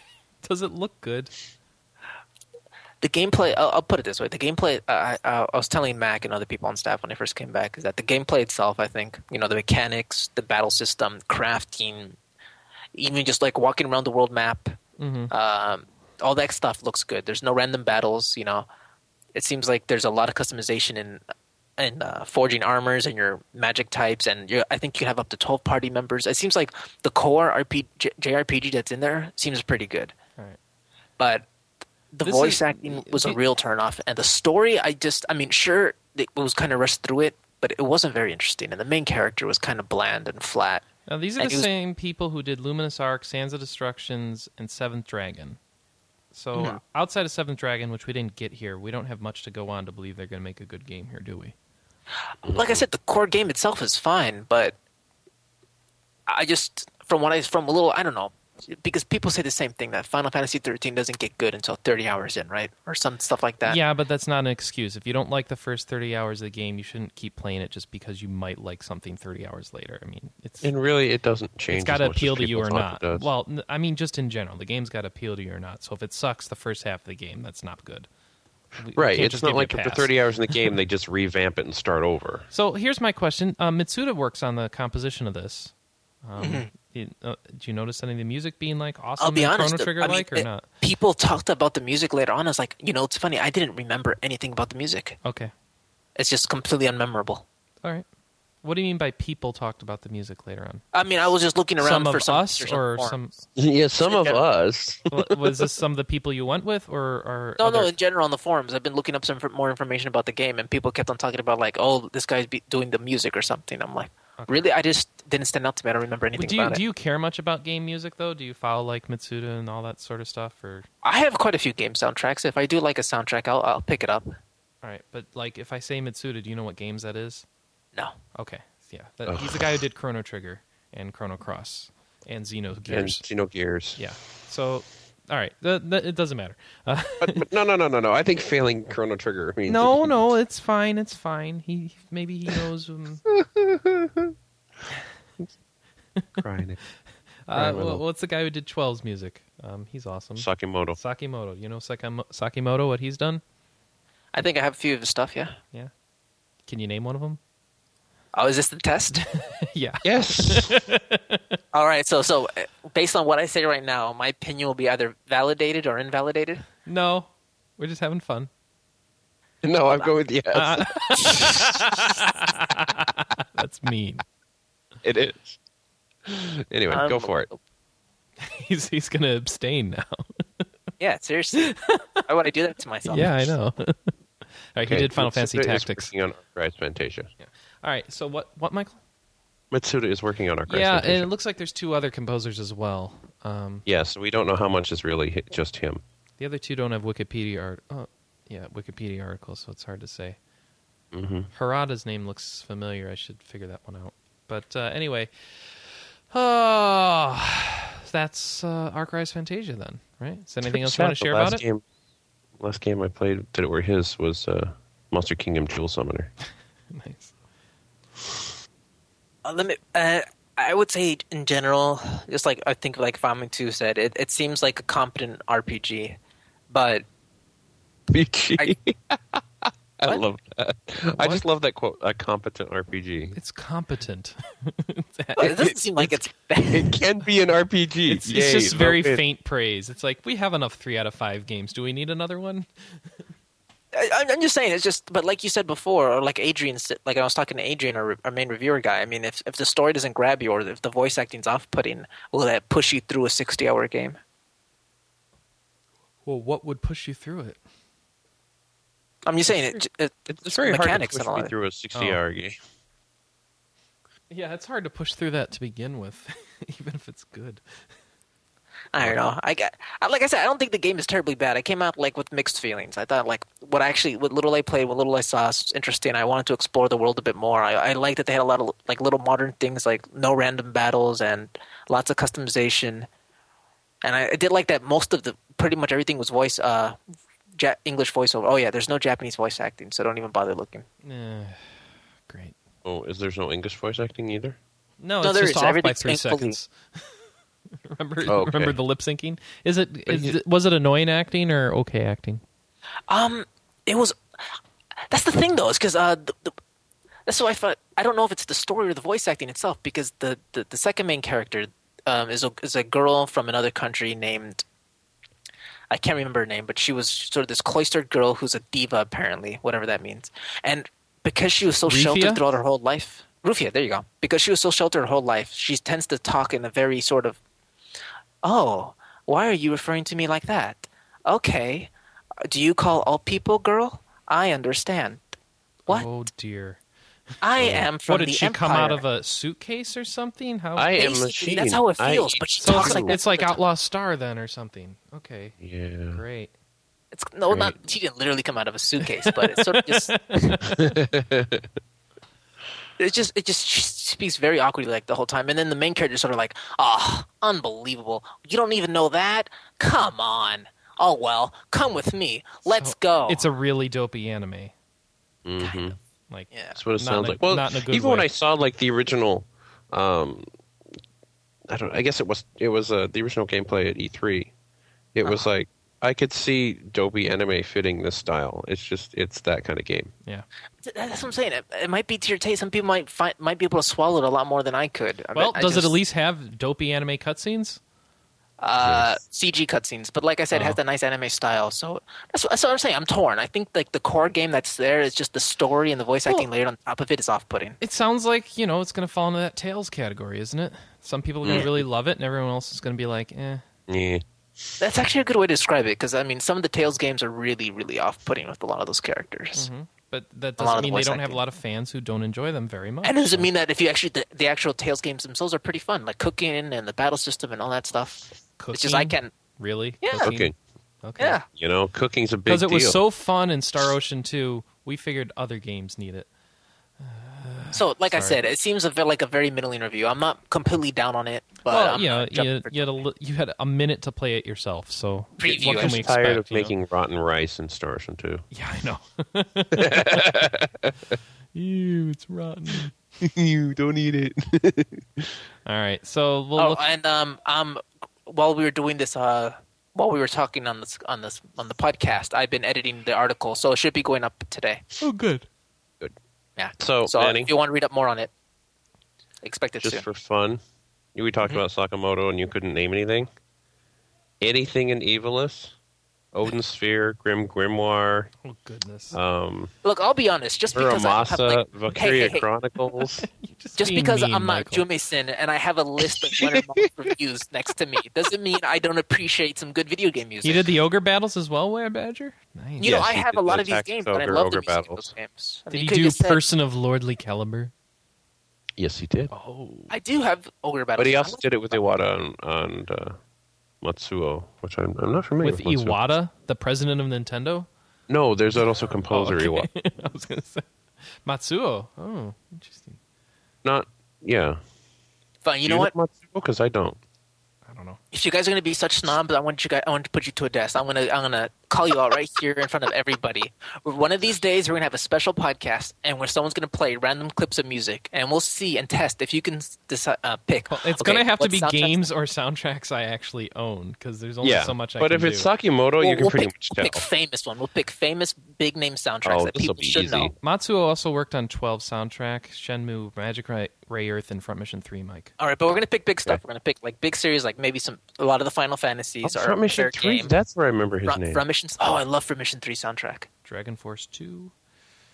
Does it look good? the gameplay I'll, I'll put it this way the gameplay I, I, I was telling mac and other people on staff when i first came back is that the gameplay itself i think you know the mechanics the battle system crafting even just like walking around the world map Mm-hmm. um, all that stuff looks good there's no random battles you know it seems like there's a lot of customization in in uh, forging armors and your magic types and your, i think you have up to 12 party members it seems like the core RP, J- jrpg that's in there seems pretty good but the This voice is- acting was a real turnoff, and the story I just I mean sure it was kind of rushed through it, but it wasn't very interesting, and the main character was kind of bland and flat. Now these are And the it was- same people who did Luminous Arc, Sands of Destructions, and Seventh Dragon. So Mhm. outside of Seventh Dragon, which we didn't get here, we don't have much to go on to believe they're going to make a good game here, do we? Like I said, the core game itself is fine, but I just from what I from a little I don't know because people say the same thing that Final Fantasy 13 doesn't get good until 30 hours in, right, or some stuff like that. Yeah, but that's not an excuse. If you don't like the first thirty hours of the game, you shouldn't keep playing it just because you might like something thirty hours later. I mean, it's And really, it doesn't change. it's got to as much as appeal to you people or thought not. It does. Well, n- I mean, just in general, the game's got to appeal to you or not. So if it sucks the first half of the game, that's not good. We- we right. can't It's just not give you a like after pass. (laughs) 30 hours in the game, they just revamp it and start over. So here's my question: um, Mitsuda works on the composition of this. Um, it- uh, do you notice any of the music being like awesome? Mm-hmm. I'll be and honest. Chrono Trigger I mean, like or it- not? People talked about the music later on. I was like, you know, it's funny. I didn't remember anything about the music. Okay, It's just completely unmemorable. all right. What do you mean by people talked about the music later on? I mean, I was just looking around some for of some us, pictures on or forums. some yeah, some of Yeah. us. Well, was this some of the people you went with, or or No, other- no. In general, on the forums, I've been looking up some f- more information about the game, and people kept on talking about like, oh, this guy's be doing the music or something. I'm like, really? I just didn't stand out to me. I don't remember anything do you about do it. you care much about game music though? Do you follow like Mitsuda and all that sort of stuff, or I have quite a few game soundtracks. If I do like a soundtrack, I'll, I'll pick it up. all right? But like, if I say Mitsuda, do you know what games that is? No, Okay, yeah, that, he's the guy who did Chrono Trigger and Chrono Cross and Xeno Gears. And, you know, gears. Yeah. So, all right, Th th- it doesn't matter. Uh, But, but no, no, no, no, no. I think failing Chrono Trigger means. (laughs) no, no, it's fine. It's fine. He maybe he knows. (laughs) Um, Crying. uh, Right, well, well. what's the guy who did 12's music? Um, he's awesome. Sakimoto. Sakimoto. You know Sakam- Sakimoto? What he's done? I think I have a few of his stuff. Yeah. Can you name one of them? (laughs) Oh, is this the test? (laughs) yeah. Yes. All right, so so uh, based on what I say right now, my opinion will be either validated or invalidated. No, we're just having fun. (laughs) no, I'm going with yes. Uh, That's (laughs) mean. it is. Anyway, go for it. he's he's gonna abstain now. Yeah, (laughs) seriously. Why would I do that to myself? yeah, I know. (laughs) all right, he Okay, did Final Mitsuda Fantasy is Tactics. working on Arc Fantasia. All right, so what what Michael? Mitsuda is working on Arc yeah, Fantasia. and it looks like there's two other composers as well. Um, Yeah, so we don't know how much is really hi- just him. The other two don't have Wikipedia art. Oh, yeah, Wikipedia articles, so it's hard to say. Mm-hmm. Harada's name looks familiar. I should figure that one out. But uh, anyway, oh, that's uh, Arkwright's Fantasia then, right? Is there anything else you want to The share last about it? Game, last game I played that were his was uh, Monster Kingdom Jewel Summoner. Nice. Uh, let me. Uh, I would say in general, just like I think like Famin Two said, it, it seems like a competent RPG, but RPG. (laughs) I, What? love that. I just love that quote. A competent (laughs) RPG. It's competent. (laughs) it doesn't seem like it's bad. It can be an RPG. It's, Yay, it's just very no win. faint praise. It's like we have enough three out of five games. Do we need another one? (laughs) I, I'm- I'm just saying it's just. But like you said before, or like Adrian, said- like I was talking to Adrian, our, our main reviewer guy. I mean, if if the story doesn't grab you or if the voice acting's off-putting, will that push you through a 60-hour game? Well, what would push you through it? I'm just saying it. it It's very hard to mechanics push and all me that. through a sixty-hour game. Yeah, it's hard to push through that to begin with, (laughs) even if it's good. I don't know. I got I- like I said, I don't think the game is terribly bad. I came out like with mixed feelings. I thought like what I actually what little I played, what little I saw was interesting. I wanted to explore the world a bit more. I, I liked that they had a lot of like little modern things, like no random battles and lots of customization. And I, I did like that most of the pretty much everything was voice uh ja- English voiceover. Oh yeah, there's no Japanese voice acting, so don't even bother looking. Eh, great. Oh, is there's no English voice acting either? No, No, it's there just is. off by Everything's three painfully- seconds. (laughs) remember, Oh, okay. remember the lip syncing? Is it is you- it- was it annoying acting or okay acting? Um, it was. That's the thing, though, is because uh, the, the, that's why I thought I don't know if it's the story or the voice acting itself, because the the, the second main character um is a is a girl from another country named. I can't remember her name, but she was sort of this cloistered girl who's a diva, apparently, whatever that means. And because she was so Rufia? sheltered throughout her whole life, Rufia, there you go. Because she was so sheltered her whole life, she tends to talk in a very sort of, oh, why are you referring to me like that? Okay. Do you call all people girl? I understand. What? Oh dear. I am from what did the she come Empire. out of a suitcase or something? How? I am Basically, machine. That's how it I- feels, but she so talks it's, like that it's all like the time. Outlaw Star then or something. Okay, Yeah. great. It's no, not she didn't literally come out of a suitcase, but it's sort (laughs) of just. (laughs) It just it just she speaks very awkwardly like the whole time, and then the main character sort of like, oh, unbelievable! You don't even know that? Come on! Oh well, come with me. Let's So go. It's a really dopey anime. hmm Like yeah. That's what it Not sounds in a- like. Well, not in a good even when way. I saw like the original, um, I don't. I guess it was it was uh, the original gameplay at E3. It was like I could see Dolby anime fitting this style. It's just it's that kind of game. Th- That's what I'm saying. It, it might be to your taste. Some people might find, might be able to swallow it a lot more than I could. I Well, bet- I does it just- at least have dopey anime cutscenes? uh, CG cutscenes? But like I said, it has Oh. that nice anime style. So that's, that's what I'm saying. I'm torn. I think like the core game that's there is just the story and the voice acting layered on top of it is off-putting. It sounds like you know it's going to fall into that Tails category, isn't it? Some people are Mm. going to really love it, and everyone else is going to be like, eh. Yeah. That's actually a good way to describe it because I mean, some of the Tails games are really, really off-putting with a lot of those characters. Mm-hmm. But that Mm-hmm. A doesn't lot of the mean they voice don't have a acting. lot of fans who don't enjoy them very much. And it doesn't mean that if you actually the, the actual Tails games themselves are pretty fun, like cooking and the battle system and all that stuff. It's just I Cooking? can, Really? Yeah. Cooking. Okay. yeah. You know, cooking's a big Because it was deal. so fun in Star Ocean 2, we figured other games need it. So, like I Uh, Sorry. said, it seems a ve- like a very middling review. I'm not completely down on it, but well, I'm you know, not jumping you, for you had a, li- you had a minute to play it yourself, so Preview, what I can we should- expect? tired of you know? making rotten rice in Star Ocean 2. Yeah, I know. (laughs) (laughs) Ew, it's rotten. (laughs) you don't eat it. All right, so we'll oh, look. and um, um, while we were doing this, uh, while we were talking on this on this on the podcast, I've been editing the article, so it should be going up today. oh, good. Yeah. So, so Manny? if you want to read up more on it, expect (laughs) it just soon. for fun. We Mm-hmm. talked about Sakamoto and you couldn't name anything. Anything in Evilus, (laughs) Odin Sphere, Grim Grimoire, Oh goodness. um, Look, I'll be honest, just because I have, Muramasa, like, (laughs) Valkyria hey, hey. Chronicles. (laughs) just being because mean, I'm not Michael. Jume Sin and I have a list of Winter Month (laughs) reviews next to me doesn't mean I don't appreciate some good video game music. He did the ogre battles as well, Ware Badger. Nice. you know, Yes, I he have did a lot the of these Tactics games, but I Ogre, love Ogre the music in Battles. those games. I Did mean, he you could do just said, Person of Lordly Caliber? yes, he did. Oh, I do have Ogre Battle. But he also did it with Iwata and, and uh, Matsuo, which I'm, I'm not familiar with with. Matsuo. Iwata, the president of Nintendo. Oh, No, there's Oh, also composer okay. Iwata. (laughs) I was gonna say Matsuo. Oh, interesting. Not, yeah. Fine, you Do know what? Matsuo? Because I don't. I don't know. if you guys are gonna be such snobs, I want you guys. I want to put you to a desk. I'm gonna. I'm gonna call you out right here in front of everybody. One of these days, we're gonna have a special podcast, and where someone's gonna play random clips of music, and we'll see and test if you can decide, uh, pick. Well, it's okay, gonna have to what be soundtracks- games or soundtracks I actually own because there's only yeah, so much I but can if do. it's Sakamoto, We'll, you can we'll pretty pick, much tell. we'll pick famous one. We'll pick famous big name soundtracks Oh, that this'll people be should easy. know. Matsuo also worked on 12 soundtrack, Shenmue, Magic Ray, Ray Earth, and Front Mission 3, Mike. All right, but we're gonna pick big stuff. We're gonna pick like big series, like maybe some a lot of the Final Fantasies Oh, are Front Mission fair 3, game. that's where I remember his From, name. from Mission. Oh, I love From Mission Three soundtrack. Dragon Force 2.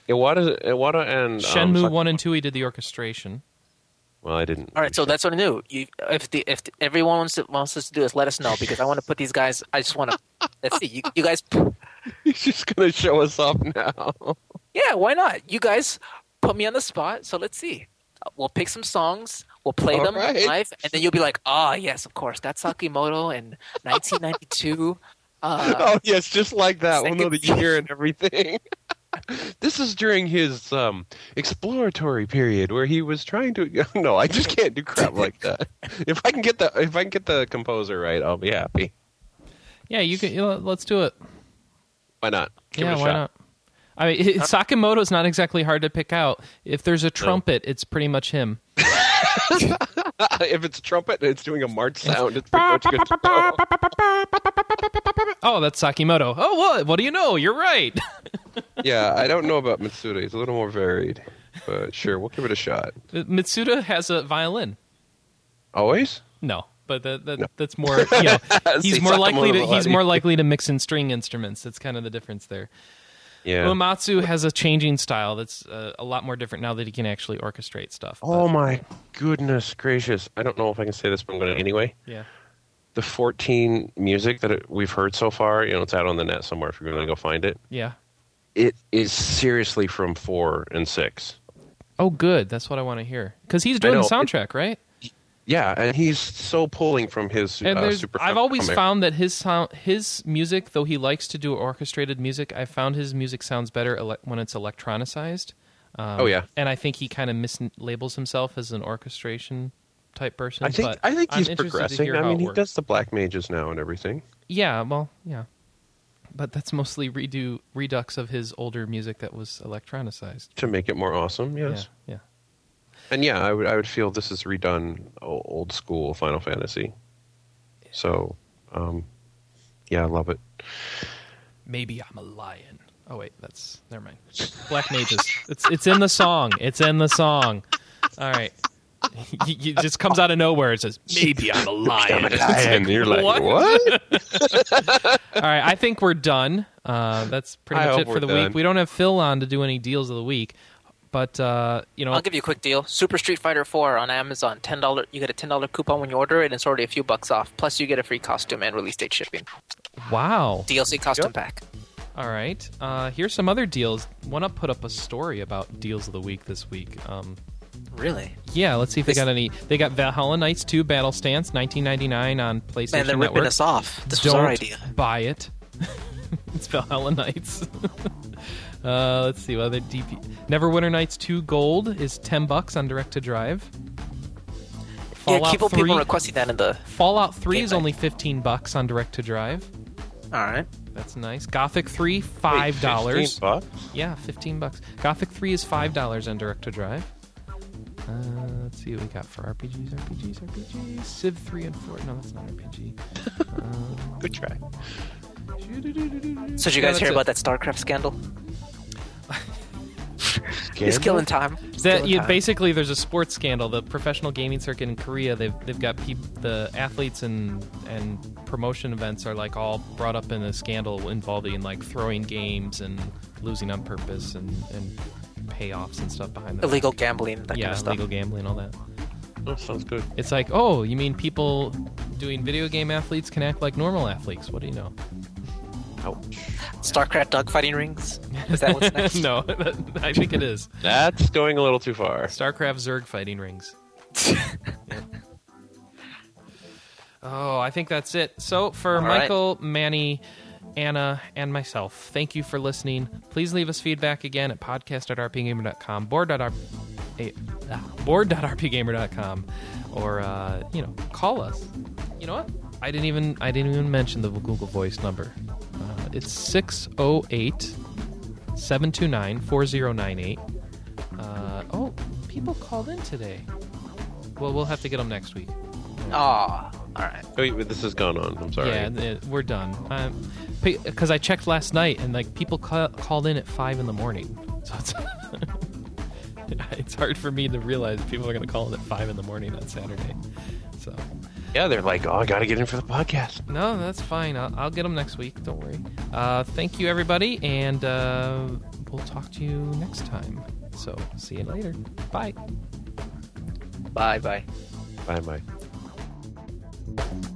Iwata, Iwata and... um, Shenmue Sak- 1 and 2, he did the orchestration. Well, I didn't. All right, so that's what I knew. You, if the, if everyone wants to, wants us to do this, let us know because I want to put these guys. I just want to. let's see, you, you guys. (laughs) He's just going to show us off (laughs) Uh, now. Yeah, why not? You guys put me on the spot. So let's see. Uh, We'll pick some songs. We'll play All them right. live, and then you'll be like, "Ah, yes, of course, that's Sakimoto in 1992." Uh, (laughs) oh yes, just like that. We'll know the second- year and everything. (laughs) this is during his um, exploratory period where he was trying to. (laughs) No, I just can't do crap like (laughs) that. if I can get the if I can get the composer right, I'll be happy. Yeah, you can. You know, let's do it. Why not? Give yeah, it a why shot. not? I mean, (laughs) it, Sakamoto's not exactly hard to pick out. If there's a trumpet, it's pretty much him. (laughs) if it's a trumpet and it's doing a march sound, it's pretty much good. to (laughs) go. Oh, that's Sakimoto. Oh, what? What do you know? You're right. (laughs) yeah, I don't know about Mitsuda. He's a little more varied, but sure, we'll give it a shot. Uh, Mitsuda has a violin. Always. No, but that, that that's more. You (laughs) know, he's See, more Sakamoto likely to will let he's you- more likely to mix in string instruments. That's kind of the difference there. Yeah. Uematsu has a changing style that's uh, a lot more different now that he can actually orchestrate stuff. but- oh my goodness gracious! I don't know if I can say this, but I'm going to anyway. yeah. the 14 music that it, we've heard so far, you know, it's out on the net somewhere if you're going to go find it. Yeah. It is seriously from 4 and 6. Oh, good. That's what I want to hear. Because he's doing know, the it- soundtrack, right? Yeah, and he's so pulling from his And uh, there's, super. I've always comic. found that his sound, his music, though he likes to do orchestrated music, I found his music sounds better ele- when it's electronicized. Um, Oh, yeah. and I think he kind of mislabels himself as an orchestration type person. I think but I think I'm he's interested to progressing. hear I how mean, it he works. does the black mages now and everything. Yeah, well, yeah, but that's mostly redo redux of his older music that was electronicized. to make it more awesome. Yes, Yeah, yeah. and yeah, I would I would feel this is redone o- old school Final Fantasy. So, um, yeah, I love it. Maybe I'm a lion. Oh wait, that's never mind. Black mages. It's it's in the song. It's in the song. All right. (laughs) Y- y- It just comes out of nowhere. It says maybe I'm a lion. (laughs) And you're like, what? what? All right, I think we're done. Uh, that's pretty I much hope it for we're the done. week. We don't have Phil on to do any deals of the week, but uh, you know, I'll give you a quick deal. Super Street Fighter 4 on Amazon. $10. You get a $10 coupon when you order it, and it's already a few bucks off. Plus, you get a free costume and release date shipping. wow. DLC costume pack. All right. Uh, here's some other deals. One up put up a story about deals of the week this week. Um, Really? yeah, let's see if they got any. They got Valhalla Knights 2 Battle Stance 1999 on PlayStation Man, they're ripping Network. us off. This Don't was our idea. (laughs) buy it. it's Valhalla Knights. (laughs) uh, let's see. Well, DP Neverwinter Nights 2 Gold is 10 bucks on Direct to Drive. yeah, Fallout keep people 3 requesting that in the. Fallout 3 is Gateway. only 15 bucks on Direct to Drive. All right. That's nice. Gothic 3 (laughs) Wait, $5. 15 bucks? Yeah, fifteen bucks. Gothic Three is five dollars on Direct to Drive. Uh, let's see what we got for RPGs, RPGs, RPGs. Civ Three and Four. No, that's not RPG. Good try. So, did you Yeah, guys that's hear it. about that StarCraft scandal? It's Scandal? killing time. It's That killing yeah, time. basically there's a sports scandal. The professional gaming circuit in Korea, they've they've got peop the athletes and and promotion events are like all brought up in a scandal involving like throwing games and losing on purpose and and payoffs and stuff behind the illegal gambling, that yeah kind of stuff. illegal gambling all that. Oh, sounds good. It's like, oh, you mean people doing video game athletes can act like normal athletes? What do you know? (laughs) Ouch. StarCraft (laughs) dogfighting rings? Is that what's next? no, (laughs) I think it is. That's going a little too far. StarCraft Zerg fighting rings. Yeah. Oh, I think that's it. So for right. Michael, Manny, Anna, and myself, thank you for listening. Please leave us feedback again at podcast.rpgamer.com, board.r- eh, ah, board.rpgamer.com, or uh, you know, call us. You know what? I didn't even I didn't even mention the Google Voice number. Uh, it's 608 729 4098. Uh, oh, people called in today. Well, we'll have to get them next week. Aw, all right. Oh, wait, this has gone on. I'm sorry. Yeah, and it- we're done. Um, Because I checked last night, and like people ca- called in at five in the morning, (laughs) so it's it's hard for me to realize people are going to call in at five in the morning on Saturday. So Yeah, they're like, oh, I got to get in for the podcast. no, that's fine. I'll, I'll get them next week. Don't worry. Uh, thank you, everybody, and uh, we'll talk to you next time. So see you later. Bye. Bye bye. Bye, bye.